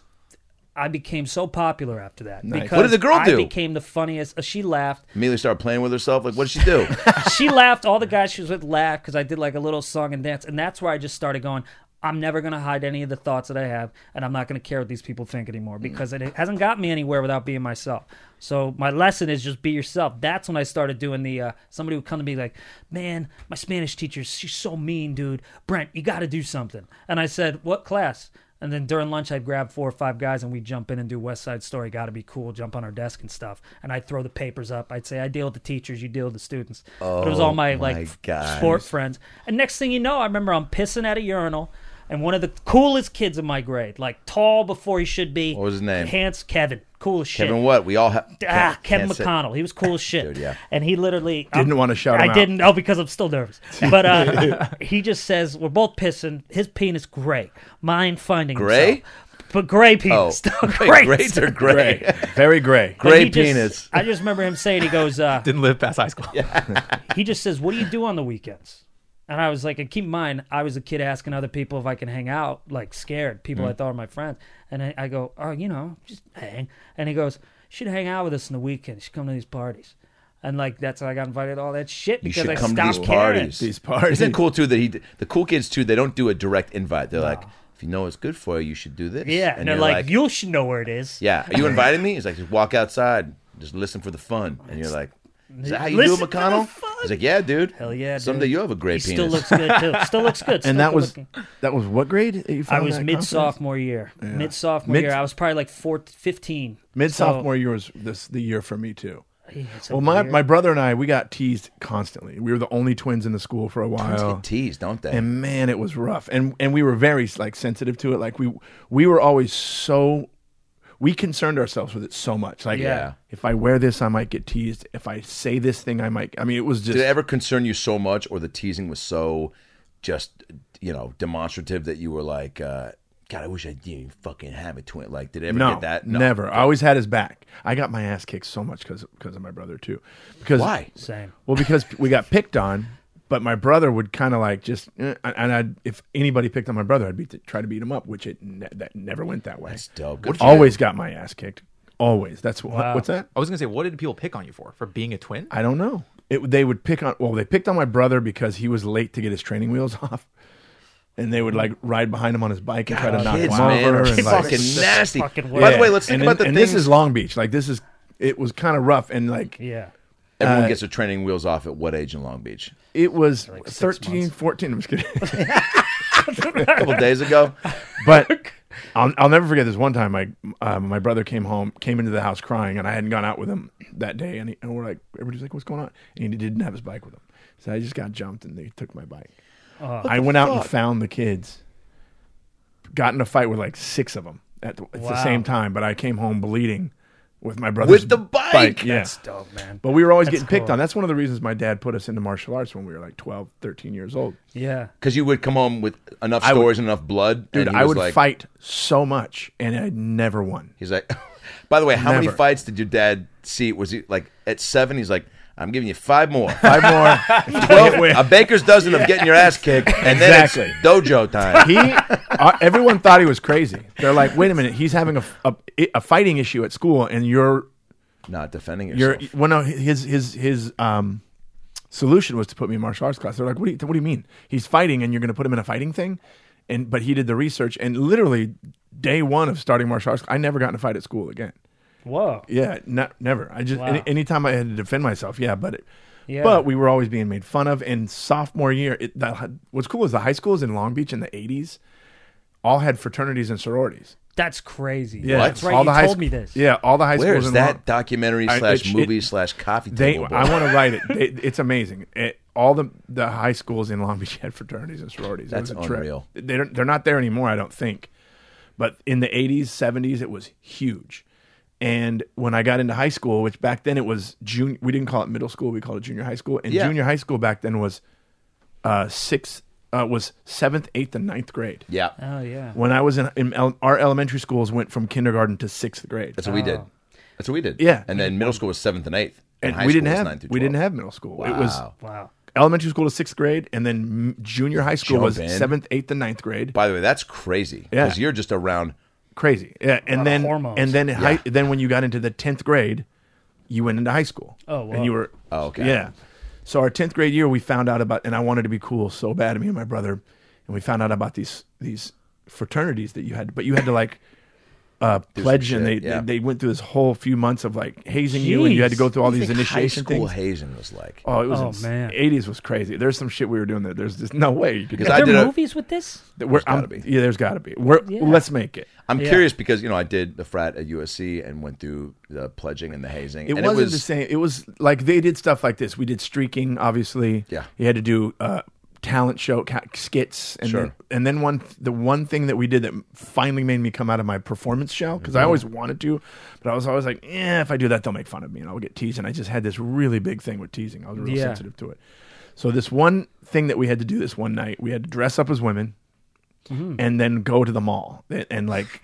Speaker 1: I became so popular after that. Because
Speaker 5: What did the girl
Speaker 1: I
Speaker 5: do?
Speaker 1: became the funniest. uh, She laughed.
Speaker 5: Amelia started playing with herself. Like, what did she do?
Speaker 1: she laughed. All the guys she was with laughed because I did like a little song and dance, and that's where I just started going. I'm never going to hide any of the thoughts that I have, and I'm not going to care what these people think anymore
Speaker 5: Mm.
Speaker 1: because it hasn't got me anywhere without being myself. So my lesson is just be yourself. That's when I started doing the. Uh, somebody would come to me like, "Man, my Spanish teacher, she's so mean, dude. Brent, you got to do something." And I said, "What class?" And then during lunch, I'd grab four or five guys and we'd jump in and do West Side Story, gotta be cool, jump on our desk and stuff. And I'd throw the papers up. I'd say, I deal with the teachers, you deal with the students. but it was all my,
Speaker 5: Oh, my
Speaker 1: like f-
Speaker 5: guys.
Speaker 1: sport friends. And next thing you know, I remember I'm pissing at a urinal and one of the coolest kids in my grade, like tall before he should be.
Speaker 5: What was his name?
Speaker 1: Hans Kevin. Cool as shit.
Speaker 5: Kevin, what? We all have.
Speaker 1: Ah, Kevin McConnell. He was cool as shit.
Speaker 5: Dude, yeah.
Speaker 1: And he literally um,
Speaker 2: Didn't wanna shout him
Speaker 1: I
Speaker 2: out.
Speaker 1: didn't. Oh, because I'm still nervous. But uh, he just says we're both pissing. His penis gray. Mine finding
Speaker 5: Gray?
Speaker 1: himself. but gray
Speaker 5: Oh,
Speaker 1: penis.
Speaker 5: wait,
Speaker 1: gray.
Speaker 5: grades are gray.
Speaker 2: Very gray.
Speaker 1: But he
Speaker 5: Gray
Speaker 1: just-
Speaker 5: penis.
Speaker 1: I just remember him saying he goes. Uh,
Speaker 3: Didn't live past high school.
Speaker 1: he just says, "What do you do on the weekends?" And I was like, and keep in mind, I was a kid asking other people if I can hang out, like scared
Speaker 5: Mm.
Speaker 1: people I thought were my friends. And I, I go, oh, you know, just hang. And he goes, you should hang out with us in the weekend. You should come to these parties. And like that's how I got invited to all that shit
Speaker 5: You
Speaker 1: because
Speaker 5: should
Speaker 1: I
Speaker 5: come to
Speaker 1: stopped
Speaker 5: these
Speaker 1: caring.
Speaker 5: parties.
Speaker 2: These parties.
Speaker 5: Isn't it cool too that he the cool kids too? They don't do a direct invite. They're like, if you know it's good for you, you should do this.
Speaker 1: Yeah, and, they're
Speaker 5: you're
Speaker 1: like, you should know where it is.
Speaker 5: Yeah. Are you inviting me? He's like, just walk outside, just listen for the fun. And you're like, is that how you do it,
Speaker 1: Listen for the
Speaker 5: McConnell?
Speaker 1: fun.
Speaker 5: He's like, yeah, dude.
Speaker 1: Hell yeah! dude.
Speaker 5: Someday you'll have a
Speaker 1: He
Speaker 5: great penis.
Speaker 1: still looks good too. Still looks good. Still
Speaker 2: And that
Speaker 1: good
Speaker 2: was
Speaker 1: looking.
Speaker 2: that was what grade? You
Speaker 1: I
Speaker 2: found
Speaker 1: was
Speaker 2: that
Speaker 1: mid
Speaker 2: confidence?
Speaker 1: sophomore year. Mid sophomore
Speaker 2: Mid-
Speaker 1: year, I was probably like four, 15.
Speaker 2: Mid sophomore year was this the year for me too. Well, my, my brother and I we got teased constantly. We were the only twins in the school for a
Speaker 5: They
Speaker 2: while.
Speaker 5: tease, don't they?
Speaker 2: Oh. and man, it was rough. And and we were very like sensitive to it. Like we we were always so we concerned ourselves with it so much. Like
Speaker 5: Yeah.
Speaker 2: if I wear this, I might get teased. If I say this thing, I might. I mean, it was just
Speaker 5: Did it ever concern you so much, or the teasing was so just you know demonstrative that you were like, uh, God, I wish I didn't fucking have a twin. Like, did it ever
Speaker 2: no,
Speaker 5: get that?
Speaker 2: never. I always had his back. I got my ass kicked so much because because of my brother too. Because
Speaker 5: Why?
Speaker 1: Same.
Speaker 2: Well, because we got picked on, but my brother would kind of like just eh, and I'd if anybody picked on my brother, I'd be try to beat him up, which it ne- that never went that way.
Speaker 5: That's dope. Good for
Speaker 2: Always got my ass kicked. Always. That's what, what's that?
Speaker 3: I was gonna say, what did people pick on you for? For being a twin?
Speaker 2: I don't know. It, they would pick on. Well, they picked on my brother because he was late to get his training wheels off, and they would like ride behind him on his bike and try to knock
Speaker 5: Oh, Kids,
Speaker 2: him
Speaker 5: man,
Speaker 2: over.
Speaker 5: are
Speaker 2: and, like-
Speaker 5: fucking nasty.
Speaker 1: fucking
Speaker 5: By the
Speaker 1: worst.
Speaker 5: way, let's think
Speaker 2: And then-
Speaker 5: about the
Speaker 2: and
Speaker 5: things.
Speaker 2: this is Long Beach. Like this is. It was kind of rough and like
Speaker 1: Yeah.
Speaker 2: uh,
Speaker 5: Everyone gets their training wheels off at what age in Long Beach?
Speaker 2: it was
Speaker 1: six
Speaker 2: 13, 14. I'm just kidding.
Speaker 5: A couple days ago.
Speaker 2: But I'll, I'll never forget this one time. My uh, my brother came home, came into the house crying, and I hadn't gone out with him that day. And, he, and we're like, everybody's like, "What's going on?" And he didn't have his bike with him, so I just got jumped and they took my bike.
Speaker 1: Uh,
Speaker 2: I went out and found the kids. Got in a fight with like six of them at the, at
Speaker 1: Wow.
Speaker 2: the same time, but I came home bleeding with my brother
Speaker 5: With the bike?
Speaker 2: yeah.
Speaker 1: That's dope, man.
Speaker 2: but we were always
Speaker 1: That's
Speaker 2: getting picked
Speaker 1: cool.
Speaker 2: on. That's one of the reasons my dad put us into martial arts when we were like 12, 13 years old.
Speaker 1: Yeah.
Speaker 5: Because you would come home with enough
Speaker 2: would-
Speaker 5: stories and enough blood.
Speaker 2: Dude,
Speaker 5: and he
Speaker 2: I
Speaker 5: was
Speaker 2: would
Speaker 5: like,
Speaker 2: fight so much and I never won.
Speaker 5: He's like, by the way, how many
Speaker 2: Never.
Speaker 5: fights did your dad see? Was he like at seven? He's like, I'm giving you five more.
Speaker 2: Five more.
Speaker 5: Well,
Speaker 2: Can't win.
Speaker 5: a baker's dozen of getting your ass kicked, and
Speaker 2: Exactly.
Speaker 5: then it's dojo time.
Speaker 2: he uh, everyone thought he was crazy they're like wait a minute he's having a, a, a fighting issue at school and you're
Speaker 5: Not defending
Speaker 2: you're
Speaker 5: yourself.
Speaker 2: well no his his his um solution was to put me in martial arts class they're like what do you, what do you mean he's fighting and you're going to put him in a fighting thing and but he did the research and literally day one of starting martial arts i never got in a fight at school again
Speaker 1: Whoa.
Speaker 2: yeah not never i just
Speaker 1: Wow.
Speaker 2: any, anytime i had to defend myself yeah but it,
Speaker 1: Yeah.
Speaker 2: But we were always being made fun of. And sophomore year, it, the, what's cool is the high schools in Long Beach in the '80s all had fraternities and sororities.
Speaker 1: That's crazy.
Speaker 2: Yeah,
Speaker 1: That's right.
Speaker 2: All
Speaker 1: you
Speaker 2: the high
Speaker 1: told
Speaker 2: sch-
Speaker 1: me this.
Speaker 2: Yeah, all the high schools.
Speaker 5: Where is
Speaker 2: in
Speaker 5: that
Speaker 2: Long-
Speaker 5: documentary
Speaker 2: I-
Speaker 5: slash
Speaker 2: it-
Speaker 5: movie
Speaker 2: it-
Speaker 5: slash coffee
Speaker 2: they,
Speaker 5: table?
Speaker 2: I
Speaker 5: book?
Speaker 2: want to write it. It- It's amazing. It- all the the high schools in Long Beach had fraternities and sororities. It
Speaker 5: That's
Speaker 2: was a trip.
Speaker 5: unreal.
Speaker 2: They don't, they're not there anymore, I don't think. But in the '80s, '70s, it was huge. And when I got into high school, which back then it was junior, we didn't call it middle school, we called it junior high school. And
Speaker 5: Yeah.
Speaker 2: junior high school back then was uh, sixth, uh, was seventh, eighth, and ninth grade.
Speaker 5: yeah,
Speaker 1: Oh yeah.
Speaker 2: When I was in, in el- our elementary schools, went from kindergarten to sixth grade.
Speaker 5: that's what we did. That's what we did.
Speaker 2: Yeah.
Speaker 5: and then middle school was seventh and eighth,
Speaker 2: and
Speaker 5: high
Speaker 2: we didn't
Speaker 5: school was ninth
Speaker 2: have
Speaker 5: through
Speaker 2: we didn't
Speaker 5: 12.
Speaker 2: have middle school. It was
Speaker 5: Wow.
Speaker 1: Wow.
Speaker 2: elementary school to sixth grade, and then m- junior high school was
Speaker 5: Jump in.
Speaker 2: seventh, eighth, and ninth grade.
Speaker 5: By the way, that's crazy
Speaker 2: Yeah.
Speaker 5: because you're just around.
Speaker 2: Crazy, yeah. And
Speaker 1: of
Speaker 2: then
Speaker 1: hormones.
Speaker 2: and then high, then when you got into the tenth grade, you went into high school.
Speaker 1: Oh, wow.
Speaker 2: and you were
Speaker 5: Oh, okay.
Speaker 2: yeah. So our tenth grade year, we found out about, and I wanted to be cool so bad. Me and my brother, and we found out about these these fraternities that you had, but you had to like. Uh, pledge and they,
Speaker 5: shit, yeah.
Speaker 2: they they went through this whole few months of like hazing you and you had to
Speaker 1: Jeez.
Speaker 2: go through all
Speaker 5: You
Speaker 2: these
Speaker 5: think
Speaker 2: initiation
Speaker 5: high school
Speaker 2: things.
Speaker 5: hazing was like.
Speaker 2: Oh, it was
Speaker 1: Oh,
Speaker 2: ins-
Speaker 1: man.
Speaker 2: 80s was crazy. There's some shit we were doing that there's just no way you could
Speaker 5: Because
Speaker 2: do
Speaker 5: I
Speaker 1: Are
Speaker 5: did
Speaker 1: there
Speaker 5: a-
Speaker 1: movies with this?
Speaker 2: that. We're-
Speaker 5: gotta
Speaker 2: I'm-
Speaker 5: be.
Speaker 2: Yeah, there's got to be. We're,
Speaker 1: Yeah.
Speaker 2: Let's make it.
Speaker 5: I'm
Speaker 1: Yeah.
Speaker 5: curious because you know I did the frat at USC and went through the pledging and the hazing.
Speaker 2: It
Speaker 5: and
Speaker 2: wasn't
Speaker 5: it was
Speaker 2: the same. It was like they did stuff like this. We did streaking, obviously.
Speaker 5: Yeah.
Speaker 2: You had to do uh, talent show ca- skits, and
Speaker 5: Sure.
Speaker 2: then, and then one th- the one thing that we did that finally made me come out of my performance shell because
Speaker 5: Mm-hmm.
Speaker 2: I always wanted to, but I was always like, eh, if I do that, they'll make fun of me and I'll get teased. And I just had this really big thing with teasing. I was real
Speaker 1: Yeah.
Speaker 2: sensitive to it. So this one thing that we had to do this one night, we had to dress up as women,
Speaker 5: Mm-hmm.
Speaker 2: and then go to the mall and, and like.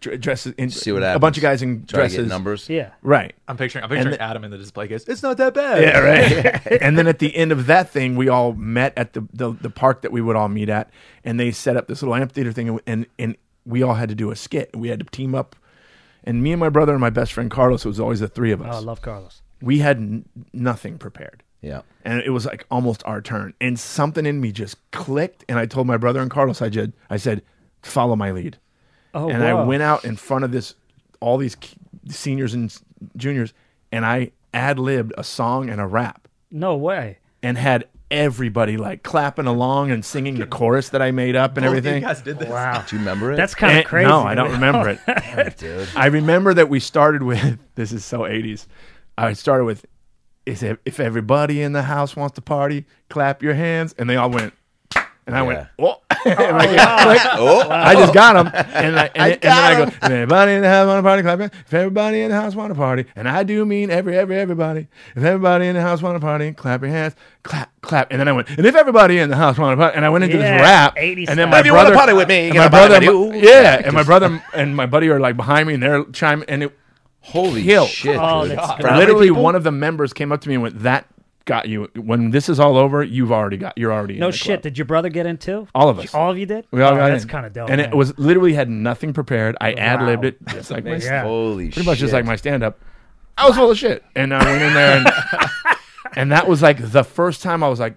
Speaker 2: dr- Dresses in
Speaker 5: See what
Speaker 2: a bunch
Speaker 5: happens.
Speaker 2: of guys in
Speaker 5: try to
Speaker 2: dresses
Speaker 5: get numbers.
Speaker 1: Yeah.
Speaker 2: right
Speaker 3: I'm picturing. I'm picturing
Speaker 2: the-
Speaker 3: Adam in the display case. It's not that bad.
Speaker 2: yeah, right. and then at the end of that thing, we all met at the, the the park that we would all meet at, and they set up this little amphitheater thing, and and, and we all had to do a skit. We had to team up, and me and my brother and my best friend Carlos. It was always the three of
Speaker 1: Oh, I
Speaker 2: us.
Speaker 1: love Carlos.
Speaker 2: we had n- nothing prepared.
Speaker 5: Yeah.
Speaker 2: And it was like almost our turn, and something in me just clicked. And I told my brother and Carlos, I did. I said, "Follow my lead."
Speaker 1: Oh,
Speaker 2: and I
Speaker 1: wow.
Speaker 2: went out in front of this all these k- seniors and s- juniors, and I ad libbed a song and a rap
Speaker 1: No way.
Speaker 2: and had everybody like clapping along and singing the chorus that I made up and
Speaker 3: Both of
Speaker 2: everything.
Speaker 3: You guys did this.
Speaker 1: Wow.
Speaker 5: Do you remember it?
Speaker 1: That's kind
Speaker 2: And-
Speaker 1: of crazy.
Speaker 2: No, I don't remember it.
Speaker 5: dude.
Speaker 2: I remember that we started with this is so 80s. I started with is it- if everybody in the house wants to party, clap your hands and they all went and I went, "Oh." And I got- like,
Speaker 5: Oh,
Speaker 2: I just got them, and, I, and, and then I go. If everybody in the house want to party, clap. your hands. If everybody in the house want to party, and I do mean every every everybody. If everybody in the house want to party, clap your hands, clap clap. And then I went. And if everybody in the house want to party, and I went into
Speaker 1: Yeah,
Speaker 2: this rap.
Speaker 1: 80s
Speaker 2: And then
Speaker 1: style.
Speaker 2: my
Speaker 1: If
Speaker 5: you wanna
Speaker 2: brother
Speaker 5: party with me, you
Speaker 2: and my
Speaker 5: gotta party
Speaker 2: brother,
Speaker 5: with you.
Speaker 2: yeah, and my brother and my buddy are like behind me, and they're chiming. And it
Speaker 5: holy
Speaker 2: Killed.
Speaker 5: shit!
Speaker 1: Oh,
Speaker 5: dude.
Speaker 1: that's
Speaker 5: Brown
Speaker 2: literally
Speaker 5: people?
Speaker 2: one of the members came up to me and went, "That got you. When this is all over, you've already got. You're already in
Speaker 1: No
Speaker 2: the
Speaker 1: shit.
Speaker 2: club."
Speaker 1: Did your brother get in too?
Speaker 2: All of us.
Speaker 1: All of you did?
Speaker 2: We all
Speaker 1: oh,
Speaker 2: got
Speaker 1: That's
Speaker 2: in.
Speaker 1: kind of dope.
Speaker 2: and
Speaker 1: man.
Speaker 2: it was literally had nothing prepared. I ad libbed it, just like my
Speaker 1: Yeah.
Speaker 5: Holy
Speaker 2: pretty much
Speaker 5: shit.
Speaker 2: just like my stand up. I was full of shit, and I went in there, and, and that was like the first time I was like,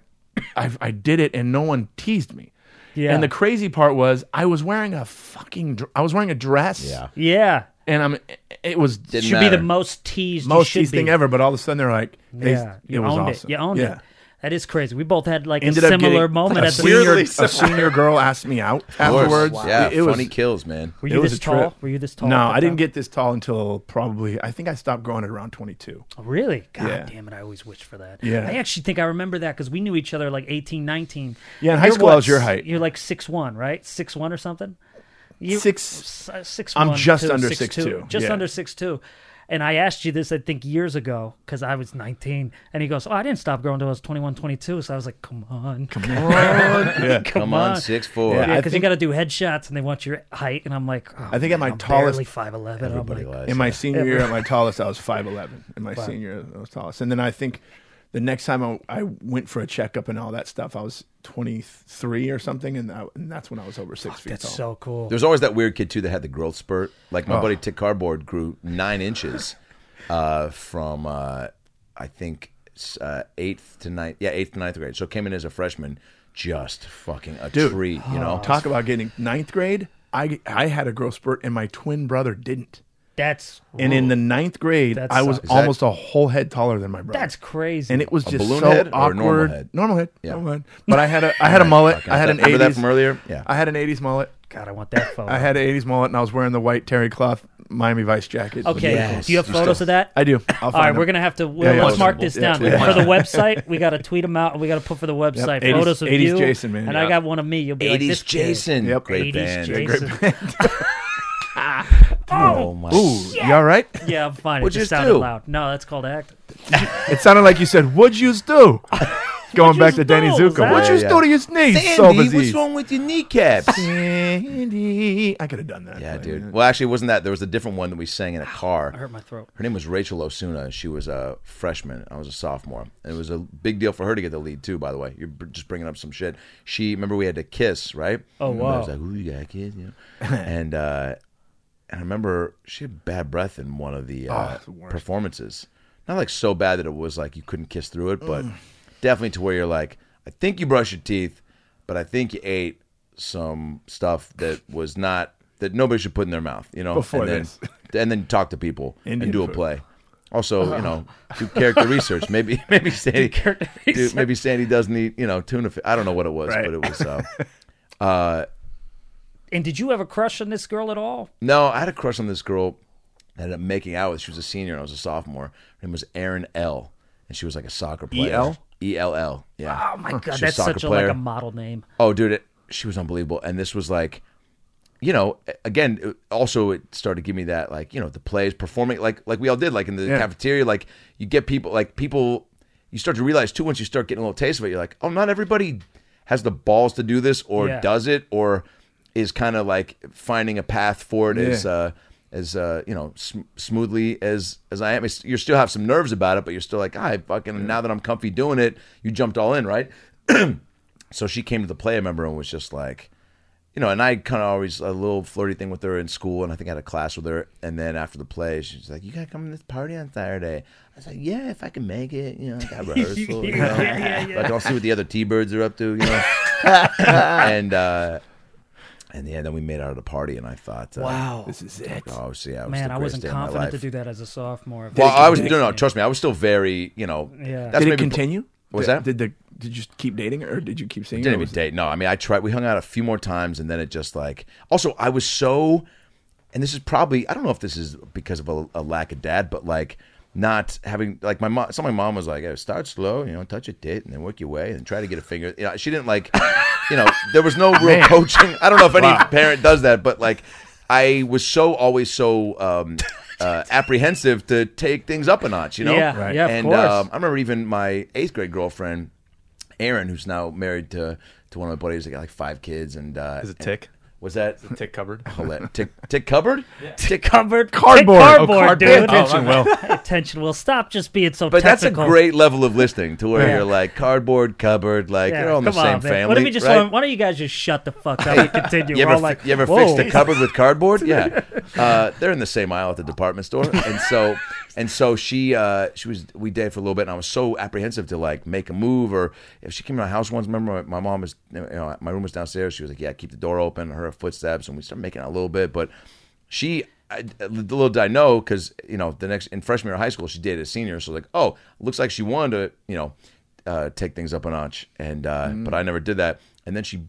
Speaker 2: I, I did it, and no one teased me.
Speaker 1: Yeah.
Speaker 2: And the crazy part was I was wearing a fucking dr- I was wearing a dress.
Speaker 5: Yeah.
Speaker 1: yeah.
Speaker 2: And I'm it was
Speaker 5: Didn't
Speaker 1: Should be the
Speaker 5: matter.
Speaker 1: most teased. you
Speaker 2: most
Speaker 1: should
Speaker 2: teased
Speaker 1: be.
Speaker 2: thing ever. But all of a sudden they're like, they,
Speaker 1: Yeah.
Speaker 2: it
Speaker 1: You
Speaker 2: was
Speaker 1: owned it.
Speaker 2: awesome.
Speaker 1: You owned
Speaker 2: yeah.
Speaker 1: it. That is crazy. We both had like
Speaker 2: Ended
Speaker 1: a
Speaker 2: up
Speaker 1: similar
Speaker 2: getting-
Speaker 1: moment
Speaker 2: a
Speaker 1: at the
Speaker 2: senior,
Speaker 3: Weirdly
Speaker 2: a senior girl asked me out
Speaker 5: Of course.
Speaker 2: afterwards.
Speaker 5: Yeah,
Speaker 2: It- it was-
Speaker 5: funny kills, man.
Speaker 1: Were
Speaker 2: It
Speaker 1: you
Speaker 2: was
Speaker 1: this
Speaker 2: a trip.
Speaker 1: tall? Were you this tall? at
Speaker 2: No,
Speaker 1: the
Speaker 2: I didn't
Speaker 1: time?
Speaker 2: get this tall until probably I think I stopped growing at around 22.
Speaker 1: Really? God
Speaker 2: Yeah.
Speaker 1: damn it. I always wish for that.
Speaker 2: Yeah.
Speaker 1: I actually think I remember that because we knew each other like 18, 19.
Speaker 2: Yeah, in
Speaker 1: And
Speaker 2: high
Speaker 1: you're
Speaker 2: school, I was
Speaker 1: what,
Speaker 2: your height.
Speaker 1: You're like 6'1, right? 6'1 or something? You,
Speaker 2: Six-
Speaker 1: s- six
Speaker 2: I'm
Speaker 1: one,
Speaker 2: just
Speaker 1: two,
Speaker 2: under
Speaker 1: six
Speaker 2: 6'2",
Speaker 1: two. Just
Speaker 2: yeah.
Speaker 1: under six two. And I asked you this, I think, years ago, because I was 19. And he goes, Oh, I didn't stop growing until I was 21, 22. So I was like, Come on. Come on.
Speaker 2: Yeah.
Speaker 1: Come,
Speaker 5: Come on, six four.
Speaker 2: Yeah, I
Speaker 1: Because you
Speaker 2: think-
Speaker 1: got to do headshots and they want your height. And I'm like, oh,
Speaker 2: I think at my
Speaker 1: man, I'm
Speaker 2: tallest-
Speaker 1: Barely 5'11. I'm
Speaker 5: Everybody
Speaker 1: like,
Speaker 5: was.
Speaker 2: In my senior year, at my tallest, I was five eleven. In my senior year, I was tallest. And then I think the next time I, I went for a checkup and all that stuff, I was twenty three or something, and, I, and that's when I was over six feet
Speaker 1: That's
Speaker 2: tall.
Speaker 1: so cool.
Speaker 5: There's always that weird kid too that had the growth spurt. Like my buddy Tick Cardboard grew nine inches uh, from uh, I think s- uh, eighth to ninth, yeah, eighth to ninth grade. So came in as a freshman, just fucking a
Speaker 2: Dude. Oh,
Speaker 5: tree, you know.
Speaker 2: Talk about getting ninth grade. I I had a growth spurt, and my twin brother didn't.
Speaker 1: That's
Speaker 2: And in the ninth grade,
Speaker 1: That
Speaker 2: I was
Speaker 1: sucks.
Speaker 5: that-
Speaker 2: almost a whole head taller than my brother.
Speaker 1: that's crazy.
Speaker 2: and it was just
Speaker 5: balloon
Speaker 2: so
Speaker 5: head or a
Speaker 2: awkward.
Speaker 5: normal head?
Speaker 2: normal head,
Speaker 5: Yeah.
Speaker 2: normal head. But I had a I had a mullet.
Speaker 5: Fucking-
Speaker 2: I had an
Speaker 5: remember that
Speaker 2: eighties
Speaker 5: from earlier. Yeah,
Speaker 2: I had an eighties mullet.
Speaker 1: God, I want that photo.
Speaker 2: I had an eighties mullet, and I was wearing the white terry cloth Miami Vice jacket.
Speaker 1: okay,
Speaker 5: Yes.
Speaker 1: do you have
Speaker 5: You
Speaker 1: photos
Speaker 5: still-
Speaker 1: of that?
Speaker 2: I do. I'll
Speaker 1: All right,
Speaker 2: find
Speaker 1: we're
Speaker 2: them.
Speaker 1: gonna have to we'll,
Speaker 2: yeah.
Speaker 1: let's mark this
Speaker 2: Yeah,
Speaker 1: down
Speaker 2: tweet 'em
Speaker 1: for the website. We gotta tweet them out. and We gotta put for the website
Speaker 2: 80s
Speaker 1: photos of
Speaker 2: 80s
Speaker 1: you.
Speaker 2: Jason, man.
Speaker 1: And I
Speaker 2: Yeah.
Speaker 1: got one of me. You'll be like
Speaker 5: eighties
Speaker 1: this kid.
Speaker 5: Jason.
Speaker 2: Yep.
Speaker 5: great
Speaker 1: 80s
Speaker 5: band.
Speaker 1: Jason.
Speaker 5: Oh my.
Speaker 2: Ooh, you all right?
Speaker 1: Yeah, I'm fine.
Speaker 5: What'd
Speaker 1: it just
Speaker 5: you
Speaker 1: sounded
Speaker 5: do?
Speaker 1: loud. No, that's called acting.
Speaker 2: It sounded like you said, "What'd you do?" Going back to
Speaker 1: yous
Speaker 2: Danny
Speaker 1: do? Was
Speaker 2: Zuko. What'd
Speaker 1: that-
Speaker 2: you
Speaker 5: Yeah,
Speaker 2: do to your sneeze?
Speaker 5: Sandy, what's wrong with your kneecaps?
Speaker 2: Sandy. I could have done that.
Speaker 5: Yeah,
Speaker 2: but-
Speaker 5: dude. Well, actually, it wasn't that. There was a different one that we sang in a car.
Speaker 1: I hurt my throat.
Speaker 5: Her name was Rachel Osuna. She was a freshman. I was a sophomore. And it was a big deal for her to get the lead, too, by the way. You're b- just bringing up some shit. She, remember, we had to kiss, right?
Speaker 1: Oh,
Speaker 5: Remember, I was
Speaker 1: wow.
Speaker 5: like, ooh, you got a kiss? You know? and, uh, and I remember she had bad breath in one of the uh,
Speaker 2: Oh, it's the worst.
Speaker 5: performances. Not like so bad that it was like you couldn't kiss through it, but definitely to where you're like, I think you brushed your teeth, but I think you ate some stuff that was not, that nobody should put in their mouth, you know?
Speaker 2: Before
Speaker 5: and then-
Speaker 2: this.
Speaker 5: and then talk to people
Speaker 2: Indian
Speaker 5: and do a
Speaker 2: food.
Speaker 5: play. Also, you know, do character research. Maybe maybe Sandy
Speaker 1: character
Speaker 5: do-
Speaker 1: research.
Speaker 5: maybe Sandy doesn't eat you know tuna. Fi- I don't know what it was,
Speaker 2: Right.
Speaker 5: but it was. Uh,
Speaker 1: And did you ever crush on this girl at all?
Speaker 5: no, I had a crush on this girl. I ended up making out with. She was a senior and I was a sophomore. Her name was Erin L. And she was like a soccer player.
Speaker 2: EL?
Speaker 5: E L L. Yeah.
Speaker 1: Oh my god,
Speaker 5: She's a
Speaker 1: that's
Speaker 5: soccer
Speaker 1: such a
Speaker 5: player.
Speaker 1: like a model name.
Speaker 5: Oh, dude, it, she was unbelievable. And this was like, you know, again, it- also it started giving me that like, you know, the plays performing like like we all did like in the
Speaker 2: Yeah.
Speaker 5: cafeteria. Like you get people like people. You start to realize too once you start getting a little taste of it, you're like, oh, not everybody has the balls to do this or
Speaker 1: Yeah.
Speaker 5: does it or is kind of like finding a path for it as
Speaker 2: Yeah.
Speaker 5: uh, as uh, you know sm- smoothly as as I am. It's, you still have some nerves about it, but you're still like, "Ah, I fucking now that I'm comfy doing it, you jumped all in, right? so she came to the play, I remember, and was just like, you know, and I kind of always a little flirty thing with her in school, and I think I had a class with her. And then after the play, she's like, "You gotta come to this party on Saturday." I was like, "Yeah, if I can make it, you know, I got rehearsal, you know, like I'll see what the other T-birds are up to, you know." and uh, and yeah, then we made out at a party, and I thought, uh,
Speaker 1: Wow.
Speaker 2: This is it.
Speaker 5: obviously, I was
Speaker 1: Man,
Speaker 5: the
Speaker 1: I wasn't
Speaker 5: greatest day of my
Speaker 1: confident to
Speaker 5: life.
Speaker 1: do that as a sophomore.
Speaker 5: Well, I was no, no, trust me, I was still very, you know,
Speaker 1: Yeah.
Speaker 5: that's
Speaker 2: did it
Speaker 5: maybe-
Speaker 2: continue?
Speaker 5: What was
Speaker 2: Did-
Speaker 5: that?
Speaker 2: Did the did you keep dating her, or did you keep seeing?
Speaker 5: didn't
Speaker 2: her?
Speaker 5: even
Speaker 2: Was-
Speaker 5: date. No, I mean, I tried. We hung out a few more times, and then it just like. Also, I was so, and this is probably I don't know if this is because of a, a lack of dad, but like not having like my mom. So my mom was like, hey, start slow, you know, touch a tit, and then work your way, and try to get a finger. You know, she didn't like, you know, there was no real coaching. I don't know if any parent does that, but like, I was so always so. um Uh, apprehensive to take things up a notch, you know.
Speaker 1: Yeah, Right. yeah, of
Speaker 5: and
Speaker 1: course.
Speaker 5: Um, I remember even my eighth grade girlfriend, Aaron, who's now married to to one of my buddies. They got like five kids, and uh,
Speaker 3: Is it
Speaker 5: and-
Speaker 3: Tick?
Speaker 5: Was that
Speaker 3: Tick cupboard.
Speaker 5: I'll let- Tick Tick Cupboard? Tick
Speaker 1: Cardboard,
Speaker 2: Cardboard.
Speaker 1: cardboard,
Speaker 2: Oh, cardboard.
Speaker 1: dude.
Speaker 2: Attention, Will.
Speaker 1: Attention, Will. Stop just being so.
Speaker 5: But that's a
Speaker 1: technical.
Speaker 5: great level of listening to where
Speaker 1: Yeah.
Speaker 5: you're like cardboard cupboard, like
Speaker 1: Yeah,
Speaker 5: you're all in the
Speaker 1: come on,
Speaker 5: same
Speaker 1: man.
Speaker 5: family.
Speaker 1: Why don't we just?
Speaker 5: right?
Speaker 1: Why don't you guys just shut the fuck up and continue?
Speaker 5: you
Speaker 1: We're
Speaker 5: ever,
Speaker 1: all
Speaker 5: fi-
Speaker 1: like,
Speaker 5: you ever
Speaker 1: Whoa.
Speaker 5: fixed a cupboard with cardboard? Yeah, uh, they're in the same aisle at the department store, and so and so she uh, she was we dated for a little bit, and I was so apprehensive to like make a move or if she came to my house once. Remember, my, my mom was you know my room was downstairs. She was like, "Yeah, keep the door open." I Heard footsteps, and we started making out a little bit, but she. I, little did I know, because you know, the next in freshman year of high school, she dated a senior. So like, oh, looks like she wanted to, you know, uh, take things up a notch, and uh,
Speaker 1: Mm-hmm.
Speaker 5: but I never did that. And then she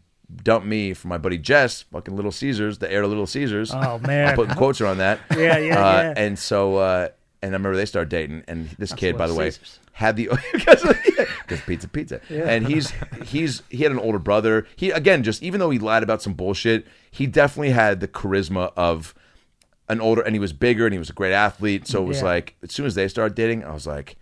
Speaker 5: dumped me for my buddy Jess, fucking Little Caesars, the heir to Little Caesars.
Speaker 1: Oh, man.
Speaker 5: I put quotes around that.
Speaker 1: Yeah, yeah,
Speaker 5: uh,
Speaker 1: yeah.
Speaker 5: And so, uh, And I remember they started dating, and this kid,
Speaker 1: what
Speaker 5: by the way,
Speaker 1: Caesars.
Speaker 5: had the because pizza, pizza, and he's he's he had an older brother. He again, just even though he lied about some bullshit, he definitely had the charisma of an older, and he was bigger, and he was a great athlete. So it was
Speaker 1: Yeah.
Speaker 5: like as soon as they started dating, I was like.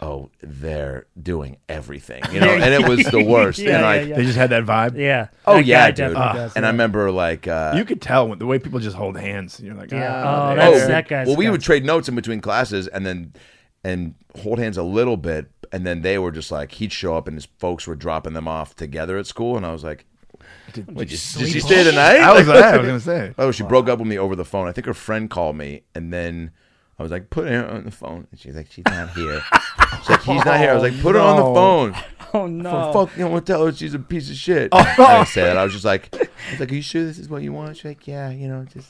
Speaker 5: Oh, they're doing everything, you know, and it was the worst.
Speaker 1: Yeah,
Speaker 5: and
Speaker 1: yeah,
Speaker 5: like,
Speaker 1: yeah.
Speaker 2: They just had that vibe.
Speaker 1: Yeah.
Speaker 5: oh
Speaker 1: That
Speaker 5: yeah,
Speaker 1: guy
Speaker 5: dude.
Speaker 1: definitely
Speaker 5: and
Speaker 1: does,
Speaker 5: I remember like, uh,
Speaker 2: You could tell when, the way people just hold hands. You're like,
Speaker 1: Yeah.
Speaker 2: ah,
Speaker 1: Oh,
Speaker 2: there.
Speaker 1: that's that guy's
Speaker 5: Well, we
Speaker 1: guy.
Speaker 5: would trade notes in between classes, and then and hold hands a little bit, and then they were just like he'd show up, and his folks were dropping them off together at school, and I was like, "Did, you, did you stay the night?"
Speaker 2: I was
Speaker 5: Like,
Speaker 2: like, "Ah, I was gonna say.
Speaker 5: oh, she broke up with me over the phone. I think her friend called me, and then I was like, "Put her on the phone," and she's like, "She's not here." She's like, "He's not here." I was like, "Put her on
Speaker 2: no.
Speaker 5: the phone."
Speaker 1: Oh
Speaker 5: For
Speaker 1: no.
Speaker 5: fuck, you know, tell her she's a piece of shit. I didn't say that. I was just like, I was like, are you sure this is what you want? She's like, yeah, you know, just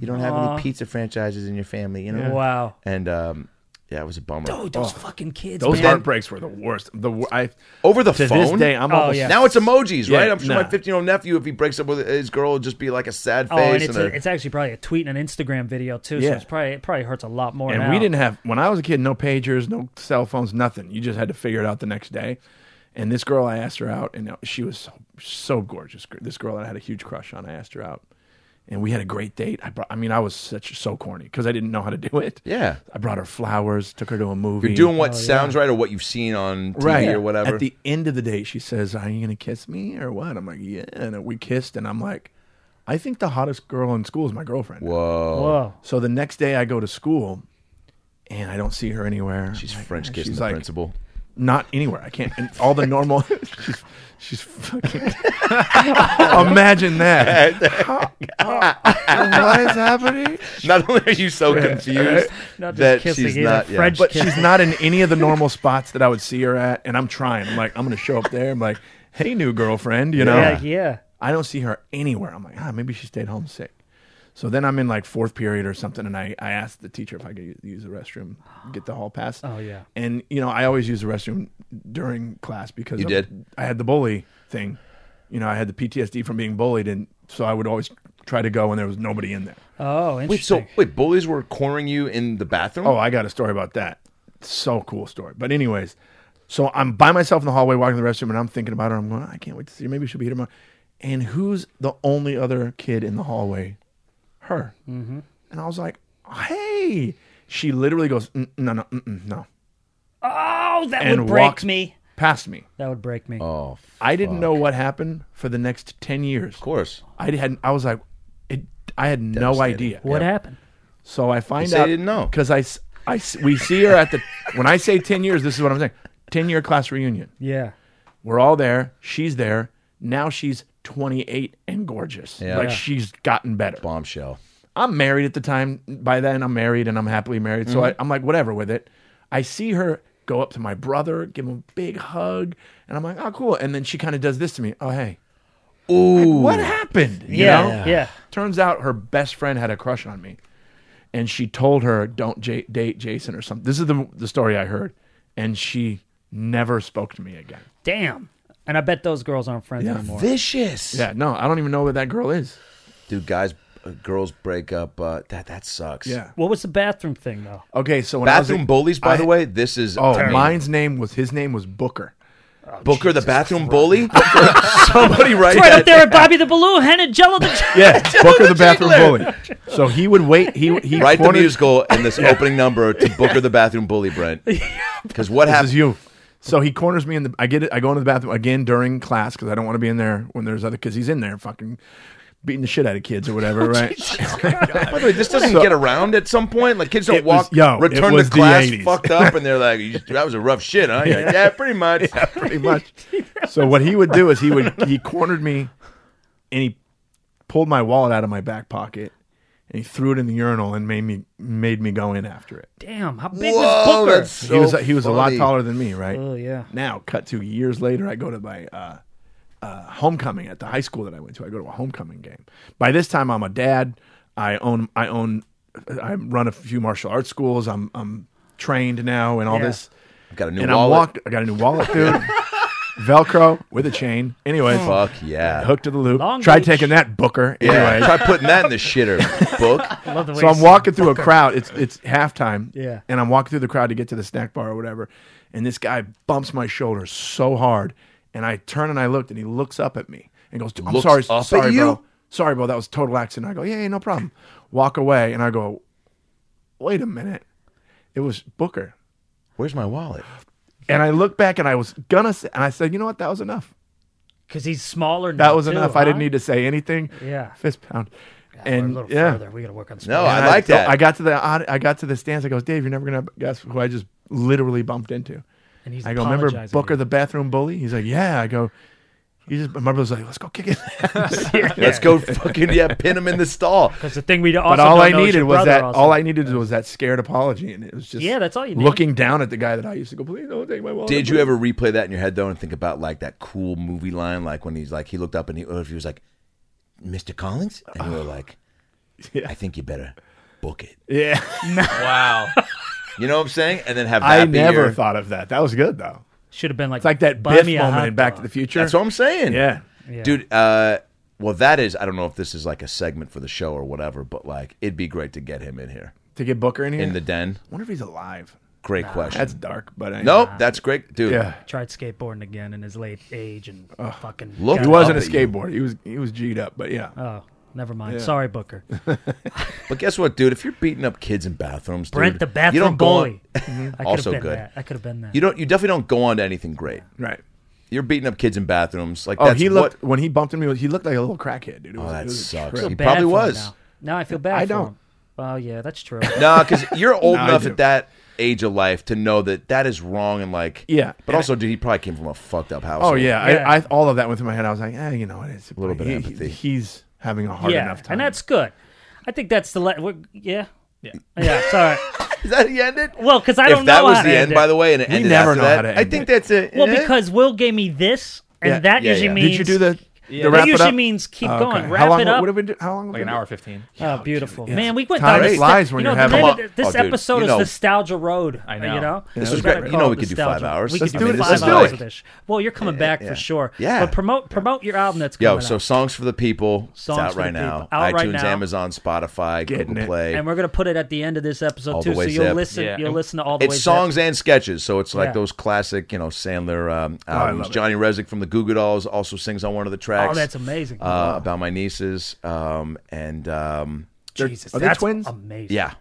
Speaker 5: you don't have
Speaker 1: Aw.
Speaker 5: any pizza franchises in your family, you know.
Speaker 1: Wow.
Speaker 5: And um, yeah, it was a bummer.
Speaker 1: Oh, those fucking kids.
Speaker 2: Those
Speaker 1: man.
Speaker 2: heartbreaks were the worst. The wor- I
Speaker 5: Over the
Speaker 2: to
Speaker 5: phone.
Speaker 2: this day, I'm
Speaker 1: Oh,
Speaker 2: almost
Speaker 1: yeah.
Speaker 5: now it's emojis,
Speaker 2: Yeah,
Speaker 5: right? I'm sure my
Speaker 2: nah.
Speaker 5: 15 year old nephew, if he breaks up with his girl, it'd just be like a sad
Speaker 1: Oh,
Speaker 5: face.
Speaker 1: and it's,
Speaker 5: and
Speaker 1: a,
Speaker 5: a-
Speaker 1: it's actually probably a tweet and an Instagram video too. So
Speaker 2: Yeah.
Speaker 1: it's probably it probably hurts a lot more.
Speaker 2: And
Speaker 1: now.
Speaker 2: we didn't have when I was a kid, no pagers, no cell phones, nothing. You just had to figure it out the next day. And this girl, I asked her out, and she was so, so gorgeous. This girl that I had a huge crush on, I asked her out, and we had a great date. I, brought, I mean, I was such so corny because I didn't know how to do it.
Speaker 5: Yeah.
Speaker 2: I brought her flowers, took her to a movie.
Speaker 5: you're doing what
Speaker 1: Oh,
Speaker 5: sounds right or what you've seen on TV or whatever.
Speaker 2: At the end of the day, she says, "Are you gonna kiss me or what?" I'm like, "Yeah." And we kissed, and I'm like, "I think the hottest girl in school is my girlfriend."
Speaker 5: Whoa.
Speaker 1: Whoa.
Speaker 2: So the next day I go to school and I don't see her anywhere.
Speaker 5: She's
Speaker 1: Oh
Speaker 2: I'm like,
Speaker 5: French kissing
Speaker 2: she's
Speaker 5: the
Speaker 2: like,
Speaker 5: principal.
Speaker 2: Not anywhere. I can't. And all the normal. she's, she's fucking. Imagine that. what is happening?
Speaker 5: Not only are you so confused
Speaker 1: Not just
Speaker 5: that
Speaker 1: kissing
Speaker 5: she's
Speaker 1: either.
Speaker 5: not yeah.
Speaker 1: French
Speaker 2: But
Speaker 1: kissing.
Speaker 2: she's not in any of the normal spots that I would see her at. And I'm trying. I'm like, I'm going to show up there. I'm like, hey, new girlfriend, you know?
Speaker 1: Yeah, yeah.
Speaker 2: I don't see her anywhere. I'm like, ah, maybe she stayed home sick. So then I'm in like fourth period or something, and I, I asked the teacher if I could u- use the restroom, get the hall pass.
Speaker 1: Oh, yeah.
Speaker 2: And you know, I always use the restroom during class because
Speaker 5: You
Speaker 2: of-
Speaker 5: did?
Speaker 2: I had the bully thing. You know, I had the PTSD from being bullied, and so I would always try to go when there was nobody in there.
Speaker 1: Oh, interesting.
Speaker 5: Wait, so wait, bullies were cornering you in the bathroom?
Speaker 2: Oh, I got a story about that. So cool story. But anyways, so I'm by myself in the hallway walking to the restroom and I'm thinking about her. I'm going, I can't wait to see her. Maybe she'll be here tomorrow. And who's the only other kid in the hallway? Her. Mm-hmm. And I was like, hey. She literally goes, "Mm, no, no, mm-mm, no.
Speaker 1: oh, that
Speaker 2: And
Speaker 1: would break
Speaker 2: walks
Speaker 1: me.
Speaker 2: past me.
Speaker 1: That would break me.
Speaker 5: Oh, of
Speaker 2: I didn't know what happened for the next 10 years.
Speaker 5: course.
Speaker 2: I had I was like, it, I had no idea.
Speaker 1: what happened?
Speaker 2: So I find
Speaker 5: say
Speaker 2: out
Speaker 5: you didn't know.
Speaker 2: because I, s- I s- we see her at the when I say ten years, this is what I'm saying. Ten year class reunion.
Speaker 1: Yeah.
Speaker 2: We're all there. She's there. Now she's 28 and gorgeous.
Speaker 5: Yeah.
Speaker 2: Like
Speaker 5: Yeah.
Speaker 2: she's gotten better.
Speaker 5: Bombshell.
Speaker 2: I'm married at the time. By then, I'm married and I'm happily married. So
Speaker 5: Mm-hmm.
Speaker 2: I, I'm like, whatever with it. I see her go up to my brother, give him a big hug, and I'm like, oh, cool. And then she kind of does this to me. Oh, hey. Ooh. What happened? You
Speaker 1: Yeah,
Speaker 2: know?
Speaker 1: yeah.
Speaker 2: Turns out her best friend had a crush on me, and she told her, don't j- date Jason or something. This is the, the story I heard. And she never spoke to me again.
Speaker 1: Damn. And I bet those girls aren't friends anymore.
Speaker 5: Vicious.
Speaker 2: Yeah, no, I don't even know where that girl is.
Speaker 5: Dude, guys, uh, girls break up. Uh, that that sucks.
Speaker 1: What was the bathroom thing though?
Speaker 2: Okay, so when I
Speaker 5: Bathroom
Speaker 2: was a-
Speaker 5: bullies, by
Speaker 2: I-
Speaker 5: the way, this is
Speaker 2: Oh,
Speaker 5: I mean,
Speaker 2: mine's name was his name was Booker.
Speaker 5: Booker the bathroom bully. Somebody right,
Speaker 1: Right up there at Bobby the Balloon, Henna Jello the
Speaker 2: Yeah, Booker the bathroom
Speaker 5: Jiggler.
Speaker 2: bully. So he would wait. He he
Speaker 5: Write the
Speaker 2: cornered-
Speaker 5: musical and this opening number to Booker the bathroom bully, Brent. Because what
Speaker 2: This is
Speaker 5: happens?
Speaker 2: you. So he corners me in the. I get it. I go into the bathroom again during class because I don't want to be in there when there's other kids. He's in there fucking beating the shit out of kids or whatever, right?
Speaker 5: By the way, this doesn't get around at some point. Like kids don't
Speaker 2: It was-
Speaker 5: walk,
Speaker 2: yo, it
Speaker 5: return
Speaker 2: was
Speaker 5: to
Speaker 2: the
Speaker 5: class,
Speaker 2: 80s.
Speaker 5: fucked up, and they're like, "You- "That was a rough shit, huh?" You're like, yeah, pretty much.
Speaker 2: pretty much. So what he would do is he would he cornered me, and he pulled my wallet out of my back pocket, and he threw it in the urinal and made me made me go in after it.
Speaker 1: Damn, how big
Speaker 5: Whoa,
Speaker 1: was Booker?
Speaker 5: that's
Speaker 2: he was
Speaker 5: so
Speaker 2: he was a lot
Speaker 5: funny.
Speaker 2: taller than me, right?
Speaker 1: Oh yeah.
Speaker 2: Now, cut to years later, I go to my uh, uh, homecoming at the high school that I went to. I go to a homecoming game. By this time, I'm a dad. I own I own I run a few martial arts schools. I'm I'm trained now and all
Speaker 1: Yeah.
Speaker 2: this.
Speaker 5: I've got a new
Speaker 2: and
Speaker 5: wallet.
Speaker 2: I walked. I got a new wallet, dude. Velcro with a chain. Anyway,
Speaker 5: Fuck yeah.
Speaker 2: hook to the loop.
Speaker 1: Long
Speaker 2: Try
Speaker 1: Beach.
Speaker 2: taking that, Booker.
Speaker 5: Yeah,
Speaker 2: Anyway,
Speaker 5: try putting that in the shitter, book.
Speaker 1: Love the way
Speaker 2: so
Speaker 1: you
Speaker 2: I'm
Speaker 1: said
Speaker 2: walking through a crowd. It's it's halftime.
Speaker 1: Yeah.
Speaker 2: And I'm walking through the crowd to get to the snack bar or whatever. And this guy bumps my shoulder so hard. And I turn and I looked and he looks up at me and goes, I'm
Speaker 5: Looks
Speaker 2: sorry,
Speaker 5: up at
Speaker 2: sorry,
Speaker 5: you?
Speaker 2: bro. Sorry, bro. That was a total accident. I go, Yeah, yeah, no problem. Walk away and I go, Wait a minute. It was Booker.
Speaker 5: Where's my wallet?
Speaker 2: And I look back and I was gonna say, and I said, you know what? That was enough.
Speaker 1: because he's smaller.
Speaker 2: That
Speaker 1: now,
Speaker 2: was
Speaker 1: too,
Speaker 2: enough. I
Speaker 1: huh?
Speaker 2: didn't need to say anything.
Speaker 1: Yeah.
Speaker 2: Fist pound.
Speaker 1: We're
Speaker 2: and
Speaker 1: a little
Speaker 2: yeah.
Speaker 1: further. We got to work on.
Speaker 5: No,
Speaker 1: spelling.
Speaker 5: I
Speaker 2: And
Speaker 5: like
Speaker 2: don't-
Speaker 5: that.
Speaker 2: I got to the aud- I got to the stands. I goes, Dave, you're never gonna guess who I just literally bumped into.
Speaker 1: and he's
Speaker 2: I go, remember
Speaker 1: apologizing.
Speaker 2: Booker the bathroom bully? He's like, yeah. I go, he just. My brother's like, let's go kick it.
Speaker 5: Let's go fucking yeah, pin him in the stall.
Speaker 1: Because the thing we also
Speaker 2: but all
Speaker 1: don't
Speaker 2: I
Speaker 1: know is
Speaker 2: needed
Speaker 1: your
Speaker 2: was
Speaker 1: brother
Speaker 2: that.
Speaker 1: also.
Speaker 2: All I needed was that scared apology, and it was just
Speaker 1: Yeah, that's all you need.
Speaker 2: Looking down at the guy that I used to go, please don't take my wallet.
Speaker 5: Did you
Speaker 2: please."
Speaker 5: ever replay that in your head though and think about like that cool movie line, like when he's like he looked up and he, or if he was like, Mr. Collins, and you were like, I think you better book it.
Speaker 2: Yeah,
Speaker 3: Wow.
Speaker 5: You know what I'm saying? And then have that
Speaker 2: I
Speaker 5: be
Speaker 2: never
Speaker 5: your-
Speaker 2: thought of that. That was good though.
Speaker 1: should have been like
Speaker 2: It's like that
Speaker 1: buy
Speaker 2: Biff
Speaker 1: me a hot
Speaker 2: moment in Back to
Speaker 1: dog.
Speaker 2: the Future.
Speaker 5: That's what I'm saying.
Speaker 2: yeah.
Speaker 1: Yeah.
Speaker 5: dude. Uh, well, that is. I don't know if this is like a segment for the show or whatever, but like it'd be great to get him in here
Speaker 2: To get Booker in here.
Speaker 5: in the den.
Speaker 2: I wonder if he's alive.
Speaker 5: Great question.
Speaker 2: That's dark, but I
Speaker 5: nope, that's great, dude.
Speaker 2: Yeah.
Speaker 1: Tried skateboarding again in his late age and fucking.
Speaker 5: Look,
Speaker 1: got-
Speaker 2: He wasn't a
Speaker 5: Up at you.
Speaker 2: skateboard. He was he was G'd up, but yeah.
Speaker 1: Oh, never mind. Sorry, Booker.
Speaker 5: But guess what, dude? If you're beating up kids in bathrooms, dude,
Speaker 1: Brent the
Speaker 5: you
Speaker 1: bathroom
Speaker 5: don't go on-
Speaker 1: bully. I could
Speaker 5: Also
Speaker 1: have been
Speaker 5: good.
Speaker 1: That. I could have been that.
Speaker 5: you don't. You definitely don't go on to anything great.
Speaker 2: Right.
Speaker 5: You're beating up kids in bathrooms. Like
Speaker 2: Oh,
Speaker 5: that's
Speaker 2: he
Speaker 5: what.
Speaker 2: looked when he bumped into me. He looked like a little crackhead, dude. It was,
Speaker 5: Oh, that
Speaker 2: it was a
Speaker 5: sucks.
Speaker 2: trip.
Speaker 1: I feel
Speaker 5: He
Speaker 1: bad
Speaker 5: probably
Speaker 1: for him
Speaker 5: was.
Speaker 1: now. Now I feel bad.
Speaker 2: I
Speaker 1: for
Speaker 2: don't.
Speaker 1: Him. Oh yeah, that's true.
Speaker 5: No, because you're old
Speaker 2: No, I
Speaker 5: enough
Speaker 2: do.
Speaker 5: at that age of life to know that that is wrong and like
Speaker 2: Yeah.
Speaker 5: But
Speaker 2: And
Speaker 5: also, dude, he probably came from a fucked up house.
Speaker 2: Oh yeah,
Speaker 1: Yeah.
Speaker 2: I, I all of that went through my head. I was like, eh, you know, it's a
Speaker 5: little bit
Speaker 2: he,
Speaker 5: of empathy.
Speaker 2: he- he's having a hard
Speaker 1: yeah,
Speaker 2: enough time.
Speaker 1: and that's good. I think that's the le- we're, yeah. Yeah. Yeah. Sorry.
Speaker 5: is that the end? It
Speaker 1: Well, because I
Speaker 5: if
Speaker 1: don't
Speaker 5: that
Speaker 1: know
Speaker 5: was
Speaker 1: how
Speaker 5: the
Speaker 1: to
Speaker 5: end,
Speaker 1: end it.
Speaker 5: by the way, and it ended
Speaker 2: never
Speaker 5: after
Speaker 2: know how
Speaker 5: that,
Speaker 2: to end
Speaker 5: I think
Speaker 2: it.
Speaker 5: that's it.
Speaker 1: Well,
Speaker 5: Eh?
Speaker 1: because Will gave me this, and
Speaker 2: Yeah.
Speaker 1: that
Speaker 5: Yeah,
Speaker 1: usually
Speaker 5: yeah.
Speaker 1: means.
Speaker 2: Did you do the, the
Speaker 3: That
Speaker 2: wrap
Speaker 1: usually
Speaker 2: it up?
Speaker 1: means keep
Speaker 2: Oh,
Speaker 1: going. Wrap
Speaker 2: how long,
Speaker 1: it up.
Speaker 2: What have we do? How long? have
Speaker 3: Like
Speaker 2: we
Speaker 3: an
Speaker 2: done?
Speaker 3: hour 15.
Speaker 1: Oh, beautiful,
Speaker 2: yeah.
Speaker 1: man! We went
Speaker 2: Time
Speaker 1: down.
Speaker 2: flies
Speaker 1: nostal- you
Speaker 2: when
Speaker 1: know,
Speaker 2: you're
Speaker 1: the
Speaker 2: having
Speaker 1: name
Speaker 5: a-
Speaker 1: of th- this
Speaker 5: Oh, dude,
Speaker 1: episode
Speaker 5: you
Speaker 1: is
Speaker 5: know-
Speaker 1: Nostalgia Road.
Speaker 3: I
Speaker 1: uh,
Speaker 3: know.
Speaker 1: You know,
Speaker 5: This
Speaker 1: We
Speaker 5: was
Speaker 1: gotta
Speaker 5: great. You
Speaker 1: call
Speaker 5: know
Speaker 1: it
Speaker 5: we could do five
Speaker 1: Nostalgia.
Speaker 5: hours.
Speaker 1: We
Speaker 5: Let's
Speaker 1: could
Speaker 2: do
Speaker 1: do
Speaker 2: it.
Speaker 1: five
Speaker 2: Let's do
Speaker 1: hours
Speaker 2: it.
Speaker 1: of this. Well, you're coming back
Speaker 5: yeah.
Speaker 1: for sure.
Speaker 5: Yeah.
Speaker 1: but promote promote your album that's
Speaker 5: Yo,
Speaker 1: coming
Speaker 5: so
Speaker 1: out.
Speaker 5: songs for the people.
Speaker 1: Songs
Speaker 5: it's out
Speaker 1: for the
Speaker 5: right now.
Speaker 1: People. Out right
Speaker 5: iTunes,
Speaker 1: now.
Speaker 5: Amazon, Spotify,
Speaker 2: Getting
Speaker 5: Google
Speaker 2: it.
Speaker 5: Play.
Speaker 1: and we're gonna put it at the end of this episode
Speaker 5: All the
Speaker 1: too, so
Speaker 5: way
Speaker 1: you'll
Speaker 5: zip.
Speaker 1: listen.
Speaker 3: Yeah.
Speaker 1: You'll
Speaker 3: And
Speaker 1: listen to all the
Speaker 5: it's
Speaker 1: way zip.
Speaker 5: songs and sketches, so it's like
Speaker 1: Yeah.
Speaker 5: those classic, you know, Sandler um,
Speaker 2: Oh, I
Speaker 5: albums.
Speaker 2: love it.
Speaker 5: Johnny Resnick from the Goo Goo Dolls also sings on one of the tracks.
Speaker 1: Oh, that's amazing.
Speaker 5: Uh, About my nieces, um, and um,
Speaker 1: Jesus,
Speaker 2: are they
Speaker 1: that's
Speaker 2: twins?
Speaker 1: Amazing.
Speaker 5: yeah.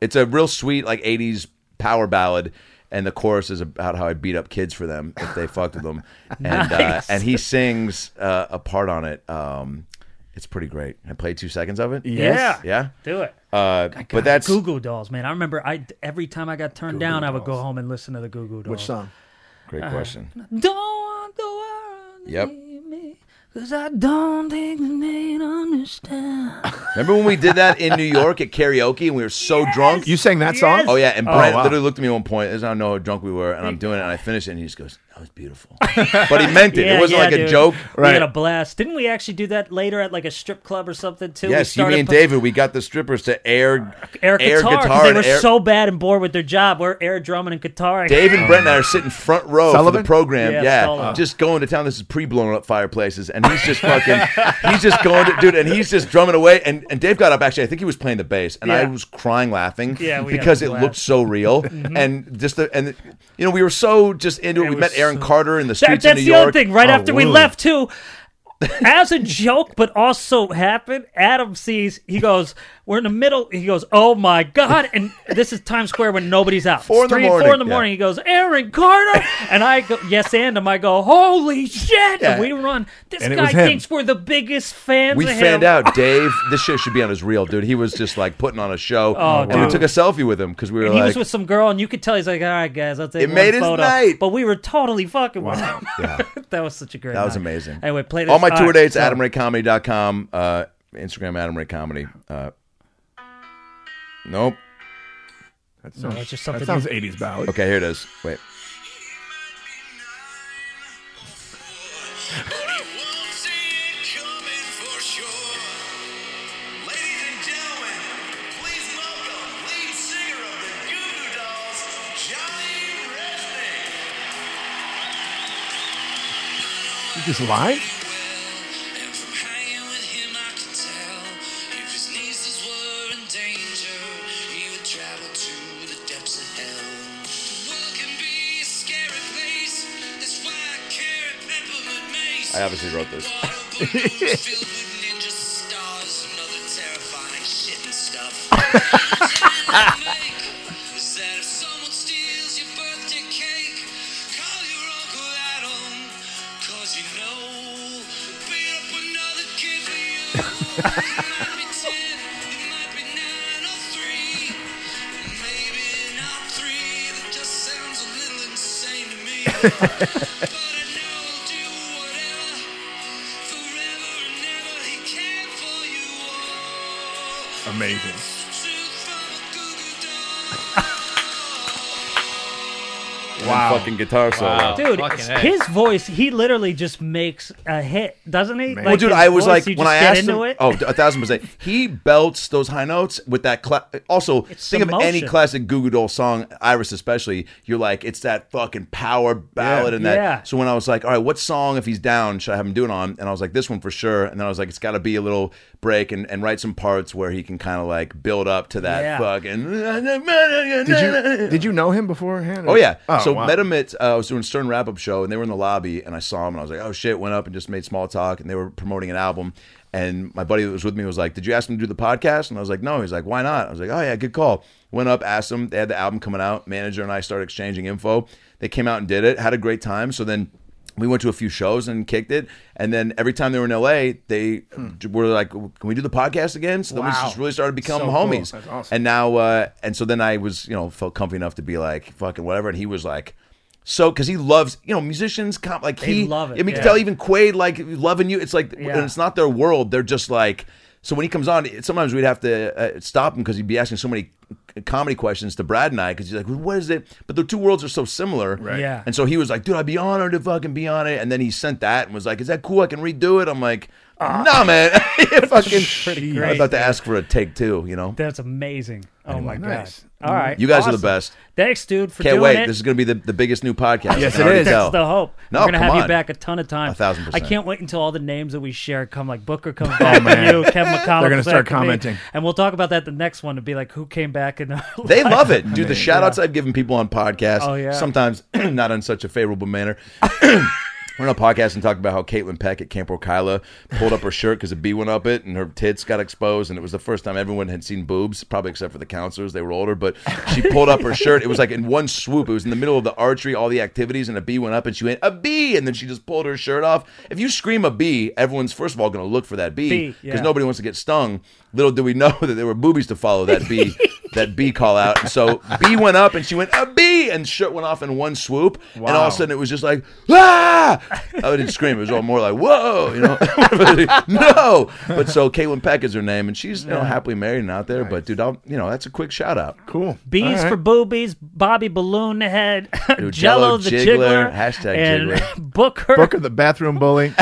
Speaker 5: it's a real sweet like '80s power ballad, and the chorus is about how I beat up kids for them if they fucked with them, and uh,
Speaker 1: Nice.
Speaker 5: and he sings uh, a part on it. Um, it's pretty great. I played two seconds of it.
Speaker 1: Yeah.
Speaker 5: Yeah.
Speaker 1: Do it.
Speaker 5: Uh, but that's
Speaker 1: Goo Goo Dolls, man. I remember I every time I got turned down, I would go home and listen to the Goo Goo Dolls.
Speaker 2: Which song?
Speaker 5: great
Speaker 1: Uh-huh.
Speaker 5: question.
Speaker 1: Don't want the world to
Speaker 5: Yep.
Speaker 1: leave me, Cause I don't think that they understand.
Speaker 5: Remember when we did that in New York at karaoke and we were so drunk?
Speaker 2: You sang that
Speaker 1: Yes.
Speaker 2: song?
Speaker 5: Oh yeah, and Brent
Speaker 2: wow.
Speaker 5: literally looked at me at one point. As I don't know how drunk we were, and I'm doing it, and I finished it, and he just goes, "That was beautiful," but he meant it.
Speaker 1: Yeah,
Speaker 5: it wasn't
Speaker 1: yeah,
Speaker 5: like a
Speaker 1: dude.
Speaker 5: joke.
Speaker 1: We
Speaker 2: Right.
Speaker 1: had a blast. Didn't we actually do that later at like a strip club or something too? We
Speaker 5: Yes, you,
Speaker 1: started
Speaker 5: me, and
Speaker 1: pu-
Speaker 5: David, we got the strippers to air
Speaker 1: Air guitar. 'cause they
Speaker 5: and
Speaker 1: were
Speaker 5: air-
Speaker 1: so bad and bored with their job. We're air drumming and guitar.
Speaker 5: Dave and Brent and I are sitting front row for the
Speaker 2: Sullivan?
Speaker 5: program.
Speaker 1: Yeah,
Speaker 5: Yeah,
Speaker 1: Sullivan.
Speaker 5: just going to town. This is pre-blown up fireplaces, and he's just fucking. he's just going to dude, and he's just drumming away. And and Dave got up. Actually, I think he was playing the bass, and I
Speaker 1: Yeah.
Speaker 5: was crying laughing.
Speaker 1: Yeah, we had
Speaker 5: because
Speaker 1: a
Speaker 5: it
Speaker 1: blast.
Speaker 5: looked so real, and just the and you know we were so just into it. we
Speaker 1: was
Speaker 5: met Aaron
Speaker 1: so-
Speaker 5: Carter in the
Speaker 1: That,
Speaker 5: streets
Speaker 1: that's the
Speaker 5: of New
Speaker 1: other
Speaker 5: York. Oh,
Speaker 1: thing. Right after we
Speaker 2: woo.
Speaker 1: left, too, as a joke, but also happened. Adam sees. He goes, "We're in the middle." He goes, "Oh my god!" And this is Times Square when nobody's out.
Speaker 5: Four in the
Speaker 1: Three, Four
Speaker 5: morning,
Speaker 1: in the
Speaker 5: yeah.
Speaker 1: morning. He goes, "Aaron Carter," and I go, "Yes, and him." I go, "Holy shit!"
Speaker 5: Yeah.
Speaker 1: And we run. This
Speaker 2: And it
Speaker 1: guy
Speaker 2: was him.
Speaker 1: thinks we're the biggest fans.
Speaker 5: We
Speaker 1: of
Speaker 5: fanned
Speaker 1: him.
Speaker 5: out, Dave. This shit should be on his reel, dude. He was just like putting on a show,
Speaker 1: Oh,
Speaker 5: and
Speaker 1: dude.
Speaker 5: we took a selfie with him because we were
Speaker 1: And
Speaker 5: like,
Speaker 1: he was with some girl, and you could tell he's like, "All right, guys, I'll take
Speaker 5: It
Speaker 1: one
Speaker 5: made his
Speaker 1: photo."
Speaker 5: night.
Speaker 1: But we were totally fucking with him.
Speaker 5: Yeah.
Speaker 1: that was such a great.
Speaker 5: That was
Speaker 1: night.
Speaker 5: amazing.
Speaker 1: Anyway, play this.
Speaker 5: All my tour
Speaker 1: right,
Speaker 5: dates,
Speaker 1: so-
Speaker 5: adamraycomedy.com, uh, Instagram, Adam Ray Comedy. Uh, nope.
Speaker 2: That sounds,
Speaker 1: it's just
Speaker 2: that
Speaker 1: something
Speaker 2: sounds
Speaker 1: you-
Speaker 2: 80s ballad.
Speaker 5: Okay, here it is. Wait.
Speaker 2: You just lied?
Speaker 5: I obviously wrote this.
Speaker 2: Amazing. Wow.
Speaker 5: Wow. Fucking guitar solo.
Speaker 3: Wow.
Speaker 1: Dude,
Speaker 3: Fucking A.
Speaker 1: his voice, he literally just makes a hit, doesn't he?
Speaker 2: Man.
Speaker 1: Like,
Speaker 5: Well, dude,
Speaker 1: his
Speaker 5: I was
Speaker 1: voice,
Speaker 5: like,
Speaker 1: you
Speaker 5: when
Speaker 1: just
Speaker 5: I
Speaker 1: get
Speaker 5: asked
Speaker 1: into
Speaker 5: him,
Speaker 1: it.
Speaker 5: oh, a thousand percent. He belts those high notes with that. Cla- also,
Speaker 1: It's
Speaker 5: think of any
Speaker 1: emotion.
Speaker 5: classic Goo Goo Dolls song, Iris especially. You're like, it's that fucking power ballad
Speaker 2: Yeah.
Speaker 5: and that.
Speaker 1: Yeah.
Speaker 5: So when I was like, all right, what song if he's down should I have him do it on? And I was like, this one for sure. And then I was like, it's got to be a little break and, and write some parts where he can kind of like build up to that
Speaker 1: Yeah.
Speaker 5: fucking.
Speaker 2: Did you did you know him beforehand?
Speaker 5: Oh yeah.
Speaker 2: Oh,
Speaker 5: so
Speaker 2: wow.
Speaker 5: met him at uh, I was doing Stern wrap up show and they were in the lobby and I saw him and I was like, oh shit, went up and just made small talk and they were promoting an album and my buddy that was with me was like, did you ask him to do the podcast? And I was like, no. He's like, why not? I was like, oh yeah, good call. Went up, asked him. They had the album coming out. Manager and I started exchanging info. They came out and did it. Had a great time. So then. We went to a few shows and kicked it, and then every time they were in LA, they were like, "Can we do the podcast again?" So then we
Speaker 2: Hmm. Wow.
Speaker 5: just really started becoming
Speaker 2: So cool.
Speaker 5: homies.
Speaker 2: That's awesome.
Speaker 5: And and now, uh, and so then I was, you know, felt comfy enough to be like, fucking whatever. And he was like, so, because he loves, you know, musicians, comp, like he,
Speaker 1: love it,
Speaker 5: I mean, you
Speaker 1: yeah.
Speaker 5: can tell even Quaid, like loving you. It's like, and it's not their world. They're just like, so when he comes on, it- sometimes we'd have to uh, stop him because he'd be asking so many c- comedy questions to Brad and I because he's like, what is it? But the two worlds are so similar.
Speaker 2: Right.
Speaker 1: Yeah.
Speaker 5: And so he was like, dude, I'd be honored to fucking be on it. And then he sent that and was like, is that cool? I can redo it. I'm like,
Speaker 1: Ah.
Speaker 5: nah, man. fucking,
Speaker 2: Pretty
Speaker 5: I was about to ask for a take two, you know?
Speaker 1: That's amazing. Oh my
Speaker 2: nice.
Speaker 1: god! All right,
Speaker 5: Mm-hmm. You guys are
Speaker 1: awesome.
Speaker 5: the best.
Speaker 1: Thanks, dude, for
Speaker 5: Can't
Speaker 1: doing
Speaker 5: wait.
Speaker 1: it.
Speaker 5: This is going to be the, the biggest new podcast.
Speaker 2: Yes,
Speaker 5: I can
Speaker 2: it
Speaker 5: already
Speaker 2: is.
Speaker 5: tell.
Speaker 1: That's the hope.
Speaker 5: No,
Speaker 1: We're gonna
Speaker 5: come
Speaker 1: have
Speaker 5: on.
Speaker 1: you back a ton of times.
Speaker 5: A thousand percent. Oh,
Speaker 1: I can't wait until all the names that we share come. Like Booker comes back to
Speaker 2: man.
Speaker 1: you, Kevin McConnell.
Speaker 2: They're gonna
Speaker 1: comes
Speaker 2: start
Speaker 1: back to me.
Speaker 2: commenting.
Speaker 1: and we'll talk about that the next one to be like who came back and
Speaker 5: They love it. Dude, the shout outs I've given people on podcasts,
Speaker 1: Oh, yeah.
Speaker 5: sometimes not in such a favorable manner. We're on a podcast and talked about how Caitlin Peck at Camp Rokyla pulled up her shirt because a bee went up it and her tits got exposed. And it was the first time everyone had seen boobs, probably except for the counselors. They were older, but she pulled up her shirt. It was like in one swoop. It was in the middle of the archery, all the activities, and a bee went up and she went, A bee! And then she just pulled her shirt off. If you scream a bee, everyone's first of all going to look for that bee
Speaker 1: Bee,
Speaker 5: because
Speaker 1: yeah.
Speaker 5: nobody. nobody wants to get stung. Little do we know that there were boobies to follow that bee, that bee call out. And so bee went up and she went a bee and shirt went off in one swoop. And all
Speaker 2: Wow.
Speaker 5: of a sudden it was just like ah! I didn't scream. It was all more like whoa, you know, no. But so Caitlin Peck is her name, and she's you know happily married and out there. But dude, I'll, you know that's a quick shout out.
Speaker 2: cool. All
Speaker 1: Bees
Speaker 2: right.
Speaker 1: for boobies, Bobby Balloon the Head,
Speaker 5: Dude,
Speaker 1: Jello
Speaker 5: Jell-O
Speaker 1: the Jiggler,
Speaker 5: Jiggler, hashtag
Speaker 1: and
Speaker 5: Jiggler.
Speaker 1: Booker.
Speaker 2: Booker the bathroom bully.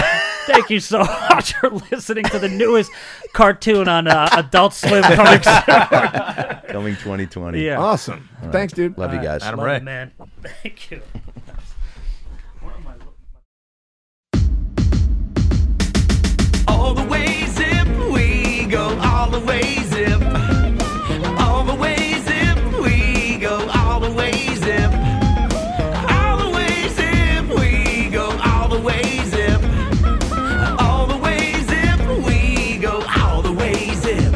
Speaker 1: Thank you so much for listening to the newest cartoon on uh, Adult Swim coming soon.
Speaker 5: Coming 2020.
Speaker 1: Yeah.
Speaker 2: Awesome. Thanks, dude.
Speaker 5: Love you guys.
Speaker 3: Adam
Speaker 1: Love
Speaker 3: Ray.
Speaker 1: it, man. Thank you. Where am I looking?
Speaker 4: All the way zip we go, all the way zip. All the way zip we go, all the way zip. All the way zip we go, all the way zip. All the way zip we go, all the way zip.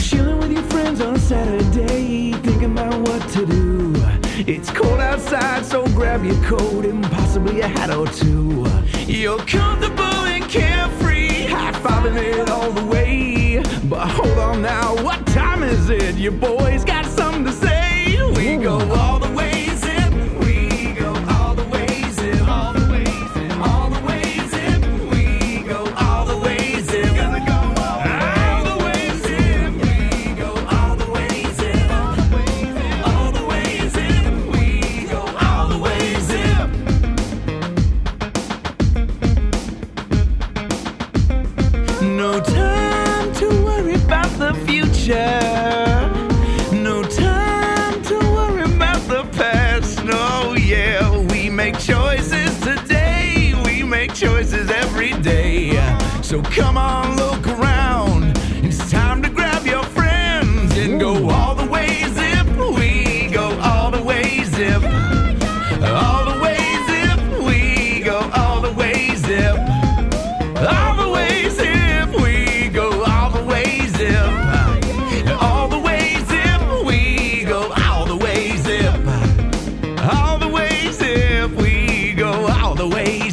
Speaker 4: Chilling with your friends on a Saturday, thinking about what to do. It's cold outside, so grab your coat and possibly a hat or two. You're comfortable and carefree, high fiving it all the way. But hold on now, what time is it? Your boy's got something to say. We go all the way, zip. We go all the way, zip. All the way, zip. All the way, zip. We go all the way, zip. Gonna go all the way. All the way zip, we go all the way zip, all the way zip, we go all the way zip. No time to worry about the future. No choices today. We make choices every day. So come on, look around. It's time to grab your friends and go all the way zip. We go all the way zip. All the way zip. We go all the way zip. All the way zip. We go all the way zip. All the way zip. We go all the way zip. All the way zip. We go all the way